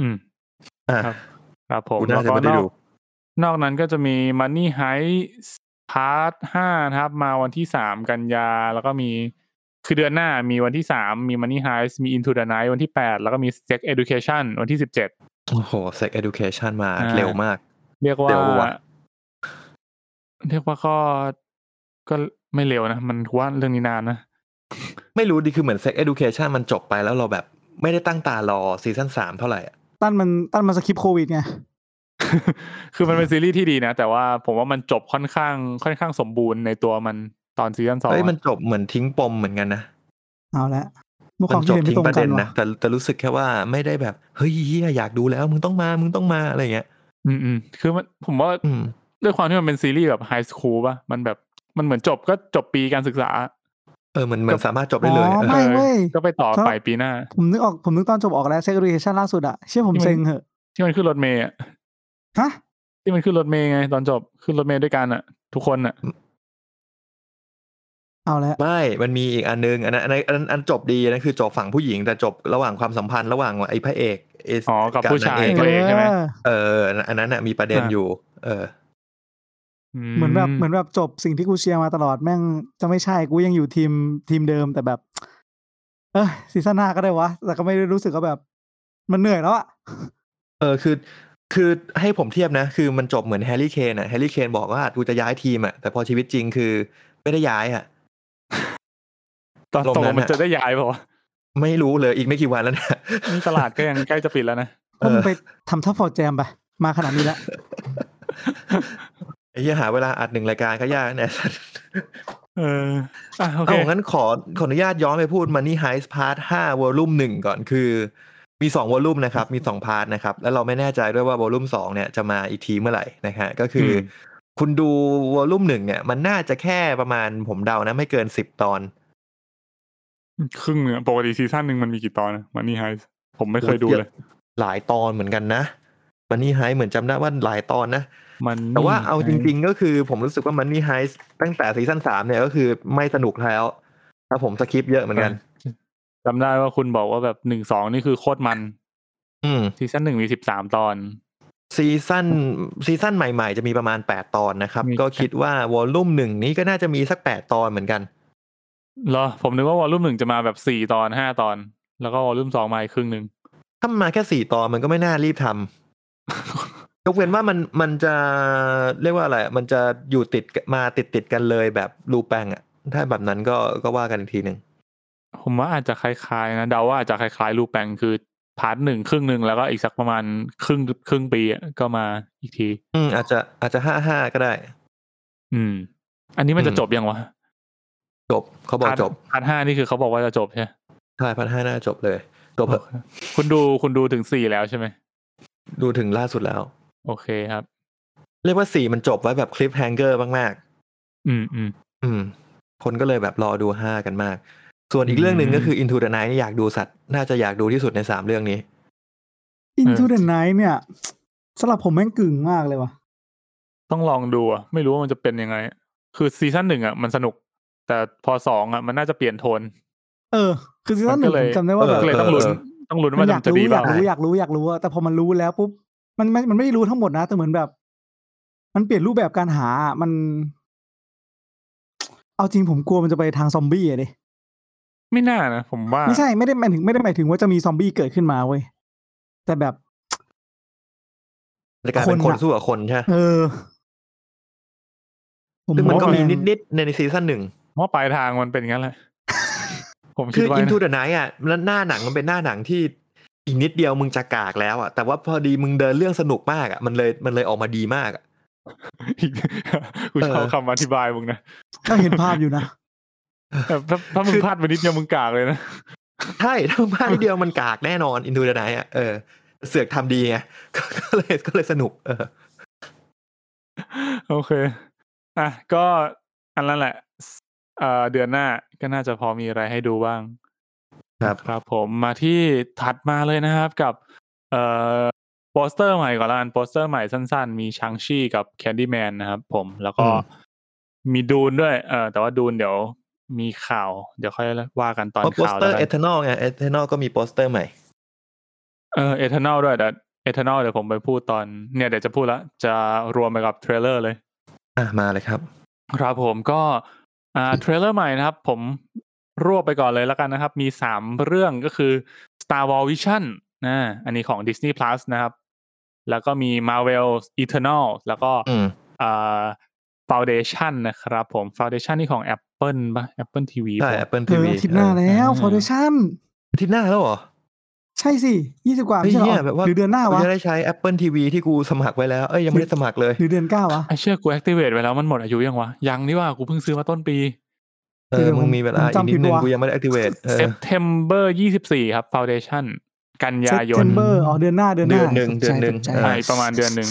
อืม
อ่ะ
ครับ ครับผม
กู
แล้
น่าวจะ
ก็
ไม่
น
ได้
อ
ดู
กนอกนั้นก็จะมี Money Heist Part 5นะครับ มาวันที่ 3 กันยา แล้วก็มีคือเดือนหน้ามีวันที่ 3 มี Money Heist มี Into the Night วันที่ 8 แล้วก็มี Sex Education วันที่ 17
โอ้โห sex education มา
อ่า
เร็วมาก
เรียกว่า
เร็วว่ะ
เรียกว่าก็ก็ไม่เร็วนะ มันว่าเรื่องนี้นานนะ
ไม่รู้ดิคือเหมือน sex education มันจบไปแล้วเราแบบ ไม่ได้ตั้งตารอซีซั่นสามเท่าไหร่อะ
ตั้นมันตั้นมันสคริปต์โควิดไง
คือมันเป็นซีรีส์ที่ดีนะ แต่ว่าผมว่ามันจบค่อนข้างค่อนข้างสมบูรณ์ในตัวมันตอนซีซั่นสอง
เฮ้ย
อะ
มันจบเหมือนทิ้งปมเหมือนกันนะ
เอาละมุก
มั
ของ
นจ
ที่
บทิ้ง
เห็นไม่ตรง
ประ
กั
เด็
น
น
วะ
นะแต่แต่รู้สึกแค่ว่าไม่ได้แบบเฮ้ยเหี้ยอยากดูแล้ว มึงต้องมามึงต้องมาอะไรเงี้ย
อืมอืมคือมันผมว่า
อืม
ด้วยความที่มันเป็นซีรีส์แบบไฮสคูลป่ะมันแบบมันเหมือนจบก็จบปีการศึกษา
เออมันมั
ก็
นสามารถจบ
อ๋
ได้เลย
อ
เออ
ไม่เว้ย
ก็ไปต่อ
ครับ
ปลายปีหน้า
ผมนึกออกผมนึกตอนจบออกแล้วเซ็ก e g a t i o n ล่าสุดอะเชื่อผม
ที่มัน
เซ็งเหอะ
ที่มันขึ้นรถเมย์อะ
ฮะ
ที่มันขึ้นรถเมย์ไง ตอนจบขึ้นรถเมย์ด้วยกันอะทุกคนอะ
เอาละ
ไม่ มันมีอีกอันนึงอันนั้นอันนั้นอันนั้นอันจบดีอันนะคือจบฝั่งผู้หญิงแต่จบระหว่างความสัมพันธ์ระหว่างไอ้พระเอกเอส
อ๋อกับผู้ชาย
นง
ตัวเองใช่ไหม
เออ
เอออันอันนั้นน่ะมีประเด็น
อ่ะ
อยู่ เออ
เหมือนแบบเหมือนแบบจบสิ่งที่กูเชียร์มาตลอดแม่งจะไม่ใช่กูยังอยู่ทีมทีมเดิมแต่แบบ เออซีซั่นหน้าก็ได้วะ แต่ก็ไม่ได้รู้สึกว่าแบบ มันเหนื่อยแล้วอะ
เออคือคือให้ผมเทียบนะ คือมันจบเหมือนแฮร์รี่เคนอ่ะแฮร์รี่เคนบอกว่ากูจะย้ายทีมอ่ะแต่พอชีวิตจริงคือไม่ได้ย้ายอ่ะ
ตอน
ลม
ตกล
นั้
ง
น
มัน
อะ
จะได้ย้ายเปล่าวะ
ไม่รู้เลยอีกไม่กี่วันแล้วนะ [laughs]
นี่ตลาดก็ยังใกล้จะปิดแล้วนะ
พวกมึง
เออ
ไปทำทัฟฟอร์ดแจมไปมาขนาดนี้แล้ว
ไอ้เหี้ยหาเวลาอัดหนึ่งรายการก็ยากเนี่ย
เอออ่ะโอเค
เอางั้นขอขออนุญาตย้อนไปพูดมานี่ไฮส์พาร์ทห้าวอลลุ่มหนึ่งก่อนคือมีสองวอลลุ่มนะครับ มีสองพาร์ทนะครับ แล้วเราไม่แน่ใจด้วยว่าวอลลุ่มสองเนี่ยจะมาอีกทีเมื่อไหร่นะฮะก็คืออ
ม
คุณดูวอลลุ่มหนึ่งเนี่ยมันน่าจะแค่ประมาณผมเดานะ ไม่เกินสิบตอน
ครึ่งหนึ่งอะปกติซีซั่นหนึ่งมันมีกี่ตอนมันนี่ไฮผมไม่เคยดูเลย
หลายตอนเหมือนกันนะมันนี่ไฮเหมือนจำได้ว่าหลายตอนนะ
มันนี่
แต่ว่าเอาจ
ไฮ
ริงๆก็คือผมรู้สึกว่ามันนี่ไฮตั้งแต่ซีซั่นสามเนี่ยก็คือไม่สนุกแล้วถ้าผมสคิปเยอะเหมือนกัน
จำได้ว่าคุณบอกว่าแบบหนึ่งสองนี่คือโคตรมัน
อืม
ซีซั่นหนึ่งมีสิบสามตอน
ซีซั่นซีซั่นใหม่ๆ จะมีประมาณ 8 ตอนนะครับ
มี
ก็คิดว่าวอลลุ่มหนึ่งนี้ก็น่าจะมีสัก 8 ตอนเหมือนกัน
เหรอ ผมนึกว่าวอลลุ่มหนึ่งจะมาแบบสี่ตอนห้าตอน แล้วก็วอลลุ่มสองมาอีกครึ่งหนึ่ง
ถ้ามันมาแค่ 4 ตอนมันก็ไม่น่ารีบทำ
[laughs]
ยกเว้นว่ามันมันจะเรียกว่าอะไรอะมันจะอยู่ติดมาติดติดๆกันเลยแบบรูปแปงอะถ้าแบบนั้นก็ก็ว่ากันอีกทีหนึ่ง
ผมว่าอาจจะคล้ายๆนะเดาว่าอาจจะคล้ายๆรูปแปลงคือพาร์ทหนึ่งครึ่งหนึ่งแล้วก็อีกสักประมาณครึ่งครึ่งปีอะก็มาอีกที
อืมอาจจะอาจจะห้าห้าก็ได้
อืม อันนี้มันจะ
อืม
จบยังวะ
จบเขาบอก
พาร์ท
จบ
พาร์ทห้านี่คือเขาบอกว่าจะจบใช่ไหม
ใช่พันห้าน่าจบเลยจบเถอะ
คุณดูคุณดูถึงสี่แล้วใช่ไหม
ดูถึงล่าสุดแล้ว
โอเคครับ
เรียกว่าสี่มันจบไว้แบบคลิปแฮงเกอร์มากๆ
อืมอืม
อืม คนก็เลยแบบรอดูห้ากันมาก ส่วนอี
อื
ก
ม
เรื่องหนึ่งก็คือ Into the Night นี่อยากดูสัตว์ น่าจะอยากดูที่สุดในสามเรื่องนี้
Into the Night เนี่ยสำหรับผมแม่งกึ่งมากเลยว่ะ
ต้องลองดูอะไม่รู้ว่ามันจะเป็นยังไง คือซีซั่นหนึ่งอะมันสนุก แต่พอสองอะมันน่าจะเปลี่ยนโทน
เออ คือซีซั่นหนึ่ง
มันก็เล
ผ
ย
มจำได้ว่า
เอ
แบ
อ
บ
ก็เลยต้องลุ้นต้องลุ้นว่า
อยา
มั
ก
นจะ
รู้
ดี
อ
เป
ยา
ล่าก
รู้อยากรู้อยากรู้อะแต่พอมันรู้แล้วปุ๊บมันมันมันไม่ได้รู้ทั้งหมดนะแต่เหมือนแบบ มันเปลี่ยนรูปแบบการหามัน เอาจริงผมกลัวมันจะไปทางซอมบี้อะดิ
ไม่น่านะผมว่า
ไม่ใช่ไม่ได้หมายถึงไม่ได้หมายถึงว่าจะมีซอมบี้เกิดขึ้นมาเว้ยแต่แบบ
จะกลายเป็น
ค
คน น
อะ
สู้กับคนใช่ไหม
เออ
ซึ่งมันก็มี
แง
นิดๆ ในซีซั่นหนึ่ง
เพราะปลายทางมันเป็นงั้นแหละ
[laughs]
ผมคิ
คื
ด
อ
ว่านะ
Into the Night อ่ะแล้วหน้าหนังมันเป็นหน้าหนังที่อีกนิดเดียวมึงจะกากแล้วอ่ะ แต่ว่าพอดีมึงเดินเรื่องสนุกมากอ่ะ มันเลยมันเลยออกมาดีมากอะ
[laughs] อีกกูชอบ
เออ
คำอธิบายมึงนะ
ก็เห็นภาพอยู่
[laughs]
นะ
แบบถ้าถ้ามึงพลาดไปนิดเดียวมึงกากเลยนะ
ใช่ [laughs] ถ้ามานิดเดียวมันกากแน่นอน Into the Night อ่ะ เออ เสือกทำดีไง [laughs] ก็ก็เลยก็เลยสนุก เออ
โอเค อ่ะ ก็อันนั้นแหละเอ่อเดือนหน้าก็น่าจะพอมีอะไรให้ดูบ้าง
ครับ
ครับผมมาที่ถัดมาเลยนะครับกับ เอ่อโปสเตอร์ใหม่ก่อนละกันโปสเตอร์ใหม่สั้นๆ มีชังชี่กับแคนดี้แมนนะครับผมแล้วก็
อืม
มีดูนด้วย เอ่อแต่ว่าดูนเดี๋ยวมีข่าว เดี๋ยวค่อยว่ากันตอน
เพราะโปส
ข่าว
เตอ
แล้
ร์
วกั
เอน ทานอลไงเอทานอลก็มีโปสเตอร์ใหม่
เออเอทานอลด้วยแต่เอทานอลเดี๋ยวผมไปพูดตอนเนี่ยเดี๋ยวจะพูดละจะรวมไปกับเทรลเลอร์เลย
อ่ะมาเลยครับ
ครับผมก็อ่าเทรลเลอร์ใหม่นะครับ ผมรวบไปก่อนเลยแล้วกันนะครับ มีสามเรื่องก็คือ Star Wars Vision นะอันนี้ของ Disney Plus นะครับ แล้วก็มี Marvel Eternal แล้วก็
อืม
อ่า Foundation นะครับผม Foundation นี่ของ Apple ป่ะ Apple TV
ใช่
ป่ะ
Apple
เอ
TV
ออาทิตย์หน้า
เออ
แล้ว
อ่า
ฟอร์เดชั่น
อาทิตย์หน้าแล้วเหรอ
ใช่สิยี่สิบกว่า
เฮ้
ไม่
ย
ใช่หร
เนี่
อย
แบบว่า
หรือเดือนหน้า
กู
วะ
จะได้ใช้ Apple TV ที่กูสมัครไว้แล้ว เอ้ยยังไม่ได้สมัครเลย
หรือเดือนเก้าวะ
ไอเชื่อกูแอคทีเวตไปแล้วมันหมดอายุยังวะ ยังนี่ว่ากูเพิ่งซื้อมาต้นปี
เออ มึงมีเวลา
ผม
อีก
จำ
นิดนึง
ผิดวะ
กูยังไม่ได้ activate เออ
เซ p เทมเบอร์ยี่สิบสี่ครับฟาวเดชั่นกันยายน
เบอร์อ๋อเดือนหน้าเดือนห
เดื
น้า
อนหนึ่งเดือนหนึ่ง
ตกใจ
ใช่
เออ
ประมาณเดือนหนึ่ง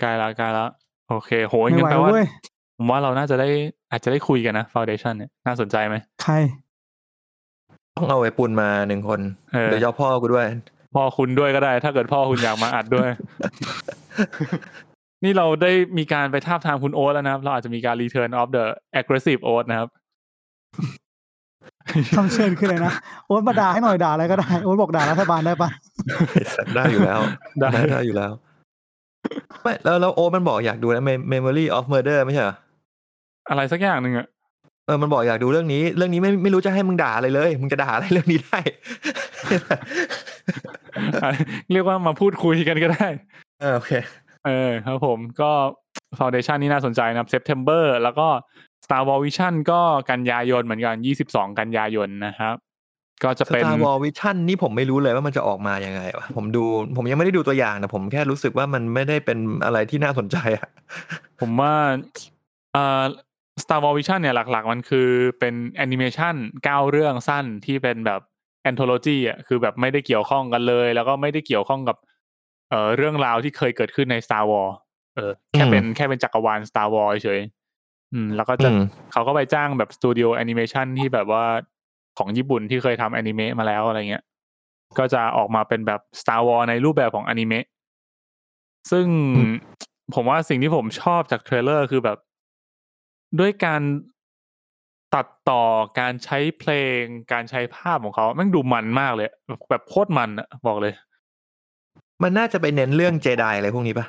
ใกล้ละใกล้ละโอเค โห
ตกใจ
งั้
ไม่
น
ไห
แปล
ว
ว่า
เว้ย
ผมว่าเราน่าจะได้อาจจะได้คุยกันนะ foundation เนี่ยน่าสนใจไหม
ใคร
ต้องเอาไอ้ปุ่นมาหนึ่งคน
เออ
เดี๋ยวยอพ่อกูด้วย [laughs]
พ่อคุณด้วยก็ได้ ถ้าเกิดพ่อคุณอยากมาอัดด้วย นี่เราได้มีการไปทาบทามคุณโอ๊ตแล้วนะครับ เราอาจจะมีการ return of the aggressive โอ๊ตนะครับ
คำเชิญคืออะไรนะ โอ๊ตมาด่าให้หน่อยด่าอะไรก็ได้ โอ๊ตบอกด่ารัฐบาลได้ปะ
ได้อยู่แล้ว
ได้
ได้อยู่แล้วไม่แล้วแล้วโอตมันบอกอยากดูนะ Mem- Memory of Murder ไม่ใช่เหรอ
อะไรสักอย่างหนึ่งอะ [laughs]
เออมันบอกอยากดูเรื่องนี้ เรื่องนี้ไม่ไม่รู้จะให้มึงด่าอะไรเลย มึงจะด่าอะไรเรื่องนี้ได้
อ่ะเรียกว่ามาพูดคุยกันก็ได้
[laughs] เออโอเค
เออครับผมก็ Foundation นี่น่าสนใจนะครับ September แล้วก็ Star Wars Vision ก็กันยายนเหมือนกัน 22 กันยายนนะครับ ก็จะเป็น
Star Wars Vision นี่ผมไม่รู้เลยว่ามันจะออกมายังไงวะผมดู ผมยังไม่ได้ดูตัวอย่างนะผมแค่รู้สึกว่ามันไม่ได้เป็นอะไรที่น่าสนใจอะ
ผมว่าเอ่อ Star Wars Vision เนี่ยหลักๆ มันคือเป็นแอนิเมชัน9เรื่องสั้นที่เป็นแบบแอนโทโลจีอ่ะคือแบบไม่ได้เกี่ยวข้องกันเลย แล้วก็ไม่ได้เกี่ยวข้องกับเอ่อเรื่องราวที่เคยเกิดขึ้นใน Star Wars เออแค่เป็นแค่เป็นจักรวาล Star Wars เฉยๆอืมแล้วก็จะ เขาก็ไปจ้างแบบสตูดิโอแอนิเมชันที่แบบว่าของญี่ปุ่นที่เคยทำแอนิเมะมาแล้วอะไรเงี้ย ก็จะออกมาเป็นแบบ Star Wars ในรูปแบบของอนิเมะ ซึ่ง
อืม
ผมว่าสิ่งที่ผมชอบจากเทรลเลอร์คือแบบ ด้วยการตัดต่อการใช้เพลง การใช้ภาพของเขาแม่งดูมันมากเลย แบบโคตรมันอะบอกเลย
มันน่าจะไปเน้นเรื่องเจไดอะไรพวกนี้ปะ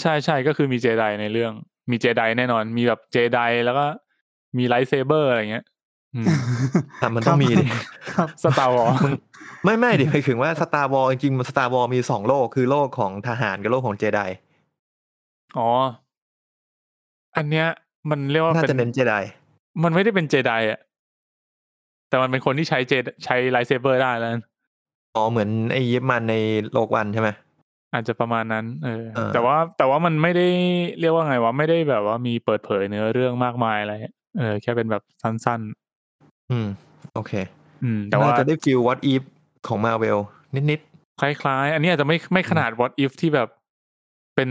ใช่ใช่ก็คือมีเจไดในเรื่อง มีเจไดแน่นอน มีแบบเจไดแล้วก็มีไลท์เซเบอร์อะไรเงี้ยอืม
อ่ะมันต้องมีดิ
ครับ
สตาร์วอล
ไม่ไม่ดิหมายถึงว่าสตาร์วอลจริงๆสตาร์วอลมีสองโลกคือโลกของทหารกับโลกของเจได
อ๋อ อันเนี้ยมันเรียกว่า
น่า
เป็
จะ
น
เน้นเจได
มันไม่ได้เป็นเจไดอะ แต่มันเป็นคนที่ใช้เจใช้ไลท์เซเบอร์ได้แล้ว
อ๋อเหมือนไอ้ยิปมันในโลกวันใช่ไหม
อาจจะประมาณนั้น เออ
เออ
แต่ว่าแต่ว่ามันไม่ได้เรียกว่าไงวะไม่ได้แบบว่ามีเปิดเผยเนื้อเรื่องมากมายอะไร เออ แค่เป็นแบบสั้น
อืม โอเค
ๆ อืม แต่ว่า
น่จะได้ฟิลวอตอีฟของมาเวลนิด
คล้ายๆ อันนี้อาจจะไม่ไม่ขนาด what if ที่แบบเป็น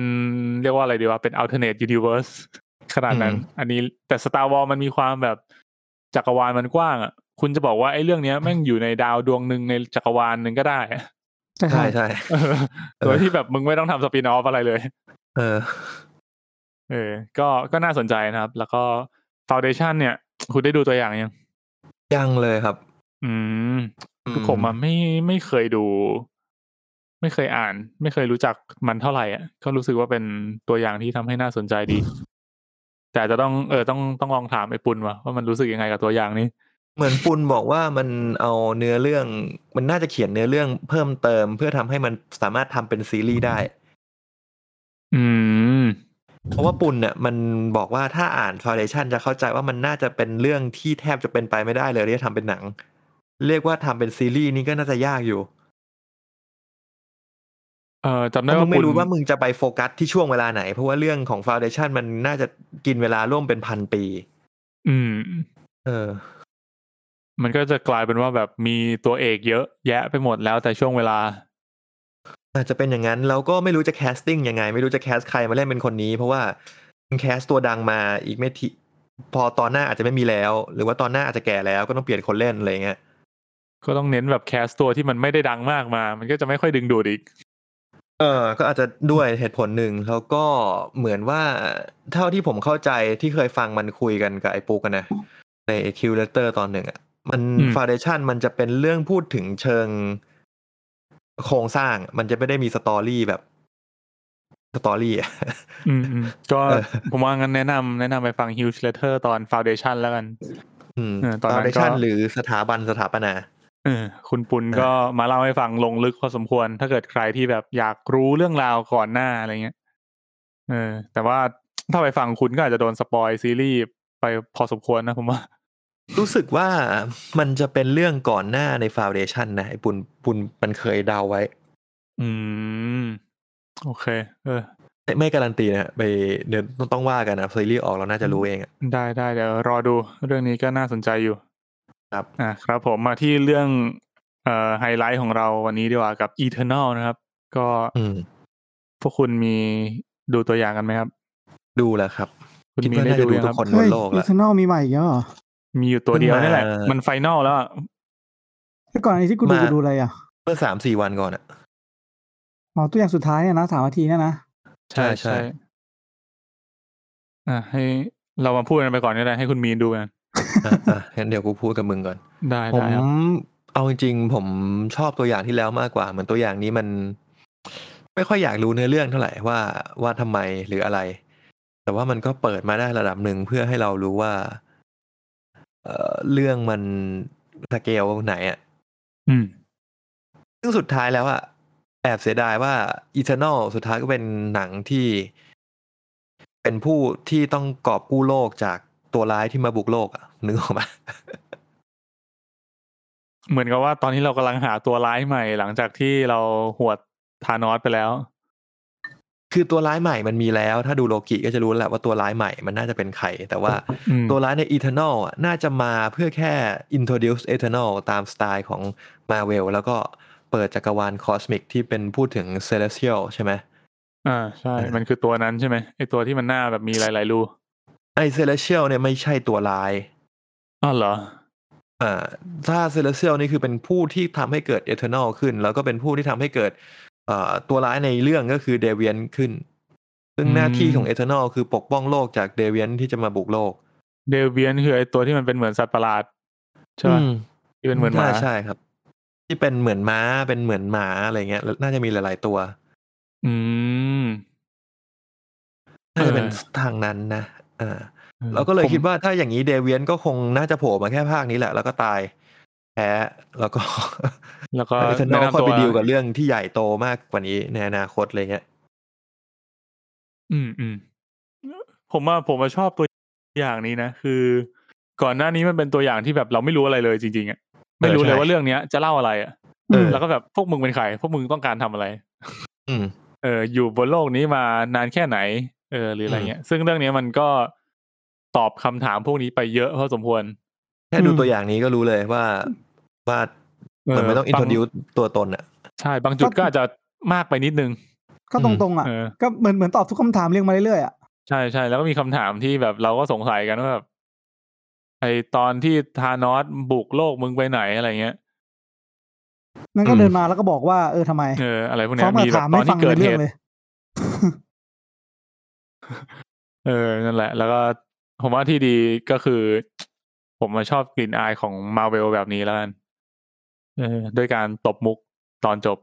เรียกว่าอะไรดีวะเป็น alternate universe [laughs] ขนาดนั้น อันนี้แต่ Star Wars มันมีความแบบจักรวาลมันกว้างอ่ะ คุณจะบอกว่าไอ้เรื่องเนี้ [laughs] ยแม่งอยู่ในดาวดวงหนึ่งในจักรวาลหนึ่งก็ได้ [laughs] อะ
ใช่
ๆ
ครั
ใช่
บ
ใช่
เออโดยที่แบบมึงไม่ต้องทำสปินออฟอะไรเลย
เออ
เออ ก็ก็น่าสนใจนะครับ แล้วก็ Foundation เนี่ย คุณได้ดูตัวอย่างยัง
ยังเลยครับ
อืม
อื
คือผมอ่ะไม่ไม่เคยดู ไม่เคยอ่าน ไม่เคยรู้จักมันเท่าไหร่อ่ะก็รู้สึกว่าเป็นตัวอย่างที่ทำให้น่าสนใจดี แต่อาจจะต้องเออต้องต้องลองถามไอ้ปุณว่าว่ามันรู้สึกยังไงกับตัวอย่างนี้
เหมือนปุณบอกว่ามันเอาเนื้อเรื่อง มันน่าจะเขียนเนื้อเรื่องเพิ่มเติม เพื่อทำให้มันสามารถทำเป็นซีรีส์ได้
อืม
เพราะว่าปุณเนี่ยมันบอกว่าถ้าอ่านฟ u n เดชันจะเข้าใจว่ามันน่าจะเป็นเรื่องที่แทบจะเป็นไปไม่ได้เลยที่จะทำเป็นหนัง เรียกว่าทำเป็นซีรีส์นี่ก็น่าจะยากอยู่
เออจำ
เพ
ได้
ราะมึ
ว่าง
ไม่
ปุณ
รู้ว่ามึงจะไปโฟกัสที่ช่วงเวลาไหน เพราะว่าเรื่องของฟ u n เดชันมันน่าจะกินเวลาร่วมเป็นพันปี
อืม
เออ
มันก็จะกลายเป็นว่าแบบมีตัวเอกเยอะ แยะไปหมดแล้วแต่ช่วงเวลา
อาจจะเป็นอย่างนั้นแล้วก็ไม่รู้จะแคสติ้งยังไง ไม่รู้จะแคสใครมาเล่นเป็นคนนี้ เพราะว่ามึงแคสตัวดังมาอีกไม่ทีพอตอนหน้าอาจจะไม่มีแล้ว หรือว่าตอนหน้าอาจจะแก่แล้วก็ต้องเปลี่ยนคนเล่นอะไรเงี้ย
ก็ต้องเน้นแบบแคสตัวที่มันไม่ได้ดังมากมา มันก็จะไม่ค่อยดึงดูดอีก
เออก็อาจจะด้วยเหตุผลหนึ่งแล้วก็เหมือนว่าเท่าที่ผมเข้าใจที่เคยฟังมันคุยกันกับไอ้ปุ๊กอะนะในคิวเลเตอร์ตอนหนึ่งอ่ะมัน
อืม
ฟาเดชันมันจะเป็นเรื่องพูดถึงเชิงโครงสร้าง มันจะไม่ได้มีสตอรี่แบบสตอรี่อะ
อืมอืมก็
เออ
ผมว่างั้นแนะนำแนะนำไปฟัง Huge Letter ตอน Foundation แล้วกัน
อืม
เออตอนนั้
ฟาน
ก็
เดชันหรือสถาบันสถาปนา
เออคุณปุณ
เออ
ก็มาเล่าให้ฟังลงลึกพอสมควร ถ้าเกิดใครที่แบบอยากรู้เรื่องราวก่อนหน้าอะไรเงี้ยเออ แต่ว่าถ้าไปฟังคุณก็อาจจะโดนสปอยซีรีส์ไปพอสมควรนะผมว่า
รู้สึกว่ามันจะเป็นเรื่องก่อนหน้าในฟาวเดชันนะไอ้ปุนปุนมันเคยเดาไว้
อืม โอเค เออ
ไม่ไม่การันตีนะฮะไปเดี๋ยวต้องต้องว่ากันนะซีรีส์ออกเราน่าจะรู้เองอะ
ได้ได้เดี๋ยวรอดูเรื่องนี้ก็น่าสนใจอยู่
ครับ
อ่ะครับผมมาที่เรื่องเอ่อไฮไลท์ของเราวันนี้ดีกว่ากับ Eternal นะครับ ก็
อืม
พวกคุณมีดูตัวอย่างกันไหมครับ
ดูแล้วครับ
คุณ
คิด
มี
ว่า
ได้
น่าจะ
ดู
ดู
ยัง
ทุ
ค
ก
รับ
คนบ
เฮ้
น
ย
โลก
อี
แล้ว
เทนอลมีใหม่อีกแล้วเหรอ
มีอยู่ตัวเดียวนี่แหละ
เพิ่งมามั
มันไฟนอลแล้วอะ
แล้วก่อนอันนี้ที่กูดู
มา
กูดูอะไรอ่ะ
เมื่อสามสี่วันก่อนอะ
อ๋อตัวอย่างสุดท้ายเนี่ยนะสามนาทีเนี่ยนะ
ใช่ใช่
อ่ะให้เรามาพูดกันไปก่อนก็ได้ให้คุณมีนดูกัน
อ่ะอ่ะงั้นเดี๋ยวกูพูดกับมึงก่อน
ได้
ผ
ได้
ม
ครับ
เอาจริงๆผมชอบตัวอย่างที่แล้วมากกว่า เหมือนตัวอย่างนี้มัน ไม่ค่อยอยากรู้เนื้อเรื่องเท่าไหร่ว่าว่าทำไมหรืออะไร แต่ว่ามันก็เปิดมาได้ระดับหนึ่งเพื่อให้เรารู้ว่า เอ่อเรื่องมันสเกลไหนอะ
อืม
ซึ่งสุดท้ายแล้วอะแอบเสียดายว่าอีเทอร์นอลสุดท้ายก็เป็นหนังที่ เป็นผู้ที่ต้องกอบกู้โลกจากตัวร้ายที่มาบุกโลกอะนึกออกปะ
เหมือนกับว่าตอนนี้เรากำลังหาตัวร้ายใหม่หลังจากที่เราหวดธานอสไปแล้ว
คือตัวร้ายใหม่มันมีแล้ว ถ้าดูโลกิก็จะรู้แหละว่าตัวร้ายใหม่มันน่าจะเป็นใคร แต่ว่า
อืม
ตัวร้ายในอีเทอร์นอลอะน่าจะมาเพื่อแค่ introduce Eternal ตามสไตล์ของ Marvel แล้วก็เปิดจักรวาลคอสมิกที่เป็นพูดถึง Celestial ใช่ไหม
อ่าใช่
เออ
มันคือตัวนั้นใช่ไหมไอตัวที่มันหน้าแบบมีหลายๆรู
ไอ Celestial เนี่ยไม่ใช่ตัวร้าย
อ้าวเหรอ
อ่าถ้าเซเลเซียลนี่คือเป็นผู้ที่ทำให้เกิดเอเทอร์นอลขึ้น แล้วก็เป็นผู้ที่ทำให้เกิดเอ่อตัวร้ายในเรื่องก็คือเดเวียนขึ้น ซึ่ง
อืม
หน้าที่ของเอเทอร์นอลคือปกป้องโลกจากเดเวียนที่จะมาบุกโลก
เดเวียนคือไอตัวที่มันเป็นเหมือนสัตว์ประหลาดใช่ไหม
อืม
ที่เป็นเหมือนหมา
ใช่ใช่ครับ ที่เป็นเหมือนม้าเป็นเหมือนหมาอะไรเงี้ยแล้วน่าจะมีหลาย ๆ ตัว
อืม
น่าจะเป็น
เออ
ทางนั้นนะอ่า เราก็เลยคิดว่าถ้าอย่างนี้เดเวียนก็คงน่าจะโผล่มาแค่ภาคนี้แหละ แล้วก็ตายแพ้แล้ว
[laughs]
ก็
แล้วก็
เอเทอร์นอ
แนะ
ลค่อย
นำตั
ไป
ว
ดีลกับเรื่องที่ใหญ่โตมากกว่านี้ในอนาคตอะไรเงี้ย
อืมอืมผมว่าผมว่าชอบตัวอย่างนี้นะคือ ก่อนหน้านี้มันเป็นตัวอย่างที่แบบเราไม่รู้อะไรเลยจริงๆอ่ะไม่รู้เลย
ใช่
ว่าเรื่องเนี้ย จะเล่าอะไรอ่ะ
เออ
แล้วก็แบบพวกมึงเป็นใครพวกมึงต้องการทำอะไร
อืม
เอออยู่บนโลกนี้มานานแค่ไหน เออหรืออะไร
อืม
เงี้ย ซึ่งเรื่องเนี้ยมันก็ตอบคำถามพวกนี้ไปเยอะพอสมควร
แค่ดูตัวอย่างนี้ก็รู้เลยว่าว่า
เอ
มันไม่ต้องอินโทรดิว
บา
ตัวตนอ่ะ [laughs]
ใช่บางจุดก็อาจจะมากไปนิดนึง
ก็ตรงๆอ่ะ
เออ
ก็เหมือนเหมือนตอบทุกคำถามเรียงมาเรื่อยๆอ่ะ
ใช่ใช่แล้วก็มีคำถามที่แบบเราก็สงสัยกันว่าแบบไอตอนที่ธานอสบุกโลกมึงไปไหนอะไรเงี้ย
นั่นก็
อืม
เดินมาแล้วก็บอกว่าเออทำไม
เอออะไรพวก
พ
เนี้
ร้อยมกับ
มีแบ
ถา
บตอ
มไม่
น
ฟั
ที่
ง
เกิด
ในเรื่
เห
อ
ตุ
งเลย
เออ นั่นแหละ แล้วก็ผมว่าที่ดีก็คือ ผมมาชอบกลิ่นอายของมาเวลแบบนี้แล้วกันเออด้วยการตบมุกตอนจบ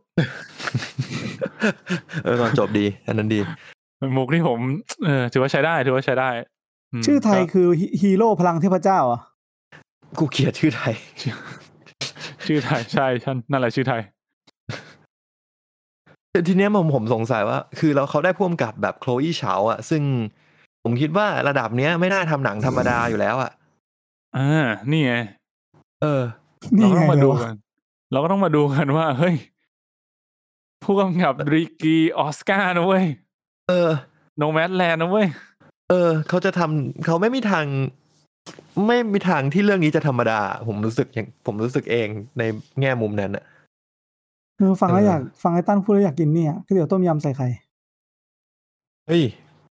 เออตอนจบดี อันนั้นดี
มุกที่ผม เออถือว่าใช้ได้ ถือว่าใช้ได้ม
ชื่อไทย
ก็
คือฮีฮีโร่พลังเทพเจ้าอ่ะ [laughs]
กูเกลียดชื่อไทย
ชื่อไทยใช่ใช่นั่นแหละชื่อไทย
แต่ทีเนี้ยผมผมสงสัยว่า คือเราเขาได้พ่วมกับแบบโคลอีเฉาอ่ะ ซึ่งผมคิดว่าระดับเนี้ยไม่น่าทำหนังธรรมดาอยู่แล้วอ่ะ
อ่า นี่ไง
เออ
เรา
นี่
ก็
ไง
ต้องมา
เล
ดู
ยวะ
กัน เราก็ต้องมาดูกันว่า เฮ้ย ผู้กำกับริกีออสการ์นะเว้ย
เออ
โนแมดแลนนะเว้ย
เออ เขาจะทำเขาไม่มีทาง ไม่มีทางที่เรื่องนี้จะธรรมดา ผมรู้สึกอย่างผมรู้สึกเองในแง่มุมนั้นอ่ะ
เออฟังแล้ว
เอออ
อยากฟังไอ้ตั้นพูดแล้วอยากกินเนี่ยก๋วยเตี๋ยวต้มยำใส่ไข่
เฮ้ย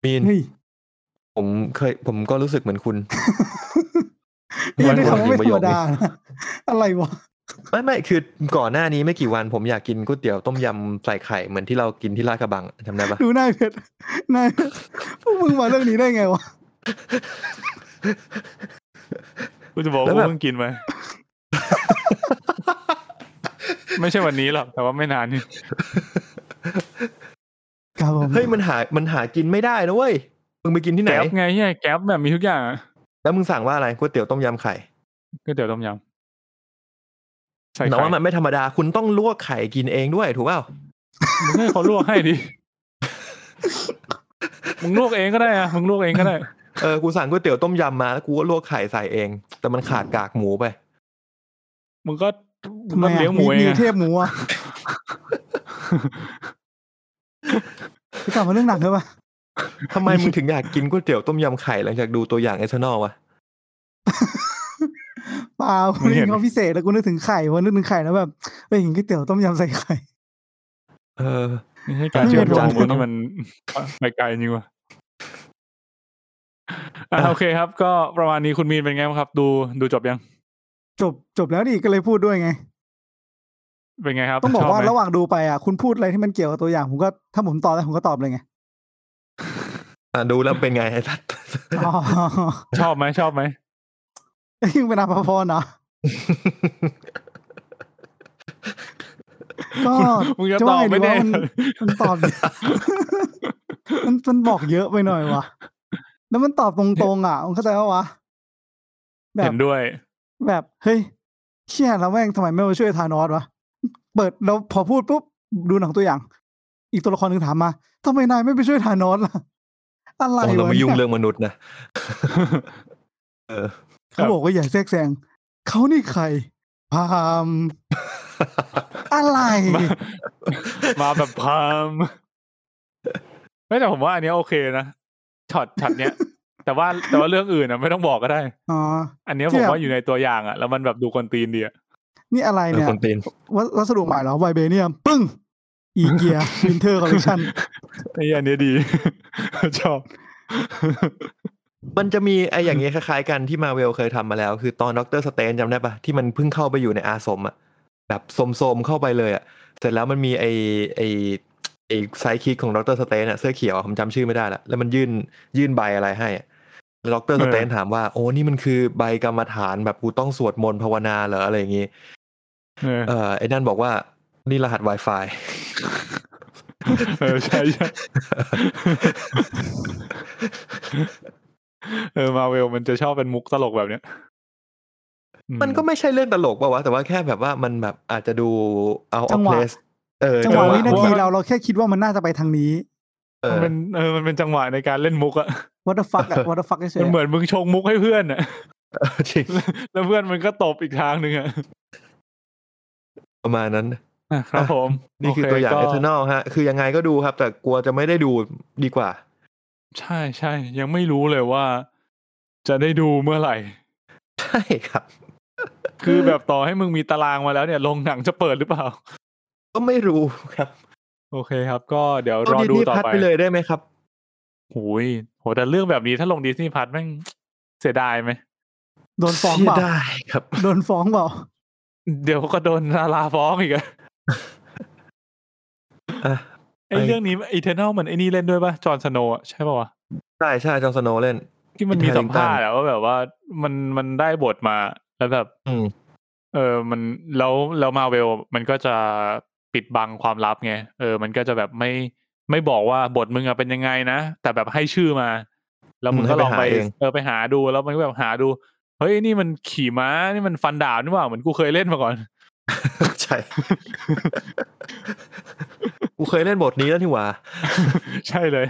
มีน
เฮ้ย
ผมเคย ผมก็รู้สึกเหมือนคุณ
นี่
วัน
ด้วยคำว่าไม่
วันหนึ่งประโย
ธรรม
คนี้
ดานะ [laughs] อะไรวะ
ไม่ไม่คือก่อนหน้านี้ไม่กี่วันผมอยากกินก๋วยเตี๋ยวต้มยำใส่ไข่เหมือนที่เรากินที่ลาดกระบังจำได้ป [laughs] ะ
[laughs] ดูหน้าไอ้เพชรหนายพวกมึงมาเรื่องนี้ได้ไงวะ
กูจะบอก
แล้วแบ
ว่า
บ
เพิ่งกินไป ไม่ใช่วันนี้หรอก แต่ว่าไม่นานนี่
ครับผม
เฮ้ยมันหามันหากินไม่ได้นะเว้ยมึงไปกินที่ไหน
แก๊ปไงเนี่ยแก๊ปแบบมีทุกอย่างอะ
แล้วมึงสั่งว่าอะไรก๋วยเตี๋ยวต้มยำไข่
ก๋วยเตี๋ยวต้มยำใส่
แต่
ไข่
ว่ามันไม่ธรรมดาคุณต้องลวกไข่กินเองด้วยถูกเปล่า
มึงให้เขาลวกให้ดิ มึงลวกเองก็ได้อะมึงลวกเองก็ได้
เออกูสั่งก๋วยเตี๋ยวต้มยำมาแล้วกูก็ลวกไข่ใส่เอง แต่มันขาดกากหมูไป
มึงก็มึง
ทำ
ก็
ไมอะ
เลี้ยงหมูเอง
มีมี
อะ
เทพหมู
[laughs]
อ่ะไปกลับมาเรื่องหนังเถอะปะ
ทำไมมึงถึงอยากกินก๋วยเตี๋ยวต้มยำไข่หลังจากดูตัวอย่างเอเทนอลวะ
เปล่าคนนี้เขาพิเศษแล้วกูนึกถึงไข่พอนึกถึงไข่แล้วแบบเอ้ยกินก๋วยเตี๋ยวต้มยำใส่ไข่
เออ
ไม่ใช่การ
ไม่
เชื่อม
เป็น
จาง
ไร
หมูนี่มันไปไกลจริงว่ะอ่ะโอเคครับ ก็ประมาณนี้คุณมีนเป็นไงบ้างครับ ดูดูจบยัง
จบจบแล้วดิก็เลยพูดด้วยไง
เป็นไงครับ
ต้องบอก
ช
ว่า
ไหม
ระหว่างดูไปอ่ะคุณพูดอะไรที่มันเกี่ยวกับตัวอย่างผมก็ถ้าผมตอบได้ผมก็ตอบเลยไง
อ่ะดูแล้วเป็นไงไอ้ทัด
[laughs] อ๋อ
ชอบไหมชอบไหม
ยิ่งเป็นอาภพรเนาะก็
[laughs] มึงจะ
จะ
ตอ
ว่า
บ
ไง
ไหม
ดี
เนี่
ว่าย มันมันตอบ [laughs] มันมันบอกเยอะไปหน่อยว่ะแล้วมันตอบตรงๆอ่ะมึงเข้าใจปะวะแบ
[laughs]
บ
เห็นด้วย
แบบเฮ้ยเชี่ยแล้วแม่งทำไมไม่มาช่วยธานอสวะเปิดแล้วพอพูดปุ๊บดูหนังตัวอย่าง อีกตัวละครหนึ่งถามมาทำไมนายไม่ไปช่วยธานอสล่ะ อะไร
ของเรา
วะ
ไม่ยุ่ง
เนี่
เรื่องมนุษย์นะ เออ
เขาบอกว่าอย่าแทรกแซงเขานี่ใครพามอะไร
มามาแบบพาม [laughs] ไม่แต่ผมว่าอันเนี้ยโอเคนะช็อตช็อตเนี้ย แต่ว่าแต่ว่าเรื่องอื่นอ่ะไม่ต้องบอกก็ได้
อ๋อ
อันเนี้ย
ที่
ผม
แบบ
ว่าอยู่ในตัวอย่างอ่ะ แล้วมันแบบดูคนตีนดีอ่ะ
นี่อะไร
เออ
เนี่ย
คนตีน
วัสวัสดุใหม่เหรอไวเบเนียมปึ้ง อีเกียวินเทอร์คอลเลคชัน
ไอ้อันเนี้ย [laughs] ดี ชอบ [laughs]
มันจะมีไอ้ [laughs] อย่างเงี้ยคล้ายๆกันที่มาเวลเคยทำมาแล้ว คือตอนด็อกเตอร์สเตนจำได้ปะที่มันเพิ่งเข้าไปอยู่ในอาสมอะแบบโสมๆเข้าไปเลยอะเสร็จแล้วมันมีไอ้ไอ้ไอ้ไซคิกของด็อกเตอร์สเตนอะเสื้อเขียวอะผมจำชื่อไม่ได้ละแล้วมันยื่นยื่นใบอะไรให้อะแล้วด็อกเตอร์ส
เออ
เตนถามว่าโอ้นี่มันคือใบกรรมฐานแบบกูต้องสวดมนต์ภาวนาเหรออะไรอย่างงี้
เออ
เออไอ้นั่นบอกว่านี่รหัส
[laughs]
Wi-Fi
เออใช่ใช่ [laughs] เออมาเวลมันจะชอบเป็นมุกตลกแบบเนี้ยอื
มันก็ไม่ใช่เรื่องตลกป่าวะ แต่ว่าแค่แบบว่ามันแบบอาจจะดูเอา
จังหวะ
สเออ
จังหวะ
เออ
วินาทีเราเราแค่คิดว่ามันน่าจะไปทางนี้
เอ [laughs]
มัน
อ
เป็นเออมันเป็นจังหวะในการเล่นมุกอะ
วัตฟักอะวัตฟักเฉ
มั
ย
น
ๆ
เหมือนมึงชงมุกให้เพื่อนอะ
จริง
แล้วเพื่อนมันก็ตบอีกทางหนึ่งอะ
ประมาณนั้น
ครับผม
นี่คือตัวอย่าง e อ e r
โก็
n a l ฮะ คือยังไงก็ดูครับ แต่กลัวจะไม่ได้ดูดีกว่า
ใช่ใช่ยังไม่รู้เลยว่า จะได้ดูเมื่อไหร่
ใช่ครับ
คือแบบต่อให้มึงมีตารางมาแล้วเนี่ยลงหนังจะเปิดหรือเปล่า
ก็ไม่รู้ครับ
โอเคครับ ก็เดี๋ยว
เอา
รอ
ดี
ดู
นี่
ต่อ
พัด
ไป
ไปเลยได้ไหมครับ
โอ้ยโหแต่เรื่องแบบนี้ถ้าลงดิสนีย์พัทแม่งเสียดายไหม
โดนฟ้อง
เสี
เป
ย
ล่า
ดายครับ
โดนฟ้องเปล่า
เดี๋ยวก็โดนดาราฟ้องอีกอะ
อ่ะ
ไอเรื่องนี้อีเทนอลมันไอนี่เล่นด้วยปะจอห์นสโนว์อะใช่ปะวะ
ใช่ใช่จอห์นสโนว์เล่น
ที่มันมี
Paddington
สัมภาษณ์อะว่าแบบว่ามันมันได้บทมาแล้วแบบ
อืม
เออ มันแล้วแล้วมาเวลมันก็จะปิดบังความลับไง เออ มันก็จะแบบไม่ไม่บอกว่าบทมึงอะเป็นยังไงนะ แต่แบบให้ชื่อมา แล้วมึง
อืม
ก็ลองไป
ให้ไปหาเอง
เออไปหาดูแล้วมันก็แบบหาดู เฮ้ยนี่มันขี่ม้านี่มันฟันดาบนี่หว่าเหมือนกูเคยเล่นมา [laughs] ก่อน
ใช่ กูเคยเล่นบทนี้แล้วที่หว่า
ใช่เลย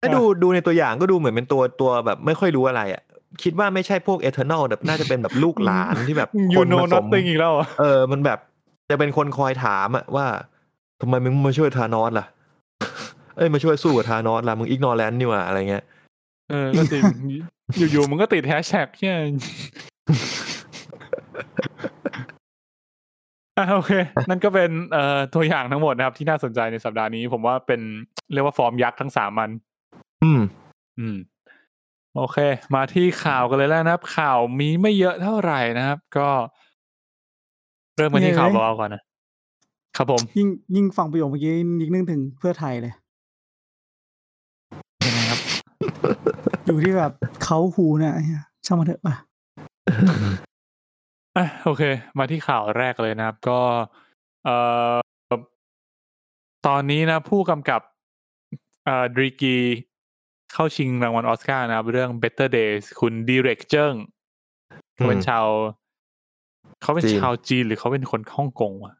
ถ้าดูดูในตัวอย่างก็ดูเหมือนเป็นตัวตัวแบบไม่ค่อยรู้อะไรอ่ะ คิดว่าไม่ใช่พวกเอเทอร์นอลแบบน่าจะเป็นแบบลูกหลานที่แบบ
you
คน
know
ผสม
nothing อีกแล้วอะ
เออ มันแบบจะเป็นคนคอยถามอะว่าทำไมมึงมาช่วยธานอสล่ะ เอ้ยมาช่วยสู้กับธานอสล่ะมึงอิกนอแลนด์นี่หว่าอะไรเงี้ย
เออก็จริง [laughs] อยู่ๆมันก็ติดแฮชแท็กเนี่ย [laughs] อ่ะโอเค นั่นก็เป็นเอ่อตัวอย่างทั้งหมดนะครับ ที่น่าสนใจในสัปดาห์นี้ ผมว่าเป็นเรียกว่าฟอร์มยักษ์ทั้งสามมัน
อืม
อืม โอเค มาที่ข่าวกันเลยแล้วนะครับ ข่าวมีไม่เยอะเท่าไหร่นะครับ ก็ เริ่มกันที่ข่าวเบาๆก่อนนะครับผม
ยิ่งยิ่งฟังประโยคเมื่อกี้ยิ่งนึกถึงเพื่อไทยเลย
ยังไงครับ
อยู่ที่แบบเขาหูเนี่ยไอ้เหี้ยช่างมันเถอะป่ะ
อ่ะโอเค มาที่ข่าวแรกเลยนะครับ ก็เอ่อตอนนี้นะ ผู้กำกับเอ่อดรีกีเข้าชิงรางวัลออสการ์นะครับ เรื่อง Better Days คุณดีเรกเจิ้งเขาเป็นชาว เขาเป็น
จีน
ชาวจีนหรือเขาเป็นคนฮ่องกงวะ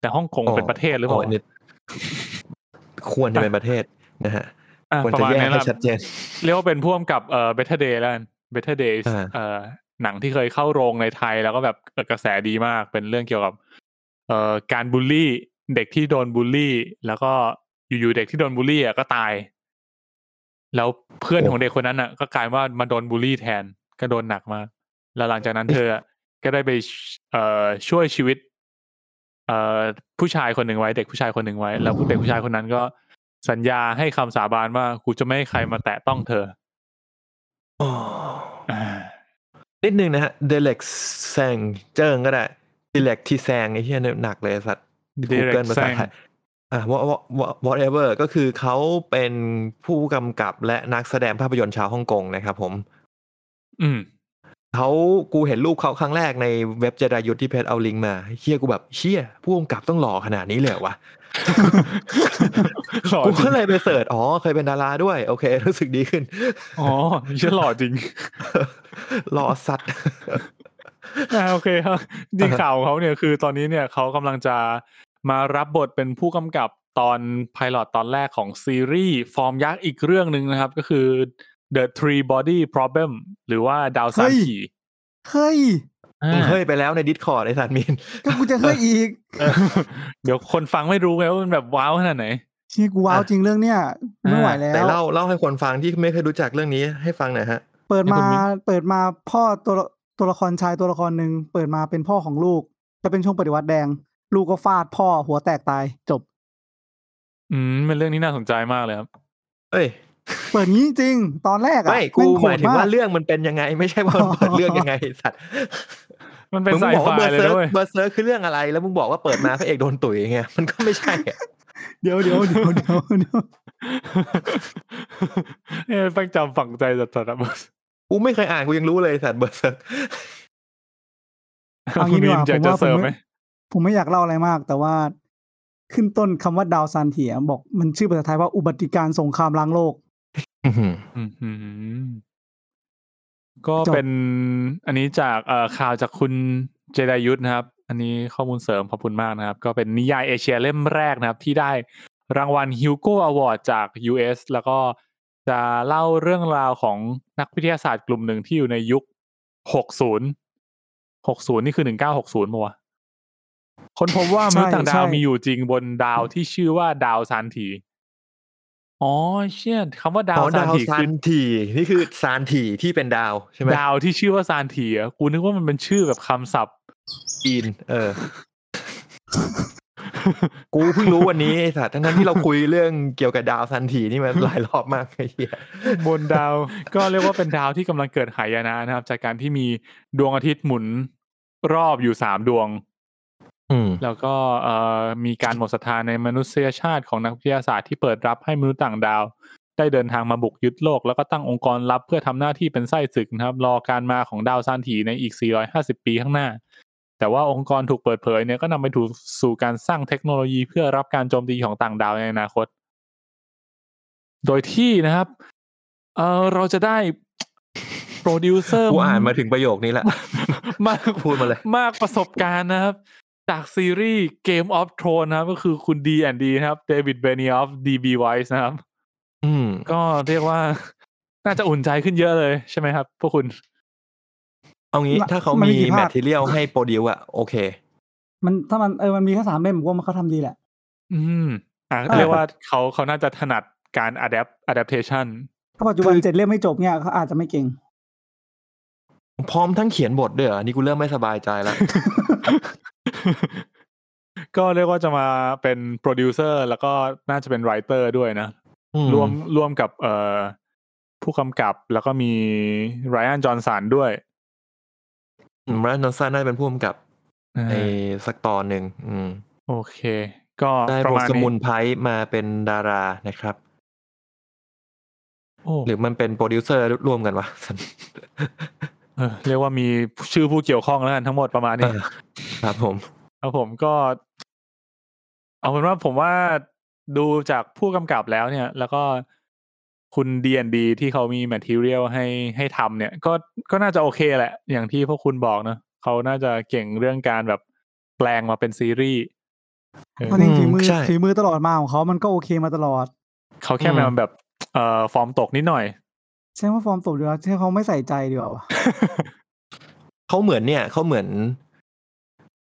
แต่ฮ่องกงเป็นประเทศหรือเปล่า
[laughs] โยนี่ควรจะเป็นประเทศนะฮะ
อ่ะ
ควร
ประ
จะ
มาณ
แยก
นี้
ให้
นะค
ชั
รับ
ดเจน
เรียกว่าเป็นพ่วงกับเอ่อ Better Day แล้วกัน Better Day
อ่า
เอ่อหนังที่เคยเข้าโรงในไทยแล้วก็แบบเกิดกระแสดีมาก เป็นเรื่องเกี่ยวกับ เอ่อการบูลลี่เด็กที่โดนบูลลี่ แล้วก็อยู่ๆเด็กที่โดนบูลลี่อ่ะก็ตาย แล้วเพื่อนของเด็กคนนั้นอ่ะ ก็กลายว่ามาโดนบูลลี่แทนก็โดนหนักมาก แล้วหลังจากนั้นเธออะก็ได้ไปเอ่อช่วยชีวิต เอ่อผู้ชายคนหนึ่งไว้ เด็กผู้ชายคนหนึ่งไว้ แล้วผู้เด็กผู้ชายคนนั้นก็สัญญาให้คำสาบานว่ากูจะไม่ให้ใครมาแตะต้องเธอ
อ๋อ
อ่า
นิดนึงนะฮะ เดเล็กแซงเจิ้งก็ได้เดเล็กที่แซงไอ้เหี้ยเนี่ยหนักเลยไอ้สัตว์ Google ภาษาไทยอ่ะ what- what- what- whatever ก็คือเขาเป็นผู้กำกับและนักแสดงภาพยนตร์ชาวฮ่องกงนะครับผม
อืม
เขากูเห็นรูปเขาครั้งแรกในเว็บเจดายุทธที่เพจเอาลิงก์มาเฮียกูแบบเฮียผู้กำกับต้องหล่อขนาดนี้เลยเหรอวะ
หล่อ
กู
จริ
ก็
ง
เลยไปเสิร์ชอ๋อเคยเป็นดาราด้วย โอเค รู้สึกดีขึ้น [laughs]
อ๋อฉันหล่อจริง
หล่อสัตว์
อ่าโอเคครับจริงข่าวของเขาเนี่ยคือตอนนี้เนี่ยเขากำลังจะมารับบทเป็นผู้กำกับตอนไพลอตตอนแรกของซีรีส์ฟอร์มยักษ์อีกเรื่องหนึ่งนะครับ ก็คือ The Three Body Problem หรือว่าดาวซาน
เฮ้ย
ขี่
เฮ้ย
อ่า
เฮ้ย ไปแล้วในดิสคอร์ดไอสัตว์มีน
ก็กูจะเฮ้ยอีก
[laughs] เดี๋ยวคนฟังไม่รู้ไงว่ามันแบบว้าวขนาดไหน
เชี่ยกูว้าวจริงเรื่องเนี้ยไม่ไหวแล้
แต่
ว
เล่าเล่าให้คนฟังที่ไม่เคยรู้จักเรื่องนี้ให้ฟังหน่อยฮะ
เปิด
ให้
มา
คุณมิ้น
เปิดมาพ่อตัวละตัวละครชายตัวละครหนึ่งเปิดมาเป็นพ่อของลูกจะเป็นช่วงปฏิวัติแดง ลูกก็ฟาดพ่อหัวแตกตายจบ
อืมเป็นเรื่องที่น่าสนใจมากเลยครับ
เอ้ย
เปิดงี้จริง ตอนแรกอะ
ไม่ กู
แงโห
หมาย
ด
ถึง
ก
ว่าเรื่องมันเป็นยังไง ไม่ใช่
[laughs]
ว่ามันเปิดเรื่องยังไงไอ้สัตว์
มันเป็น
มึง
ไซ
บอก
ไฟ
ว่าเบอร์
เลย
เซิร์
ด้วย
เบอร์เซิร์คือเรื่องอะไร แล้วมึงบอกว่าเปิดมาพระเอกโดนตุ๋ยไงมันก็ไม่ใช่อะ
เดี๋ยวเดี๋ยวเดี๋ยวเดี๋ยวเดี๋ยว
[laughs] เนี่ยแม่งจำฝังใจจัดๆอะ [laughs]
กูไม่เคยอ่านกูยังรู้เลยไอ้สัตว์เบอร์เซิร์
เอา
คุ
งี้
ณ
ดี
วิ
ก
มอยากจะ
ว่าผมว่าผ
เสริ
ม
มไหม
ไม่ผมไม่อยากเล่าอะไรมาก แต่ว่าขึ้นต้นคำว่าดาวซันเถียบอกมันชื่อภาษาไทยว่าอุบัติการณ์สงครามล้างโลก
อื้อหือก็
จบ
เป็นอันนี้จากเอ่อข่าวจากคุณเจดายุทธนะครับ อันนี้ข้อมูลเสริมขอบคุณมากนะครับ ก็เป็นนิยายเอเชียเล่มแรกนะครับ ที่ได้รางวัลฮิวโก a อวอร์ดจาก US แล้วก็จะเล่าเรื่องราวของนักวิทยาศาสตร์กลุ่มหนึ่งที่อยู่ในยุค 60 60 นี่คือ 1960มั้วะคนพบว่ามนุษย์ต่างดาว
ใช่
มีอยู่จริงบนดาวที่ชื่อว่าดาวซานถี อ๋อเชี่ยคำว่าดา
อ๋
ว
อ
ซา
ดาน ว
ถี
ซา
คือน
ทีนี่คือซานทีที่เป็นดาวใช่ไหม
ดาวที่ชื่อว่าซานถีอะกูนึกว่ามันเป็นชื่อแบบคำศัพท์
จีนเออ กูเพิ่งรู้วันนี้ไอ้สัตว์ทั้งนั้นที่เราคุยเรื่องเกี่ยวกับดาวซันทีนี่มาหลายรอบมากไอ้เหี้ย
บนดาว [laughs] ก็เรียกว่าเป็นดาวที่กำลังเกิดหายนะนะครับ จากการที่มีดวงอาทิตย์หมุนรอบอยู่สามดวง
อืม
แล้วก็เอ่อมีการหมดศรัทธาในมนุษยชาติของนักวิทยาศาสตร์ที่เปิดรับให้มนุษย์ต่างดาว ได้เดินทางมาบุกยึดโลก แล้วก็ตั้งองค์กรลับเพื่อทำหน้าที่เป็นไส้ศึกนะครับ รอการมาของดาวซานถีในอีก 450 ปีข้างหน้า แต่ว่าองค์กรถูกเปิดเผยเนี่ยก็นำไปถูกสู่การสร้างเทคโนโลยีเพื่อรับการโจมตีของต่างดาวในอนาคต โดยที่นะครับเออเราจะ
[laughs]
ได้โปรดิวเซอร์
กูอ่านมาถึงประโยคนี้แหละ
มาก
พูดมาเลย
มากประสบการณ์นะครับ จากซีรีส์ Game of Thrones นะครับ ก็คือคุณดีแอนดีนะครับเดวิดเบนีออฟดีบีไวส์นะครับ
อืม
ก็เรียกว่า น่าจะอุ่นใจขึ้นเยอะเลยใช่ไหมครับ พวกคุณ
เอางี้ถ้าเขา
มันมี
มี
กี่
แม
ภาค
ทเทียลให้โปรดิวอะโอเค
มันถ้ามันเออมันมีแค่สามเล่มผมว่ามันเขาทำดีแหละ
อืมอ่ะ
อ่า
เรียกว่าเขาเขาน่าจะถนัดการ adapt adaptation
ถ้าปัจจุบัน
คือ
เจ็ดเล่มไม่จบเนี่ยเขาอาจจะไม่เก่ง
พร้อมทั้งเขียนบทด้วยเหรออันนี่กูเริ่มไม่สบายใจแล้ว
ก็เรียกว่าจะมาเป็นโปรดิวเซอร์แล้วก็น่าจะเป็นไรเตอร์ด้วยนะ ร่วมร่วมกับเอ่อผู้กำกับแล้วก็มีไรอันจอห์นสันด้วย
แรนดอนซันน่าจะเป็นผู้กำกับ
อ่า
ในสักตอนหนึ่งอืม
โอเค ก็
ได้
ประ
โร
มาณ
สมุ
นี้
นไพรมาเป็นดารานะครับ
โอ้
หรือมันเป็นโปรดิวเซอร์ร่วมกันวะ
เออเรียกว่ามีชื่อผู้เกี่ยวข้องแล้วกันทั้งหมดประมาณนี้
เออ ครับผม
แล้วผมก็ เอาเป็นว่าผมว่าดูจากผู้กำกับแล้วเนี่ย แล้วก็คุณดีนดีที่เขามีแมทเทียลให้ให้ทำเนี่ย ก็ก็น่าจะโอเคแหละ อย่างที่พวกคุณบอกเนอะเขาน่าจะเก่งเรื่องการแบบแปลงมาเป็นซีรีส์เออ
เพราะจริงๆฝีมือ
ใช่
ฝีมือตลอดมาของเขามันก็โอเคมาตลอด
เขาแค่
อืม
มาแบบ เอ่อฟอร์มตกนิดหน่อย
ใช่ว่าฟอร์มตกดีกว่าใช่เขาไม่ใส่ใจดีกว่าวะ
เขาเหมือนเนี่ยเขาเหมือน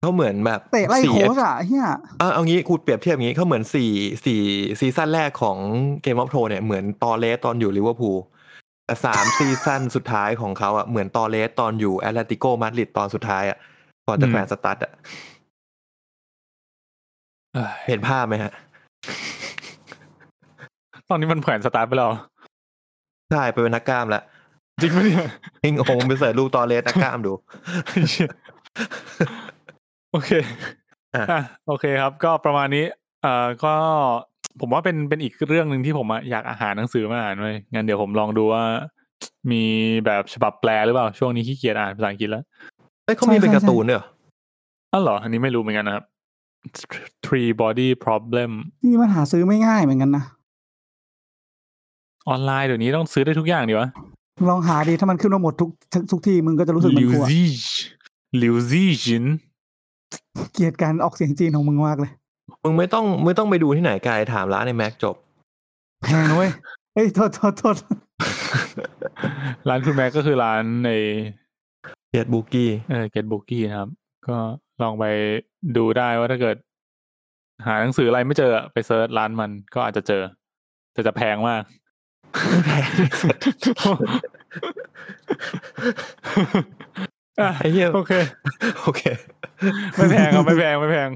เขาเหมือนแบบ
เตะไล่
สี่
โค้ชอ่ะเฮีย
เอาเอางี้กูเปรียบเทียบอย่างงี้เขาเหมือนสี่สี่ซีซั่นแรกของเกมออฟโทเนี่ยเหมือนตอเลสตอนอยู่ลิเวอร์พูลแต่สาม [laughs] ซีซั่นสุดท้ายของเขาอ่ะเหมือนตอเลสตอนอยู่แอตเลติโกมาดริดตอนสุดท้ายอ่ะก่อนจะ
อืม
แขวนสตัดอ่ะ
เอ้ย
เห็นภาพไหมฮะ
[laughs] ตอนนี้มันแขวนสตาร์ทไปแล้ว
ใช่ไปเป็นนักกล้ามละ
จริงปะเนี่ย
ฮิงโอมไปเสิร์ชรูปตอเลสนักกล้ามดู
เหี้ย [laughs] โอเค
อ่ะ
อ่ะโอเคครับ ก็ประมาณนี้ เอ่อก็ผมว่าเป็นเป็นอีกเรื่องหนึ่งที่ผมอะอยากอาหารหนังสือมาอ่านเลยงั้นเดี๋ยวผมลองดูว่า มีแบบฉบับแปลหรือเปล่าช่วงนี้ขี้เกียจอ่านภาษาอังกฤษแล้ว
เอ้ยเขามีเป็นการ์ตูนเนี่ยเหรอ
อ๋อเหรอ อันนี้ไม่รู้เหมือนกันนะครับ three body problem
นี่มันหาซื้อไม่ง่ายเหมือนกันนะ
ออนไลน์เดี๋ยวนี้ต้องซื้อได้ทุกอย่างดีวะ
ลองหาดีถ้ามันขึ้นมาหมดทุกทุกทุกที่มึงก็จะรู้สึกเหมัน
l ิว
กลัว
ซีลิวซีจิน
เกลียดการออกเสียงจีนของมึงมากเลย
มึงไม่ต้องไม่ต้องไปดูที่ไหนไกลถามร้านในแม็กจบ
แพงนะเว้ยเอ้ยโทษโทษโทษ
ร้านคุณแม่ก็คือร้านใน
เฮียดบูกี้
เออเกตบุกี้นะครับ ก็ลองไปดูได้ว่าถ้าเกิด หาหนังสืออะไรไม่เจออะไปเซิร์ชร้านมันก็อาจจะเจอ แต่จะแพงมาก
[laughs]
อ่ะ
ไอ้เหี้ย
โอเค
โอเค
ไม่แพงครับไม่แพงไม่แพง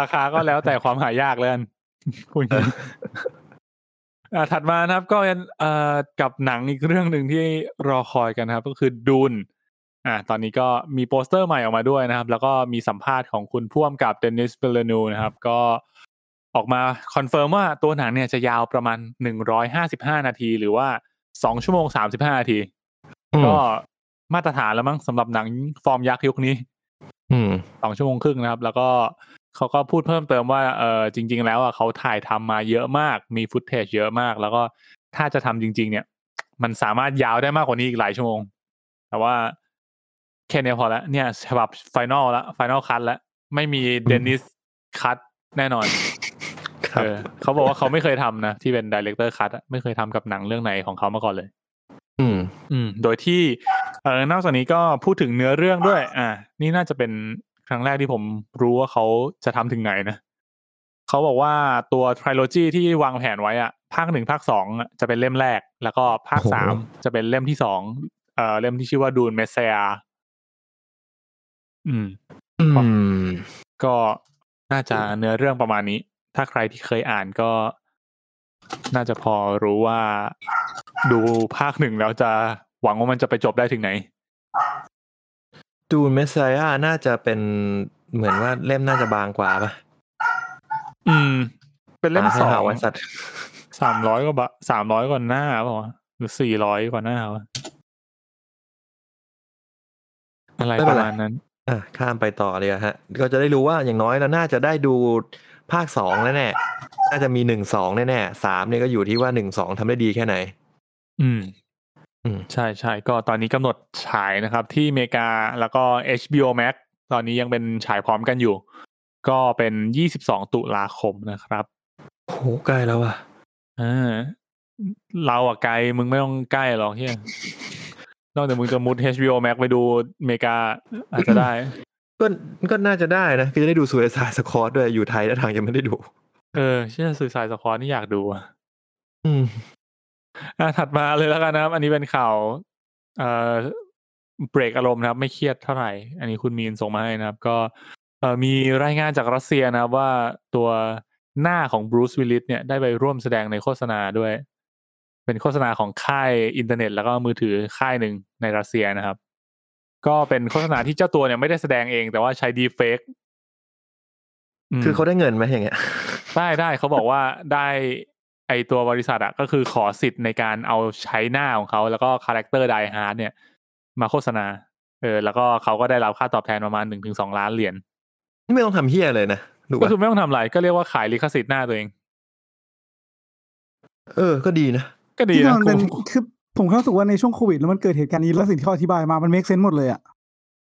ราคาก็แล้วแต่ความหายากเลยอันคุณ
เออ
อ่ะถัดมานะครับ ก็ยังเอ่อกับหนังอีกเรื่องหนึ่งที่รอคอยกันนะครับ ก็คือดูนอ่ะตอนนี้ก็มีโปสเตอร์ใหม่ออกมาด้วยนะครับ แล้วก็มีสัมภาษณ์ของคุณพ่วงกับเดนิสเปลนูนะครับ ก็ออกมาคอนเฟิร์มว่าตัวหนังเนี่ยจะยาวประมาณหนึ่งร้อยห้าสิบห้านาที หรือว่าสองชั่วโมงสามสิบห้านาที ก็มาตรฐานแล้วมั้งสำหรับหนังฟอร์มยักษ์ยุคนี้
อืม
สองชั่วโมงครึ่งนะครับ แล้วก็เขาก็พูดเพิ่มเติมว่าเออจริง ๆ แล้วอ่ะเขาถ่ายทำมาเยอะมากมีฟุตเทจเยอะมาก แล้วก็ถ้าจะทำจริง ๆ เนี่ย มันสามารถยาวได้มากกว่านี้อีกหลายชั่วโมง แต่ว่าแค่เนี้ยพอละเนี่ยฉบับไฟนอลละไฟนอลคัทละไม่มีเดนิสคัทแน่นอน
ครับ
เออเขาบอกว่าเขาไม่เคยทำนะ ที่เป็นดีเลกเตอร์คัทไม่เคยทำกับหนังเรื่องไหนของเขามาก่อนเลย
อืม
อืมโดยที่เออนอกจากนี้ก็พูดถึงเนื้อเรื่องด้วย อ่า นี่น่าจะเป็นครั้งแรกที่ผมรู้ว่าเขาจะทำถึงไหนนะเขาบอกว่าตัวทริโลจีที่วางแผนไว้อะภาคหนึ่งภาคสองอะจะเป็นเล่มแรก แล้วก็ภาค
โอ้โห
สามจะเป็นเล่มที่สองเอ่อเล่มที่ชื่อว่าดูนเมสเซียอืม
อืม
ก็น่าจะเนื้อเรื่องประมาณนี้ ถ้าใครที่เคยอ่านก็ น่าจะพอรู้ว่าดูภาคหนึ่งแล้วจะหวังว่ามันจะไปจบได้ถึงไหน
ดูเมสไซอาน่าจะเป็นเหมือนว่าเล่มน่าจะบางกว่าป่ะ
อืม เป็นเล่ม
หาให้
สอ
หาง ไว้สัตว์
สามร้อยกว่าบาทสามร้อยกว่าหน้าเปล่าวะหรือสี่ร้อยกว่าหน้าวะอะไรประมาณนั้น
อ่ะข้ามไปต่อเลยอะฮะ ก็จะได้รู้ว่าอย่างน้อยเราน่าจะได้ดูภาคสองแน่แน่ๆน่าจะมีหนึ่งสองแน่แน่ๆสามเนี่ยก็อยู่ที่ว่าหนึ่งสองทำได้ดีแค่ไหน
อืม
อืม
ใช่ใช่ก็ตอนนี้กำหนดฉายนะครับ ที่อเมริกาแล้วก็ HBO Max ตอนนี้ยังเป็นฉายพร้อมกันอยู่ ก็เป็น 22 ตุลาคมนะครับ
โหใกล้แล้วอ่ะ
อ่าเราอะไกลมึงไม่ต้องใกล้หรอกเฮี
[laughs]
ยนอกจากมึงจะมุด HBO Max ไปดูอเมริกาอาจจะได้
ก็ก็น่าจะได้นะคือจะได้ดูสุเอซาสคอร์ด้วยอยู่ไทยแล้วทางยังไม่ได้ดู
เออเชื่อสื่อสายสควอนี่อยากดูอะ
อืม
อ่ะถัดมาเลยแล้วกันนะครับ อันนี้เป็นข่าวเอ่อเบรกอารมณ์นะครับ ไม่เครียดเท่าไหร่ อันนี้คุณมีนส่งมาให้นะครับ ก็เอ่อมีรายงานจากรัสเซียนะครับว่าตัวหน้าของบรูซวิลลิสเนี่ยได้ไปร่วมแสดงในโฆษณาด้วย เป็นโฆษณาของค่ายอินเทอร์เน็ต แล้วก็มือถือค่ายหนึ่งในรัสเซียนะครับ ก็เป็นโฆษณาที่เจ้าตัวเนี่ยไม่ได้แสดงเอง แต่ว่าใช้ดีเฟกม
คือเขาได้เงินไหมอย่างเงี้ย
ได้ได้เขาบอกว่าได้ไอตัวบริษัทอะก็คือขอสิทธิ์ในการเอาใช้หน้าของเขาแล้วก็คาแรคเตอร์ไดฮาร์ดเนี่ยมาโฆษณาเออแล้วก็เขาก็ได้รับค่าตอบแทนประมาณหนึ่งถึงสองล้านเหรียญ
นี่ไม่ต้องทำเฮียเลยนะถูก
ก็
ป่ะ
คือไม่ต้องทำอะไรก็เรียกว่าขายลิขสิทธิ์หน้าตัวเอง
เออ ก็ดีนะ
ก็ดี
ที่
นะ
มันเป็น
กู
คือผมแค่รู้สึกว่าในช่วงโควิดแล้วมันเกิดเหตุการณ์นี้แล้วสิ่งที่เขาอธิบายมามันเมคเซนส์หมดเลยอ่ะ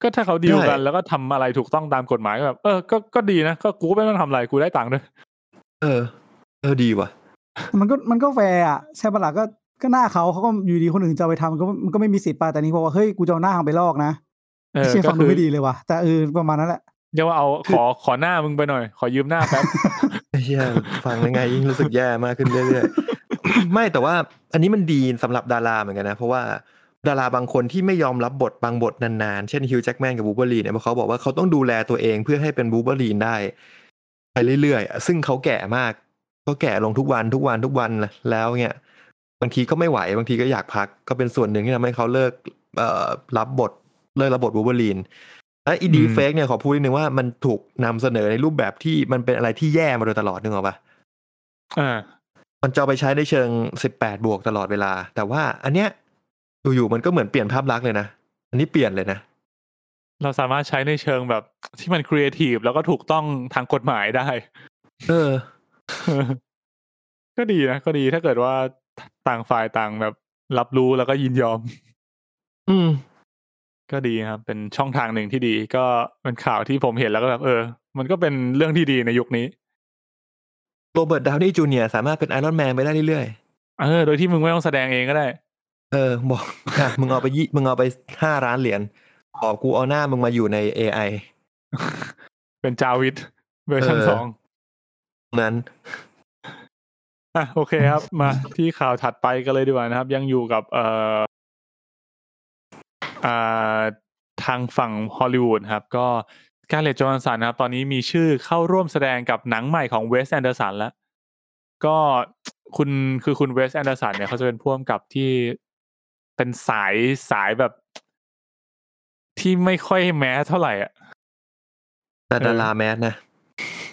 ก็ถ้าเขาดีลกัน
ใช่
แล้วก็ทำอะไรถูกต้องตามกฎหมายก็แบบเออก็ก็ดีนะก็กูก็ไม่ต้องทำอะไรกูได้ตังค์ด้วย
เออ เออดีว่ะ
มันก็มันก็แฟร์อะใช่ปะล่ะก็ก็หน้าเขาเขาก็อยู่ดีคนอื่นจะเอาไปทำมันก็มันก็ไม่มีสิทธิ์ป่ะแต่นี้บอกว่าเฮ้ยกูจะเอาหน้ามึงไปลอกนะ
เออ
ไม่ใช่
ก็
ฟังดู
คือ
ไม่ดีเลยว่ะแต่เออประมาณนั้นแหละ
เรียกว่าเอาขอขอหน้ามึงไปหน่อย ขอยืมหน้าแป๊บ [laughs]
เฮียฟังยังไงยิ่งรู้สึกแย่มากขึ้นเรื่อยๆ ไม่แต่ว่าอันนี้มันดีสำหรับดาราเหมือนกันนะ เพราะว่าดาราบางคนที่ไม่ยอมรับบทบางบทนานๆ เช่นฮิวจ์แจ็คแมนกับบูเบอรีเนี่ยเพราะเขาบอกว่าเขาต้องดูแลตัวเองเพื่อให้เป็นบูเบอรีนได้ ไปเรื่อยๆ ซึ่งเขาแก่มาก ก็แก่ลงทุกวันทุกวันทุกวันแล้วเนี่ยบางทีก็ไม่ไหวบางทีก็อยากพักก็เป็นส่วนหนึ่งที่ทำให้เขาเลิกเอ่อรับบทเลิกรับบทบูเบอรีนและอีดี
อืม
เฟกเนี่ยขอพูดนิดนึงว่ามันถูกนำเสนอในรูปแบบที่มันเป็นอะไรที่แย่มาโดยตลอดนึกออกปะ
อ่า
มันจะเอาไปใช้ในเชิง 18 บวกตลอดเวลา แต่ว่าอันเนี้ยอยู่ๆมันก็เหมือนเปลี่ยนภาพลักษณ์เลยนะ อันนี้เปลี่ยนเลยนะ
เราสามารถใช้ในเชิงแบบที่มันครีเอทีฟแล้วก็ถูกต้องทางกฎหมายได้
เออ
ก็ดีนะก็ดีถ้าเกิดว่าต่างฝ่ายต่างแบบรับรู้แล้วก็ยินยอม [laughs]
อืม
ก็ดีครับ เป็นช่องทางหนึ่งที่ดี ก็เป็นข่าวที่ผมเห็นแล้วก็แบบเออ มันก็เป็นเรื่องที่ดีในยุคนี้
โรเบิร์ตดาวนี่จูเนียสามารถเป็นไอรอนแมนไปได้เรื่อย
เออ โดยที่มึงไม่ต้องแสดงเองก็ได้
ๆ เออ บอก [laughs] อ่ะมึงเอาไปยี่มึงเอาไปห้าร้านเหรียญขอกูเอาหน้ามึงมาอยู่ใน AI
เป็นจาวิท [laughs] เวอร์ชัน
เออ
สอง
นั้น
อ่ะโอเคครับ มาที่ข่าวถัดไปกันเลยดีกว่านะครับ ยังอยู่กับเอ่ออ่าทางฝั่งฮอลลีวูดครับ ก็การเลตจอห์นสันนะครับ ตอนนี้มีชื่อเข้าร่วมแสดงกับหนังใหม่ของเวสแอนเดอร์สันแล้ว ก็คุณคือคุณเวสแอนเดอร์สันเนี่ยเขาจะเป็นพ่วงกับที่เป็นสายสายแบบ ที่ไม่ค่อยแม้เท่าไหร่อ่ะ
แต่
เออ
ดาราแมสนะ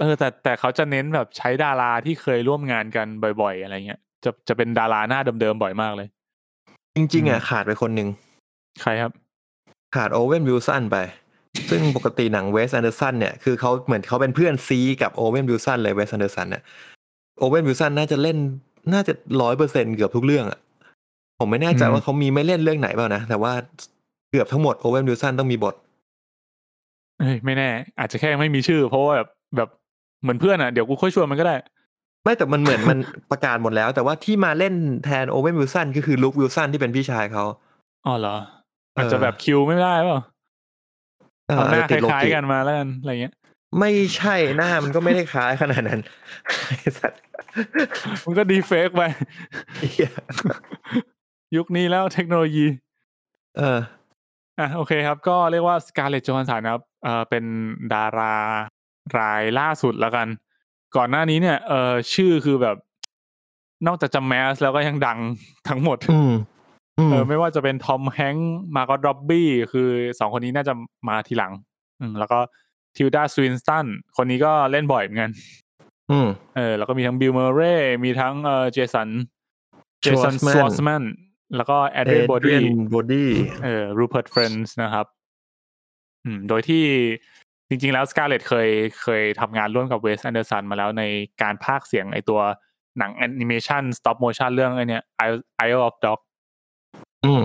เออแต่แต่เขาจะเน้นแบบใช้ดาราที่เคยร่วมงานกันบ่อย ๆ อะไรเงี้ยจะจะเป็นดาราหน้าเดิมๆบ่อยมากเลย
จริง ๆ อ่ะ
อืม
ขาดไปคนหนึ่ง
ใครครับ
ขาดโอเวนวิลสันไป ซึ่งปกติหนังเวสแอนเดอร์สันเนี่ย คือเขาเหมือนเขาเป็นเพื่อนซีกับโอเวนวิลสันเลยเวสแอนเดอร์สันเนี่ยโอเวนวิลสันน่าจะเล่นน่าจะร้อยเปอร์เซ็นเกือบทุกเรื่องอะผมไม่แน่ใจ
อืม
ว่าเขามีไม่เล่นเรื่องไหนเปล่านะ แต่ว่าเกือบทั้งหมดโอเวนวิลสันต้องมีบท
เอ้ยไม่แน่ อาจจะแค่ไม่มีชื่อ เพราะว่าแบบแบบเหมือนเพื่อนอ่ะเดี๋ยวกูค่อยชวนมันก็ได้
ไม่แต่มันเหมือน
[laughs]
มันประกาศหมดแล้ว แต่ว่าที่มาเล่นแทนโอเวนวิลสันก็คือลุควิลสันที่เป็นพี่ชายเขา
อ๋อเหรอ
เอออ
อาจจะแบบคิวไม่ได้เปล่า
เอ่อ
เอาหน้า
อจจะ
ค
ติดโล
ล้าย
จิ
ๆกันมาแล้วกันอะไรเงี้ย
ไม่ใช่หน้ามันก็ไม่ได้คล้ายขนาดนั้น [laughs] ไอ้สัตว์ [laughs]
มันก็ดีเฟกไป
เหี้ย
ยุคนี้แล้วเทคโนโลยี
เออ
อ่ะโอเคครับ ก็เรียกว่าสการ์เลตจอห์นสันครับเอ่อเป็นดารารายล่าสุดแล้วกัน ก่อนหน้านี้เนี่ยเอ่อชื่อคือแบบนอกจากจะแมสแล้วก็ยัง [laughs] ดัง ทั้งหมด
อืมอืม
เออไม่ว่าจะเป็นทอมแฮง k ์มาร์ก o ต r อบบี้คือสองคนนี้น่าจะมาทีหลังอืมแล้วก็ทิวดาสวินสตันคนนี้ก็เล่นบ่อยเหมือนกัน
อืม
เออแล้วก็มีทั้งบิลเมอร์เรย์มีทั้งเอ่อเจสันเจสัน
Schwartzman
สวอสแมนแล้วก็แอดเดรนบอดี้
บอดี้
เออรูเพิร์ตเฟรนส์นะครับ อืม โดยที่จริงๆแล้วสกาเลตเคยเคยทำงานร่วมกับเวสแอนเดอร์สันมาแล้วในการพากย์เสียงไอตัวหนังแอนิเมชันสต็อปโมชันเรื่องไอเนี้ย Isle- Isle of Dog
อืม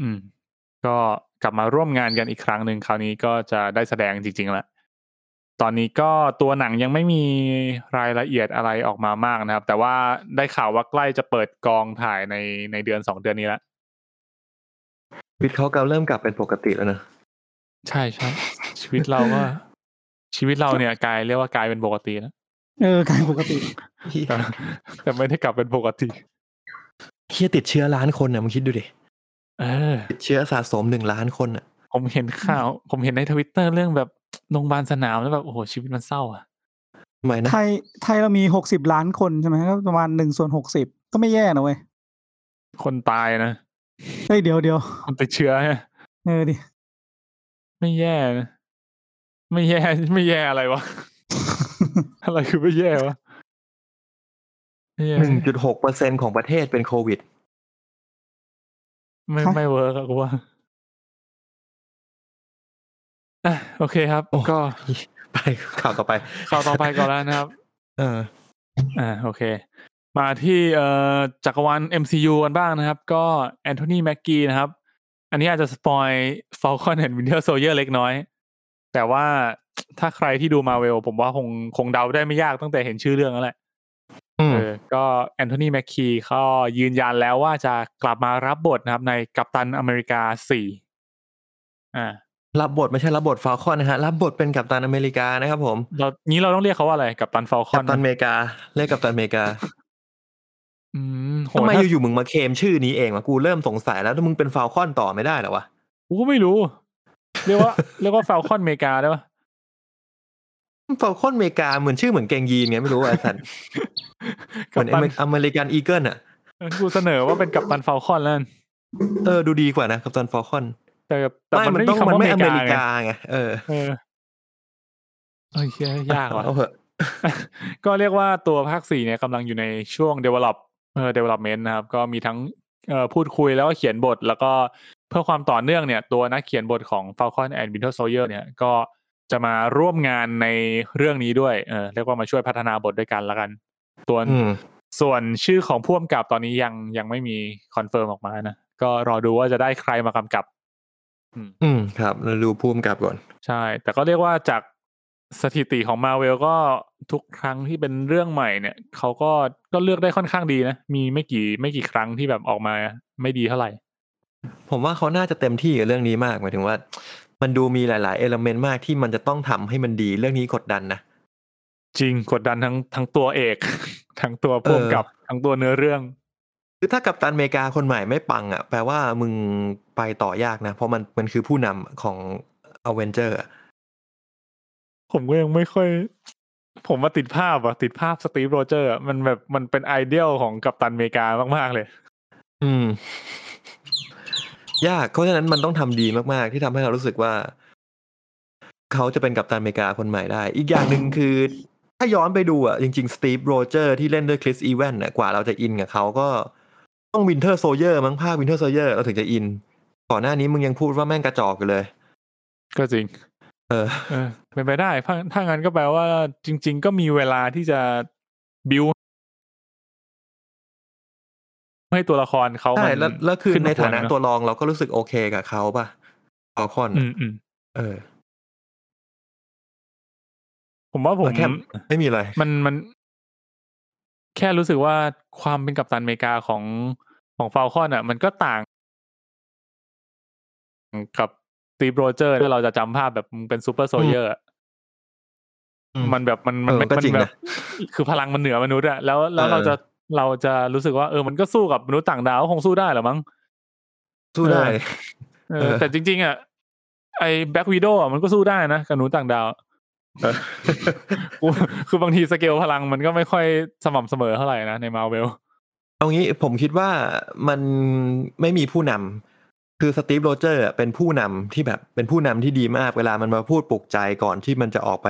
อืม ก็กลับมาร่วมงานกันอีกครั้งหนึ่งคราวนี้ก็จะได้แสดงจริงๆแล้ว ตอนนี้ก็ตัวหนังยังไม่มีรายละเอียดอะไรออกมามากนะครับ แต่ว่าได้ข่าวว่าใกล้จะเปิดกองถ่ายในในเดือนสองเดือนนี้ละ
ชีวิตเขาก็เริ่มกลับเป็นปกติแล้วนะ
ใช่ใช่ ชีวิตเราก็ ชีวิตเราเนี่ยกลายเรียกว่ากลายเป็นปกติแล้ว
เออการปกติ
แต่ [laughs] แต่ไม่ได้กลับเป็นปกติ
เฮียติดเชื้อล้านคนน่ะมึงคิดดูดิ
เออ
ติดเชื้อสะสมหนึ่งล้านคนน่ะ
ผมเห็นข่าว ผมเห็นในทวิตเตอร์เรื่องแบบโรงพยาบาลสนามแล้วแบบโอ้โหชีวิตมันเศร้าอ่ะ
ทำไมนะ
ไทยไทยเรามีหกสิบล้านคนใช่ไหมก็ประมาณหนึ่งส่วนหกสิบก็ไม่แย่นะเว้ย
คนตายนะ
เฮ้ยเดี๋ยวเดี๋ยว
คนติดเชื้อเนี่ย
เออดิ [laughs]
ไม่แย่นะไม่แย่ [laughs] ไม่แย่อะไรวะ [laughs] อะไรคือไม่แย่วะไม่แย่
หนึ่งจุดหกเปอร์เซ็นของประเทศเป็นโควิด [laughs]
ไม่ไม่เวิร์กอะกูว่าอ่ะโอเคครับ
โอ้
ก็
ไปข่าวต่อไป
ข่าวต่อไปก่อนแล้วนะครับ
เออ
อ่าโอเค มาที่เอ่อจักรวาล MCU กันบ้างนะครับ ก็แอนโทนีแม็กกี้นะครับ อันนี้อาจจะสปอยฟ a ลคอนแอนด์วินเทอร์โซเยอร์เล็กน้อย แต่ว่าถ้าใครที่ดูมาเวล ผมว่าคงคงเดาได้ไม่ยากตั้งแต่เห็นชื่อเรื่องแล้วแหละ
อืม
เออก็แอนโทนีแมคคีก็ยืนยันแล้วว่าจะกลับมารับบทนะครับในกัปตันอเมริกาสี่อ่า
รับบทไม่ใช่รับบทฟาคอนนะฮะรับบทเป็นกัปตันอเมริกานะครับผม
เรานี้เราต้องเรียกเขาว่าอะไรกัปตันฟอลคอ
กัป
น
ตันอเมริกาเรียกกัปตันอเมริกา
อืมโห
ทำไม
ถ้า
อยู่ๆมึงมาเคลมชื่อนี้เองวะกูเริ่มสงสัยแล้วถ้ามึงเป็นฟาคอนต่อไม่ได้เหรอวะ
กูก็ไม่รู้ เรียกว่า เรียกว่าฟอลคอนอเมริกาได้ปะ
ฟาคอนอเมริกาเหมือนชื่อเหมือนเกงยีนไงไม่รู้อะไอ้สัตว์เห
กั
มื
ป
อน
ตัน
อเมริกันอีเกิลอะ
กูเสนอว่าเป็นกัปตันฟอลคอนแล้วกัน
เออดูดีกว่านะกัปตันฟาคอน
แต่แต่
ไม่
มัน
มัน
ไม่
ต้องมันไม่อ
มีคำว่าอเม
เม
ริ
ริ
กา
กา
ไง
ไงเออ
เออเอ้ยเหี้ยยากว่ะ
เอาเถอะ
ก็เรียกว่าตัวภาคสี่เนี่ยกำลังอยู่ในช่วง develop เอ่อ development นะครับ ก็มีทั้งเอ่อพูดคุยแล้วก็เขียนบท แล้วก็เพื่อความต่อเนื่องเนี่ย ตัวนักเขียนบทของ Falcon and Winter Soldier เนี่ยก็จะมาร่วมงานในเรื่องนี้ด้วยเออเรียกว่ามาช่วยพัฒนาบทด้วยกันละกันตัวน
อืม
ส่วนชื่อของพ่วงกับตอนนี้ยังยังไม่มีคอนเฟิร์มออกมานะ ก็รอดูว่าจะได้ใครมากำกับ
อืมครับเราดูภูมิกับก่อน
ใช่ แต่ก็เรียกว่าจากสถิติของมาเวลก็ทุกครั้งที่เป็นเรื่องใหม่เนี่ยเขาก็ก็เลือกได้ค่อนข้างดีนะ มีไม่กี่ไม่กี่ครั้งที่แบบออกมาไม่ดีเท่าไหร่
ผมว่าเขาน่าจะเต็มที่กับเรื่องนี้มากหมายถึงว่า มันดูมีหลาย ๆ เอลเมนต์มากที่มันจะต้องทำให้มันดีเรื่องนี้กดดันนะ
จริงกดดันทั้งทั้งตัวเอก [laughs] ทั้งตัวพ่วงกับทั้งตัวเนื้อเรื่อง
คือถ้ากัปตันอเมริกาคนใหม่ไม่ปังอ่ะแปลว่ามึงไปต่อยากนะ เพราะมันมันคือผู้นำของอเวนเจอร์
ผมก็ยังไม่ค่อย ผมมาติดภาพอะติดภาพสตีฟโรเจอร์อะมันแบบมันเป็นไอเดียลของกัปตันอเมริกามากๆเลย
อืม ยากเพราะฉะนั้นมันต้องทำดีมาก ๆ ที่ทำให้เรารู้สึกว่า เขาจะเป็นกัปตันอเมริกาคนใหม่ได้ อีกอย่างหนึ่งคือ ถ้าย้อนไปดูอ่ะ จริง ๆ สตีฟโรเจอร์ที่เล่นด้วยคริสอีแวนน่ะกว่าเราจะอินกับเขาก็ต้องวินเทอร์โซเยอร์มั้งภาควินเทอร์โซเยอร์เราถึงจะอิน ก่อนหน้านี้มึงยังพูดว่าแม่งกระจอกอยู่เลย
ก็จริง
เออ
เออเป็นไปได้ถ้าถ้างั้นก็แปลว่าจริง ๆ ก็มีเวลาที่จะบิวให้ตัวละครเขา
ใช่
มัน
แล้วแล้วคือ
ขึ้นมา
ในฐานะ
ควรเนอะ
ตัวรองเราก็รู้สึกโอเคกับเขาป่ะออคอน
อืมอืม
เออ
ผมว่าผม
แค่ ไม่มีอะไร
มันมัน แค่รู้สึกว่าความเป็นกัปตันอเมริกาของของฟาลคอนอ่ะ มันก็ต่างกับตีโรเจอร์ที่เราจะจำภาพแบบมึงเป็นซูเปอร์โซลเยอร์ มันแบบมันมัน
เออ
ไม่
ก็
มัน
จริง
แบ
นะ
บคือพลังมันเหนือมนุษย์อะแล้วแล้ว
เออ
เราจะเราจะรู้สึกว่าเออมันก็สู้กับมนุษย์ต่างดาวคงสู้ได้เหรอมั้ง
สู้ได้
เออ เออ
เออ
แต่จริง ๆอะไอ้แบ็กวีโดอะมันก็สู้ได้นะกับมนุษย์ต่างดาว
[laughs]
กู [laughs] คือบางทีสเกลพลังมันก็ไม่ค่อยสม่ำเสมอเท่าไหร่นะในมาเวล
เอางี้ผมคิดว่ามันไม่มีผู้นำคือสตีฟโรเจอร์เป็นผู้นำที่แบบเป็นผู้นำที่ดีมากเวลามันมาพูดปลุกใจก่อนที่มันจะออกไป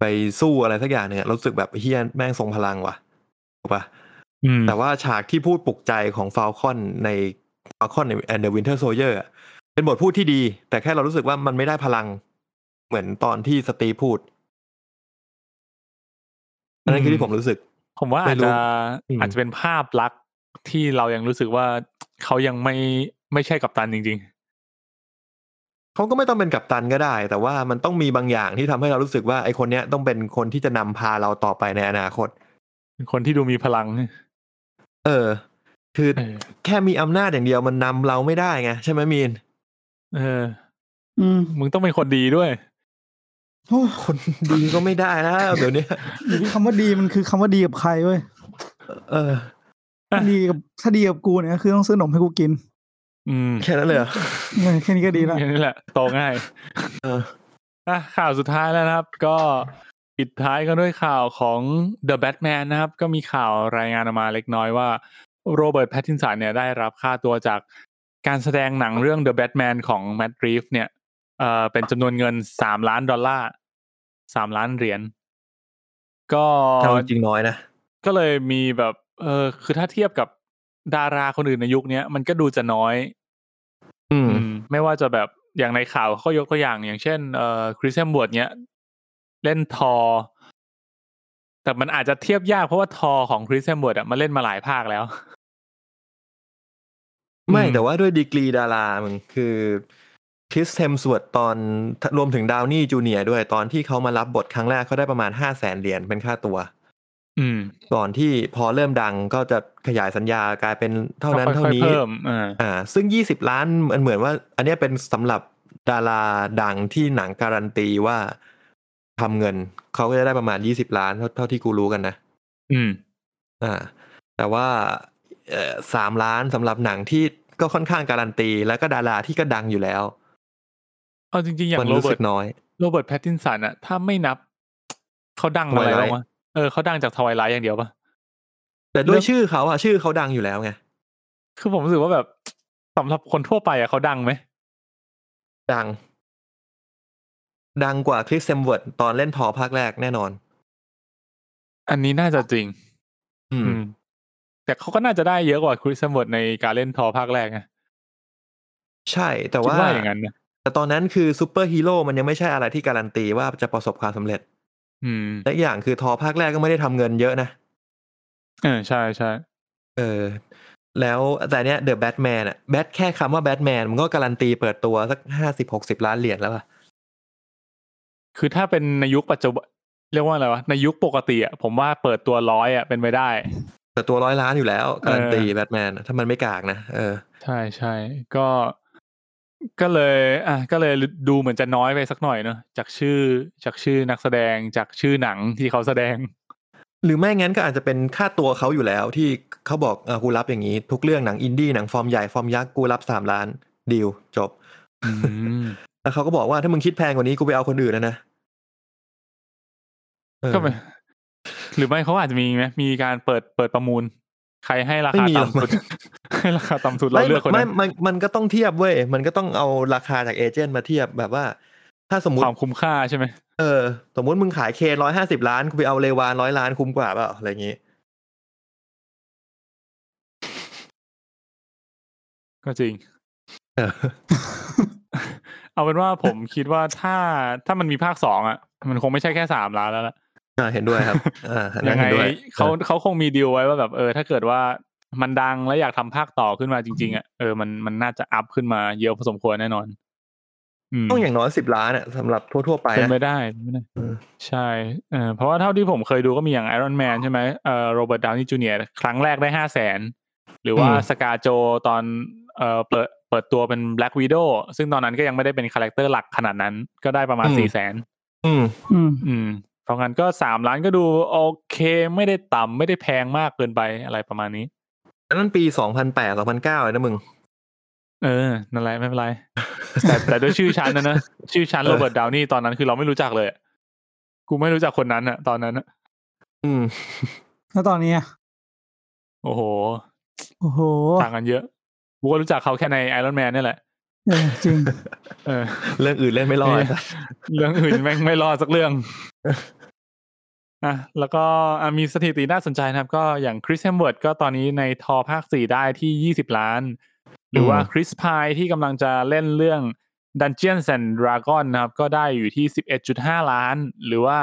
ไปสู้อะไรสักอย่างเนี่ยรู้สึกแบบเฮียแม่งทรงพลังว่ะถูกปะ
อืม
แต่ว่าฉากที่พูดปลุกใจของฟ a ลคอนในฟ a ลคอนในแอนเดอร์วินเทอร์โซเยอร์เป็นบทพูดที่ดี แต่แค่เรารู้สึกว่ามันไม่ได้พลัง เหมือนตอนที่สตีฟพูดอันนั้นคือที่ผมรู้สึก
ผมว่า
ไม่
อาจ
รู้
จะ
อืม
อาจจะเป็นภาพลักษณ์ที่เรายังรู้สึกว่าเขายังไม่ไม่ใช่กัปตันจริง
เขาก็ไม่ต้องเป็นกัปตันก็ได้ แต่ว่ามันต้องมีบางอย่างที่ทำให้เรารู้สึกว่าไอคนเนี้ยต้องเป็นคนที่จะนำพาเราต่อไปในอนาคต
ๆ คนที่ดูมีพลัง
เออ คือ
เออ
แค่มีอำนาจอย่างเดียวมันนำเราไม่ได้ไงใช่ไหมมีน
เออ
อืม
มึงต้องเป็นคนดีด้วย
โอ้
คนดีก็ไม่ได้แล้วเดี๋ยวนี้
อยู่ที่คำว่าดีมันคือคำว่าดีกับใครเว้ย
เออ
ดีกับถ้าดีกับกูเนี่ยคือต้องซื้อนมให้กูกิน
อื
[laughs]
ม
แค่นั้นเลยเหรอ
เออแค่นี้ก็ดีละ
แค่นี้แหละโตง่าย
เออ
อ่ะข่าวสุดท้ายแล้วนะครับ ก็ปิดท้ายกันด้วยข่าวของ The Batman นะครับ ก็มีข่าวรายงานออกมาเล็กน้อยว่าโรเบิร์ตแพตตินสันเนี่ยได้รับค่าตัวจากการแสดงหนังเรื่อง The Batman ของ Matt Reeves เนี่ยเอ่อเป็นจำนวนเงินสามล้านดอลลาร์สามล้านเหรียญก็
เอาจริงๆน้อยนะ
ก็เลยมีแบบ เออคือถ้าเทียบกับดาราคนอื่นในยุคเนี้ยมันก็ดูจะน้อย
อืม
อืมไม่ว่าจะแบบอย่างในข่าวเขายกตัวอย่างอย่างเช่นเอ่อคริสเซมบวดเนี้ยเล่นทอ แต่มันอาจจะเทียบยากเพราะว่าทอของคริสเซมบวดอะมันเล่นมาหลายภาคแล้ว
ไม่
อืม
แต่ว่าด้วยดีกรีดารามึงคือคริสเฮมสวดตอนรวมถึงดาวนี่จูเนียร์ด้วยตอนที่เขามารับบทครั้งแรกเขาได้ประมาณห้าแสนเหรียญเป็นค่าตัว
อืม
ก่อนที่พอเริ่มดังก็จะขยายสัญญากลายเป็นเท่านั้น
ก็
เท่า
ค่อยๆ
นี้
เพิ่มอ่า
อ่าซึ่ง 20 ล้านมันเหมือนว่า อันเนี้ยเป็นสำหรับดาราดังที่หนังการันตีว่าทำเงิน เขาก็จะได้ประมาณ 20 ล้านเท่าเท่าที่กูรู้กันนะ
อืม
อ่าแต่ว่าเอ่อสามล้านสำหรับหนังที่ก็ค่อนข้างการันตี แล้วก็ดาราที่ก็ดังอยู่แล้ว
เอาจริงๆ อย่า
มั
ง
น
โร
รู้
เบิ
สึ
ร์ต
กน้อย
โรเบิร์ตแพตตินสันอะถ้าไม่นับ เขาดังอะไร
Twilight
บ้างวะเออเขาดังจากทวายไลท์อย่างเดียวปะ
แต่ด้ว
เรื่
ย
อง
ชื่อเขาอะชื่อเขาดังอยู่แล้วไง
คือผมรู้สึกว่าแบบสำหรับคนทั่วไปอะเขาดังไหม
ดัง ดังกว่าคริสเซมเวิร์ดตอนเล่นทอภาคแรกแน่นอน
อันนี้น่าจะจริง
อืม
อืม แต่เขาก็น่าจะได้เยอะกว่าคริสเซมเวิร์ดในการเล่นทอภาคแรกนะ
ใช่แต่
คิด
ว่า
ว่าอย่างนั้นนะ
แต่ตอนนั้นคือซูเปอร์ฮีโร่มันยังไม่ใช่อะไรที่การันตีว่าจะประสบความสำเร็จ
อืม
และอีกอย่างคือทอภาคแรกก็ไม่ได้ทำเงินเยอะนะ
เออใช่ใช่
เออ แล้วแต่เนี้ยเดอะแบทแมนอะแบทแค่คำว่าแบทแมนมันก็การันตีเปิดตัวสักห้าสิบหกสิบล้านเหรียญแล้วอะ
คือถ้าเป็นในยุคปัจจุบันเรียกว่าอะไรวะในยุคปกติอะผมว่าเปิดตัวร้อยอะเป็นไปได้
เปิดตัวร้อยล้านอยู่แล้ว การันตีแบทแมนถ้ามันไม่กากนะเออ
ใช่ใช่ก็ก็เลยอ่ะก็เลยดูเหมือนจะน้อยไปสักหน่อยเนอะจากชื่อจากชื่อนักแสดงจากชื่อหนังที่เขาแสดง
หรือไม่งั้นก็อาจจะเป็นค่าตัวเขาอยู่แล้วที่เขาบอกเออกูรับอย่างนี้ ทุกเรื่องหนังอินดี้หนังฟอร์มใหญ่ฟอร์มยักษ์กูรับสามล้านดีลจบ แล้วเขาก็บอกว่าถ้ามึงคิดแพงกว่านี้กูไปเอาคนอื่นแล้วนะเออ
ก็เป็นหรือไม่เขาอาจจะมีไหมมีการเปิดเปิดประมูล ใครให้รา
ไม่
คา
มีหรอก
ต่ำสุด ให้ราคาต่ำสุดเรา
ไม่
เลือกคน
ไม่
นั้น
มันมันก็ต้องเทียบเว้ย มันก็ต้องเอาราคาจากเอเจนต์มาเทียบแบบว่า ถ้าสมมติ
ความคุ้มค่าใช่ไหม
เออ สมมติมึงขายเคร้อยห้าสิบล้านกูไปเอาเลวานร้อยล้านคุ้มกว่าเปล่าอะไรอย่างงี้
ก็จริง
เออ
เอาเป็นว่าผมคิดว่าถ้าถ้ามันมีภาคสองอ่ะ มันคงไม่ใช่แค่สามล้านแล้วล่ะ
อ่าเห็นด้วย
[laughs]
ครับ อ่าอันนั้
ยั
น
งไง
เห็นด้วย
เขา
ออ
เขาคงมีดีลไว้ว่าแบบเออ ถ้าเกิดว่ามันดังและอยากทำภาคต่อขึ้นมาจริง ๆอ่ะเออมันมันน่าจะอัพขึ้นมาเยอะพอสมควรแน่นอน อืม
ต้องอย่างน้อยสิบล้านอ่ะสำหรับทั่วๆไป
เป็น
นะ
ไปได้เป็นไม่ได้
เออ
ใช่เออเพราะว่าเท่าที่ผมเคยดูก็มีอย่างไอรอนแมนใช่ไหมเออโรเบิร์ตดาวนี่จูเนียครั้งแรกได้ห้าแสนหรือว่า
อืม
สกาโจตอนเออเปิดเปิดตัวเป็นแบล็กวีโดซึ่งตอนนั้นก็ยังไม่ได้เป็นคาแรคเตอร์หลักขนาดนั้น ก็ได้ประมาณสี่แสน
อืม
อืม
อืมเพราะงั้นก็สามล้านก็ดูโอเค ไม่ได้ต่ำไม่ได้แพงมากเกินไปอะไรประมาณนี้
อันนั้นปีสองพันแปดสองพันเก้าเลยนะมึง
เออ นั่นแหละไม่เป็นไร แต่แต่ด้วยชื่อชั้นนะนะ ชื่อชั้น
เออ
โรเบิร์ตดาวนี่ตอนนั้นคือเราไม่รู้จักเลยอะกูไม่รู้จักคนนั้นอะตอนนั้นอะ
อืม
แล้วตอนนี้อะ
โอ้โห
โอ้โห
ต่างกันเยอะ กูก็รู้จักเขาแค่ในไอรอนแมนนี่ยแหละ
เออจริง
เออ
เรื่องอื่นเล่นไม่รอด
เรื่องอื่นแม่งไม่รอดสักเรื่อง อ่ะ แล้วก็อ่ะมีสถิติน่าสนใจนะครับ ก็อย่างคริสแฮมเวิร์ดก็ตอนนี้ในทอภาคสี่ได้ที่ยี่สิบล้าน หรือว่า
อืม
คริสพายที่กำลังจะเล่นเรื่อง Dungeons and Dragon นะครับ ก็ได้อยู่ที่สิบเอ็ดจุดห้าล้าน หรือว่า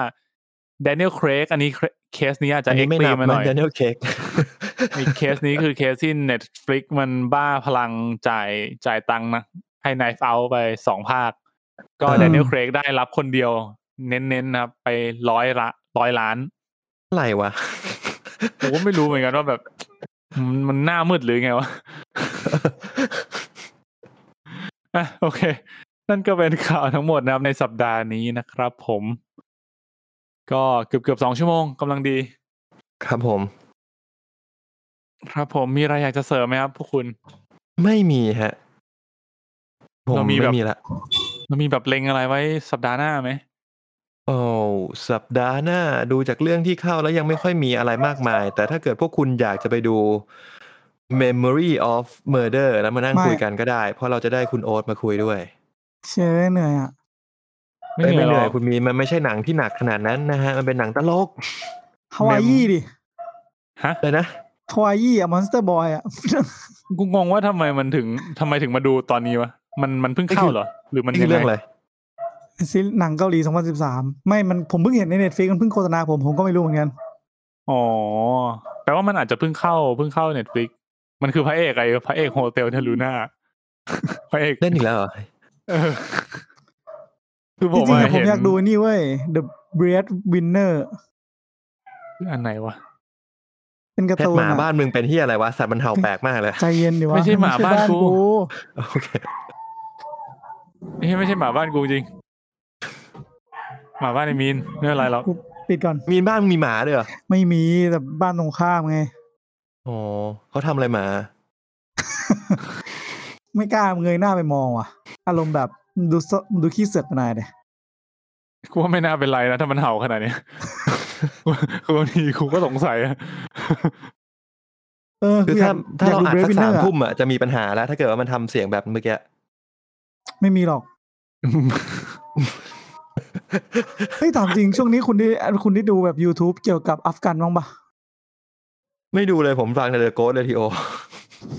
Daniel Craig อันนี้เคสนี้อาจจะ
อัน
เอ็
นี้
กซ์
ไม่
ตรี
นับ
มมาห
มั
น่
น
อย
เดนเนลเค้ก
มีเคสนี้คือเคสที่ Netflix มันบ้าพลังจ่ายจ่ายตังค์นะ ให้ Knife Out ไปสองภาค ก็
อ่า
Daniel Craig ได้รับคนเดียว เน้นๆนะครับ ไปร้อยละร้อยล้าน
[laughs] อะไรวะ
ผมก็ไม่รู้เหมือนกันว่าแบบมันมันหน้ามืดหรือไงวะอ่ะโอเค นั่นก็เป็นข่าวทั้งหมดนะครับในสัปดาห์นี้นะครับผม ก็เกือบเกือบๆสองชั่วโมงกำลังดี
ครับผม
ครับผมมีอะไรอยากจะเสริมไหมครับพวกคุณ
ไม่มีฮะ ผม
เรามี
ไม่
แบบ
มีละ
เรามีแบบเล็งอะไรไว้สัปดาห์หน้าไหม
โอ้สัปดาห์หน้าดูจากเรื่องที่เข้าแล้วยังไม่ค่อยมีอะไรมากมาย แต่ถ้าเกิดพวกคุณอยากจะไปดู Memory of Murder แล้วมานั่ง
ไม่
คุยกันก็ได้ เพราะเราจะได้คุณโอ๊ตมาคุยด้วย
เชื่อเหนื่อยอ่ะ
ไม่
อ้ย
เหนื่อยหรอก
คุณมีมันไม่ใช่หนังที่หนักขนาดนั้นนะฮะ มันเป็นหนังตลก
ฮาวายยี่ดิ
ฮะ
เลยนะ
ฮาวายยี่อะมอนสเตอร์บอยอะ [laughs]
กูงงว่าทำไมมันถึงทำไมถึงมาดูตอนนี้วะ มันมันเพิ่งเข้าเหรอ หรือมัน
นี่
ยัง
เรื่องอะ
ไง
ไร
ซีรีส์หนังเกาหลี 2013 ไม่มันผมเพิ่งเห็นในเน็ตฟ i ิกมันเพิ่งโฆษณาผมผมก็ไม่รู้เหมือนกัน
อ๋อแปลว่ามันอาจจะเพิ่งเข้าเพิ่งเข้าเน็ตฟลิกมันคือพระเอกไอ้พระเอกโฮเทลเทลูน่า [laughs] พระเอก [laughs]
เล่นอีกแล้วเหรอ
เออคือผ
จ
ม
ริงๆ
อะ
อะผม
เห็น
อยากดูนี่เว้ย The Bread Winner
อันไหนวะ
เป็นการ์
เพช
ตู
ร
น
หมา
อะ
บ้านมึงเป็นที่อะไรวะสัตว์มันเห่าแปลกมากเลย
ใจเย็นดิวะ
ไม่ใช่หมาบ้านกู
โอเค
เฮ้ยไม่ใช่หมาบ้านกูจริง หมาบ้านไอ้มีนไม่เป็นไรหรอก
กูปิดก่อน
มีบ้านมึงมีหมาด้วยเหรอ
ไม่มีแต่บ้านตรงข้ามไง
อ๋อเขาทำอะไรมา
ไม่กล้าเงยหน้าไปมองว่ะ อารมณ์แบบดูเสดูขี้เสือกนายเลย
กูว่าไม่น่าเป็นไรนะถ้ามันเห่าขนาดเนี้ย [laughs] กูบางทีกูก็สงสัยอะ
เออ
คือ
กูย
ถ้าก ถ้าเรา
ย
อัดสั
ดู
ก
Breath
สาม
Winner อะ
ทุ่มอ่ะจะมีปัญหาแล้วถ้าเกิดว่ามันทำเสียงแบบเมื่อกี้
ไม่มีหรอก เฮ้ยถามจริงช่วงนี้คุณได้คุณได้ดูแบบ YouTube เกี่ยวกับอัฟกันบ้างปะ
ไม่ดูเลยผมฟังแต่เดอะโกสเลยทีโอ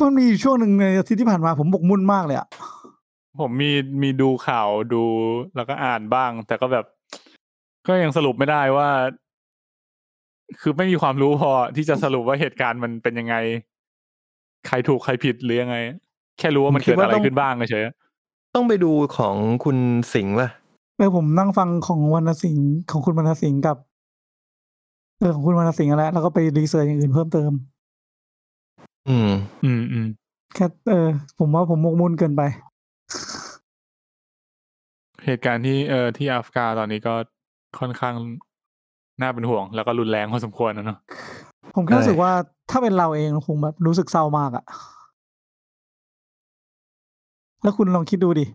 มันมีอยู่ช่วงหนึ่งในอาทิตย์ที่ผ่านมาผมบกมุ่นมากเลยอะ
ผมมีมีดูข่าวดูแล้วก็อ่านบ้าง แต่ก็แบบ ก็ยังสรุปไม่ได้ว่า คือไม่มีความรู้พอที่จะสรุปว่าเหตุการณ์มันเป็นยังไง ใครถูกใครผิดหรือยังไง แค่รู้ว่ามันเกิดอะไรขึ้นบ้างเฉยๆ
ต้องไปดูของคุณสิงห์ล่ะ
เออผมนั่งฟังของวรรณสิงห์ของคุณวรรณสิงห์กับเออของคุณวรรณสิงห์นั่นแหล้วแล้วก็ไปรีเสิร์ชอย่างอื่นเพิ่มเติม
อืม
อืมอืม
แค่เออ ผมว่าผมบกมุ่นเกินไป
เหตุการณ์ที่เอ่อที่อัฟกาตอนนี้ก็ค่อนข้างน่าเป็นห่วง แล้วก็รุนแรงพอสมควรนะเนาะ
ผมแค่
ใช่
รู้สึกว่าถ้าเป็นเราเองเราคงแบบรู้สึกเศร้ามากอะแล้วคุณลองคิดดูดิ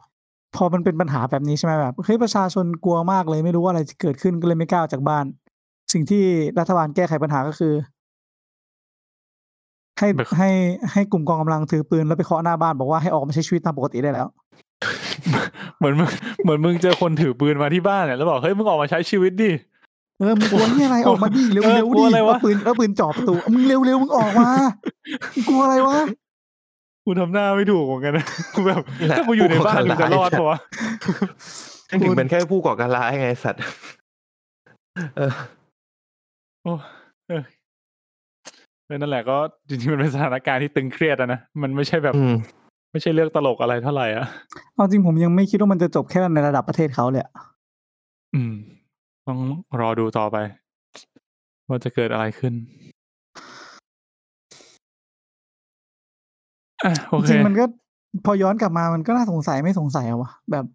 พอมันเป็นปัญหาแบบนี้ใช่ไหมแบบเฮ้ยประชาชนกลัวมากเลยไม่รู้ว่าอะไรจะเกิดขึ้นก็เลยไม่กล้าออกจากบ้าน สิ่งที่รัฐบาลแก้ไขปัญหาก็คือ ให้ให้ให้กลุ่มกองกำลังถือปืนแล้วไปเคาะหน้าบ้านบอกว่าให้ออกมาใช้ชีวิตตามปกติได้แล้ว
เหมือนมึง [laughs] เหมือนมึงเจอคนถือปืนมาที่บ้านเนี่ยแล้วบอกเฮ้ยมึงออกมาใช้ชีวิตดิ
เออมึงกลัวเนี่ยอะไร ออกมาดิเร็ว
เออ
เร็ว
กลั
ดิ
วอะไรวะ
เอาปืนเอาปืนจ่อประตูมึงเร็วเร็วมึงออกมามึงกลัวอะไรวะ
กูทำหน้าไม่ถูกเหมือนกันนะ [laughs] กูแบบ
นี่แหละ
ถ้ากูอยู่ในบ้าน
ผู้ก่อ
กู
การ
จะรอด
ร้าย
ปะวะ
ฉันถึงเป็นแค่ผู้ก่อการร้ายไงสัตว์ [laughs] เออ
โอ้เออเออนั่นแหละก็จริงๆมันเป็นสถานการณ์ที่ตึงเครียดอะนะมันไม่ใช่แบบ
อืม
ไม่ใช่เรื่องตลกอะไรเท่าไหร่อ่ะ
เอาจริงผมยังไม่คิดว่ามันจะจบแค่ในระดับประเทศเขาเลยอะ
อืม ต้องรอดูต่อไป ว่าจะเกิดอะไรขึ้นอ่ะโอ
จ
เค
ริงๆมันก็พอย้อนกลับมามันก็น่าสงสัยไม่สงสัยอะวะแบบ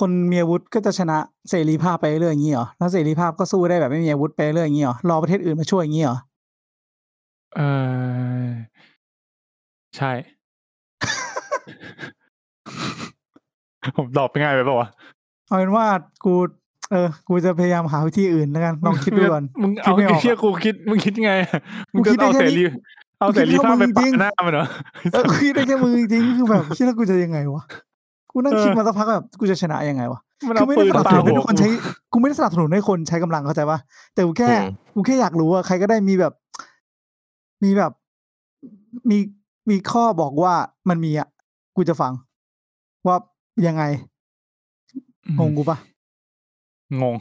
คนมีอาวุธก็จะชนะเสรีภาพไปเรื่อยอย่างนี้เหรอแล้วเสรีภาพก็สู้ได้แบบไม่มีอาวุธไปเรื่อยอย่างนี้เหรอรอประเทศอื่นมาช่วยอย่างนี้เหรอ
เออใช่ [laughs] ผมตอบง่ายไปเปล่าวะ
เอาเป็นว่ากู เออ กูจะพยายามหาวิธีอื่นแล้วกันลองคิดดู [laughs] ก่อน
มึงเอา
คิดไม่อ
ไอ้
อก
เชี่ยกูคิด มึงคิดไงอะมึงก็
กูคิดได้
เอา
แค่
เสรีเอาเส
นี้กูคิด
รีภาพไป
ว่ามึง
ปั
จริ
ก
ง
หน้ามันเหรอ
เออ [laughs] คิดได้แค่มือจริงๆคือแบบ [laughs] คิดแล้วกูจะยังไงวะกูนั่งคิดมาสักพักแบบกูจะชนะยังไงวะ
มันเอา
คือไม่
ปื
ได้
น
สนับ
ปา
สนุนให้
หัว
ทุกคน
กู
ใช้กูไม่ได้สนับสนุนให้คนใช้กำลังเข้าใจปะแต่กูแค่
อืม
กูแค่อยากรู้ว่าใครก็ได้มีแบบ มีแบบ มีมีข้อบอกว่ามันมีอ่ะกูจะฟัง ว่ายังไงงงกูปะ
งง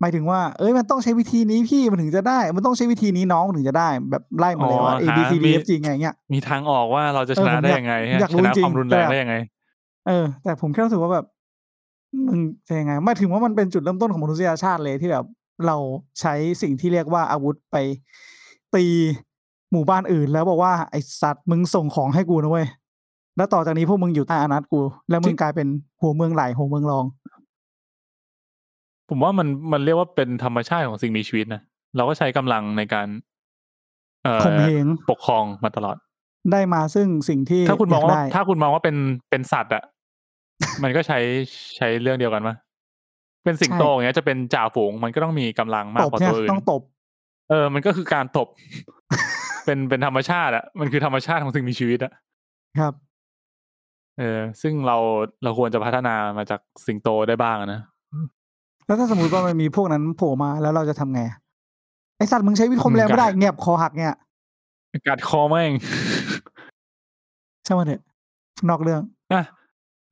หมายถึงว่า เอ้ยมันต้องใช้วิธีนี้พี่มันถึงจะได้ มันต้องใช้วิธีนี้น้องมันถึงจะได้ แบบไล่มาเลยว่า
อ๋อ
A
หา
B C D
มี
F G ไงเงี้ย
มีทางออกว่าเราจะชนะ
เออผม
ได้
อยาก
ยังไง
อยากรู้
ชนะ
จริง
ความรุนแรง
แต่
ได้ยังไง
เออแต่ผมแค่รู้สึกว่าแบบมึงจะยังไงหมายถึงว่ามันเป็นจุดเริ่มต้นของมนุษยชาติเลยที่แบบเราใช้สิ่งที่เรียกว่าอาวุธไปตีหมู่บ้านอื่น แล้วบอกว่าไอสัตว์มึงส่งของให้กูนะเว้ยแล้วต่อจากนี้พวกมึงอยู่ใต้อานัตกู แล้วมึงกลายเป็นหัวเมืองไหลหัวเมืองรอง
ผมว่ามันมันเรียกว่าเป็นธรรมชาติของสิ่งมีชีวิตนะเราก็ใช้กำลังในการเอ่อ
ข่มเหง
ปกครองมาตลอด
ได้มาซึ่งสิ่งที่
ถ้าคุณมอง
ยก
ว่า
ได้
ถ้าคุณมองว่าเป็นเป็นสัตว์อะ มันก็ใช้ใช้เรื่องเดียวกันปะเป็นสิงโตอย่างเงี้ยจะเป็นจ่าฝูง มันก็ต้องมีกำลังมาก
ตบ
กว่า
เนี่ย
ตัวอื่น
ต้องตบ
เออมันก็คือการตบ [laughs] เป็นเป็นธรรมชาติอะมันคือธรรมชาติของสิ่งมีชีวิตอะ
ครับ
เออ ซึ่งเราเราควรจะพัฒนามาจากสิงโตได้บ้างอะนะ
แล้วถ้าสมมติว่ามันมีพวกนั้นโผล่มาแล้วเราจะทำไงไอสัตว์มึงใช้วิธีคมแรงไม่ได้เงียบคอหักเนี่ย
กัดคอแม่ง [laughs]
ช่างมันเถอะนอกเรื่อง
อ่ะ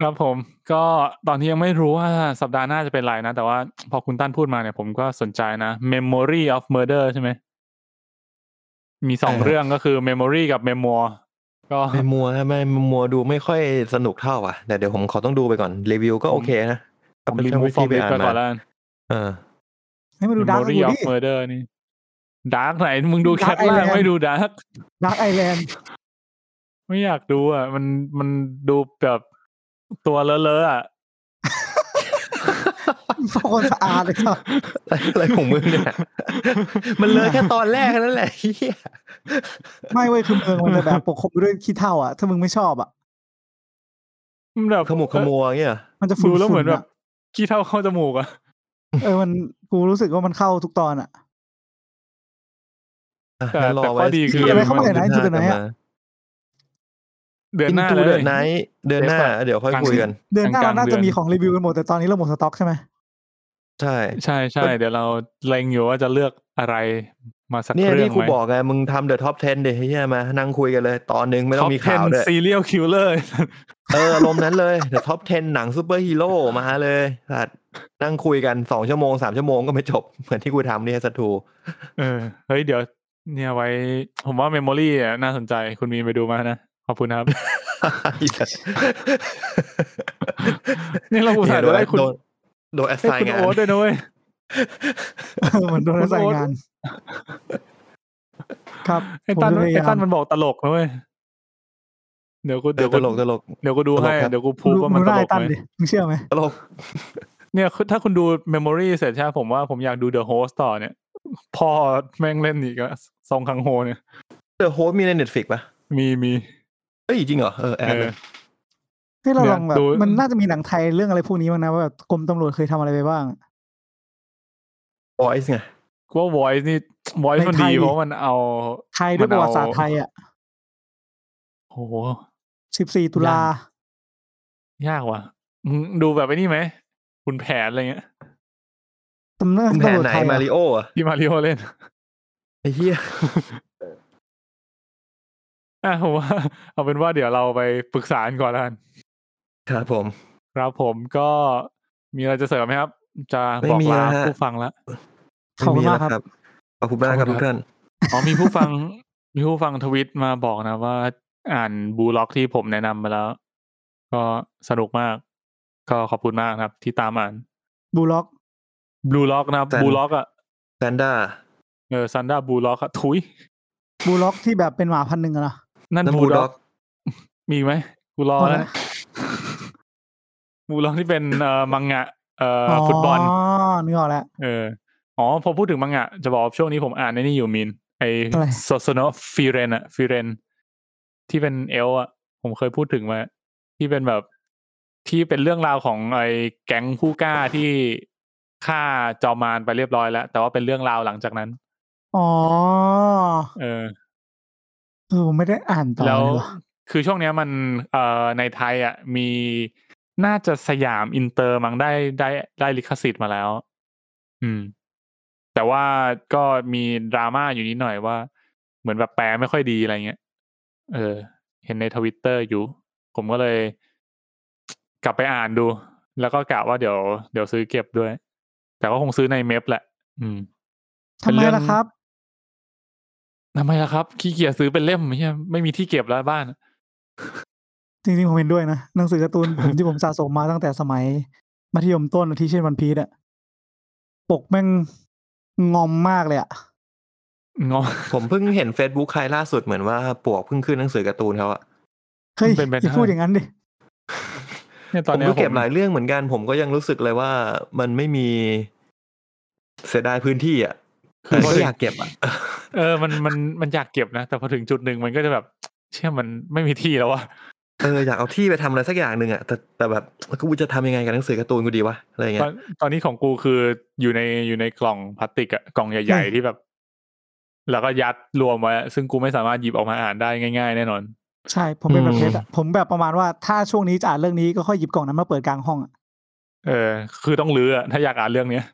ครับผมก็ตอนนี้ยังไม่รู้ว่าสัปดาห์หน้าจะเป็นไรนะ แต่ว่าพอคุณตั้นพูดมาเนี่ยผมก็สนใจนะ Memory of Murder ใช่ไหม มีสอง
อ่า
เรื่องก็คือ Memory กับ Memoir ก็
ไม่มัวไม่มัวดูไม่ค่อยสนุกเท่าอ่ะแต่เดี๋ยวผมขอต้องดูไปก่อนรีวิวก็
ผม
โอเคนะ
ผมรีมูฟฟอร์มไปก่อนแล้วกัน
เออ [laughs]
ให้มาดูดาร์ก
Memory
บู
of
ดี้
Murder นี่ ดาร์กไหนมึงดูแค
Dark
ทล่าง
Island
ไม่ดูดาร์ก
ดักไอแลนด์
ไม่อยากดูอ่ะ มันมันดูแบบตัวเลอะๆอะ
พวก [laughs] คนสะอาดเลยครับ
อะไรของมึงเนี่ย [laughs] มันเลยแค่ตอนแรกแค่นั่นแหละ [laughs] เหี้ย
ไม่เว้ยคือเมืองมันจะแบบปกคลุมไปด้วยขี้เถ้าอ่ะถ้ามึงไม่ชอบอ่ะ
มันแบบ
ขมุกขมัวเงี้ยเหรอ
มันจะฝุ่น
ดูแล้วเหมือนแบบ
ะ
ขี้เท่าเข้าจมู
[laughs]
กอ่ะ
เออมันกูรู้สึกว่ามันเข้าทุกตอนอ่ะ
อ่ะ
แต่
งั้นร
แต่
อ
ข้
ไว้
อดีคือ
เดือน
เข้ามาเลยนะ
ห
จุดไหนอะ
เดือนหน้า
อินทู
เล
เดือย นไหนเดือนหน้า
เดือนหน้า
เดี๋ยวค่อยคุยกัน
เดือนหน้าก
ลางๆ
เราน่า
เดื
จะ
อน
มีของรีวิวกันหมดแต่ตอนนี้เราหมดสต็อกใช่ไหม [laughs]
ใช่
ใช่ใช่เดี๋ยวเราเล็งอยู่ว่าจะเลือกอะไรมาสัก
เนี่ย
เรื่อ
ที่
ง
กู
ไหม
บอกไงมึงทำเดอะท็อป 10 เดี๋ยวเฮียมา นั่งคุยกันเลย ตอนหนึ่งไม่ต้องมีข่าวด้วย
ซีเรียลคิล
[laughs]
เลอร์
เอออารมณ์นั้นเลยเดอะท็อป 10 หนังซูเปอร์ฮีโร่มาเลยสัตว์นั่งคุยกันสองชั่วโมงสามชั่วโมงก็ไม่จบ เหมือนที่กูทำเนี่ยสั
[laughs]
ตว์ทู
เออเฮ้ยเดี๋ยว เนี่ยไว้ ผมว่าเมมโมรี่อ่ะน่าสนใจคุณมีนไปดูมานะ ขอบคุณ
[laughs]
ครับ
อีสัตว์
นี่เราอุตส่าห์
โดน
จะได้คุณ
โดนโดนแอส
ได้
ไซ
คุณ
งาน
โอ๊ตด้วยนุ้ย
เออเหมือนโดน
คุณ
ราย
โอ๊ต
งาน ครับ
ไอ้ตั้น
ผมจะพยายาม
ไอ้ตั้นมันบอกตลกนุ้ยเดี๋ยวกู
เดี๋
เดี๋
ย
ยว ว
ต
กู
ลกตลก
เดี๋ยวกูดู
ตลก
ให้
ครับ
เดี๋ยวกูพูดว่ามันต
รู้ได้
ลก
ตัน
ไหม
ดิมึงเชื่อไหม
ตลก
เนี่ยคือถ้าคุณดูเมมโมรี่เสร็จใช่ไหมผมว่าผมอยากดูเดอะโฮสต่อเนี่ยพ่อแม่งเล่นอีกอะซองคังโฮเนี่ย
เดอะโฮสมีในเน็ตฟิกปะ
มีมี
เอ้ยจริงเหรอเออแอ
เอ
ดเล
อ
ย
ให้ยเราลองแบบ
ดู
มันน่าจะมีหนังไทยเรื่องอะไรพวกนี้บ้างนะว่าแบบกรมตำรวจเคยทำอะไรไปบ้าง
บอยส์ไง
กูว่า voice นี่ voice
ใน
มัน
ไท
ดี
ย
เพราะมันเอา
ไทยด้วย
มั
ป
นเอา
ระวัติศาสตร์ไทยอ่ะ
โอ้โห
สิบสี่ตุลาย
ากว่ะมึงดูแบบไอ้นี่ไหมคุณแผนอะไรเงี้ย
ตำนาน
คุณแผ
ตำ
น
รวจ
ไหน
ไทย
มา
อะ
ริโออะ
ที่มาริโอเล่น [laughs]
ไอ้เหี้ย
อ่ะผมว่า เอาเป็นว่าเดี๋ยวเราไปปรึกษากันก่อนแล้วกัน
ครับผม
ครับผมก็มีอะไรจะเสริมไหมครับ จะ
ไม่
บอก
มีแล้
ลา
วฮะ
ผู้ฟังแล้ว
ขอบคุณ
ไ
มากครับ
แล้วขอบคุณมากครับทุกท่าน
อ๋อมีผู้ฟัง มีผู้ฟังทวิตมาบอกนะว่า อ่านบูล็อกที่ผมแนะนำไปแล้ว ก็สนุกมาก ก็ขอบคุณมากนะครับ ที่ตามอ่าน
บูล็อก
บูล็อกนะครับ
แต่
บูล็อกอ่ะ
แซนด้า
เออซันด้าบูล็อกอ่ะทุย
บูล็อกที่แบบเป็นหมาพันหนึ่งอะนะ
นั่น
นั่น
บูล็อก
Bulldog
มีไหมกูรอ
หมดแล้ว
นะบูล็อกที่เป็นเอ่อมังงะ เอ่ออฟุตบอล
นึกออกแล้ว
เออ อ๋อ พอพูดถึงมังงะ จะบอกว่าช่วงนี้ผมอ่านในนี่อยู่มิน ไอ
อะไร
โซโซโนฟิเรนอะฟิเรน ที่เป็นเอลอะผมเคยพูดถึงมา ที่เป็นแบบ ที่เป็นเรื่องราวของไอแก๊งผู้กล้าที่ฆ่าจอมมารไปเรียบร้อยแล้ว แต่ว่าเป็นเรื่องราวหลังจากนั้น
อ๋อ
เออ
เออผมไม่ได้อ่านต่อ
แล้ว
เลยว่ะ
คือช่วงเนี้ยมันเอ่อในไทยอ่ะมีน่าจะสยามอินเตอร์มั้งได้ได้ได้ลิขสิทธิ์มาแล้ว อืม แต่ว่าก็มีดราม่าอยู่นิดหน่อยว่า เหมือนแบบแปลไม่ค่อยดีอะไรเงี้ยเออ เห็นในทวิตเตอร์อยู่ ผมก็เลย กลับไปอ่านดู แล้วก็กะว่าเดี๋ยวเดี๋ยวซื้อเก็บด้วย แต่ก็คงซื้อในเมฟแหละ อืม
ทำไม
เป็นเรื่อง
ล่ะครับ
ทำไมล่ะครับขี้เกียจซื้อเป็นเล่มไม่ใช่ไม่มีที่เก็บแล้วบ้าน
จริงๆ ผมเห็นด้วยนะ หนังสือการ์ตูน ผม [laughs] ที่ผมสะสมมาตั้งแต่สมัย มัธยมต้นที่เช่นวันพี e อะปกแม่งงอมมากเลยอะ
งอ [laughs]
ผมเพิ่งเห็น Facebook ใครล่าสุดเหมือนว่าปวกเพิ่งขึ้นหนังสือการ์ตูนเขาอะ
เฮ้ย
มันเป็นไป
อย่าพูด
ได้
อย่างนั้นดิ
เนี่ยต
ผ
อน
ม
เนี้ย
ก็เก็บ
ผม
หลายเรื่องเหมือนกัน ผมก็ยังรู้สึกเลยว่ามันไม่มีเสียดายพื้นที่อะ
คือ
แต่
พอ
ก็
ถึง
อยากเก็บอะ
เออมันมันมันอยากเก็บนะ แต่พอถึงจุดหนึ่งมันก็จะแบบ เชื่อมันไม่มีที่แล้วอะ
เอออยากเอาที่ไปทำอะไรสักอย่างหนึ่งอะแต่แต่แบบกูจะทำยังไงกับหนังสือการ์ตูนกูดีวะอะไร
ตอ
เงี้
น
ย
ตอนนี้ของกูคืออยู่ในอยู่ในกล่องพลาสติกอะกล่องใหญ่
อืม
ๆที่แบบ แล้วก็ยัดรวมไว้อะซึ่งกูไม่สามารถหยิบออกมาอ่านได้ง่ายๆแน่นอน
ใช่ ผมเป็นแบบเพชรอะผมแบบประมาณว่าถ้าช่วงนี้จะอ่านเรื่องนี้ก็ค่อยหยิบกล่องนั้นมาเปิดกลางห้องอะ
เออ คือต้องรื้ออะถ้าอยากอ่านเรื่องเนี้ย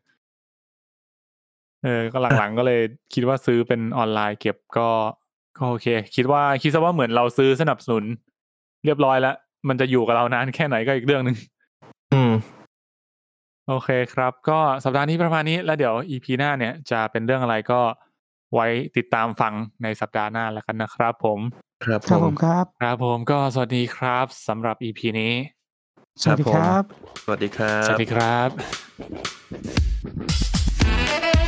เออก็หลังๆก็เลยคิดว่าซื้อเป็นออนไลน์เก็บก็ก็โอเค คิดว่าคิดซะว่าเหมือนเราซื้อสนับสนุน เรียบร้อยแล้ว มันจะอยู่กับเรานานแค่ไหนก็อีกเรื่องหนึ่ง
อืม
โอเคครับ ก็สัปดาห์นี้ประมาณนี้แล้วเดี๋ยว EP หน้าเนี่ยจะเป็นเรื่องอะไรก็ไว้ติดตามฟังในสัปดาห์หน้าแล้วกันนะครับผม
ครับ
ครับ
ผ
ผม มครับ
ครับผมก็สวัสดีครับสำหรับ EP นี้
สวัสดี
ครับผม
ครับ
สวัสดีครั
ส
บ
วัสดีครับ
Thank you.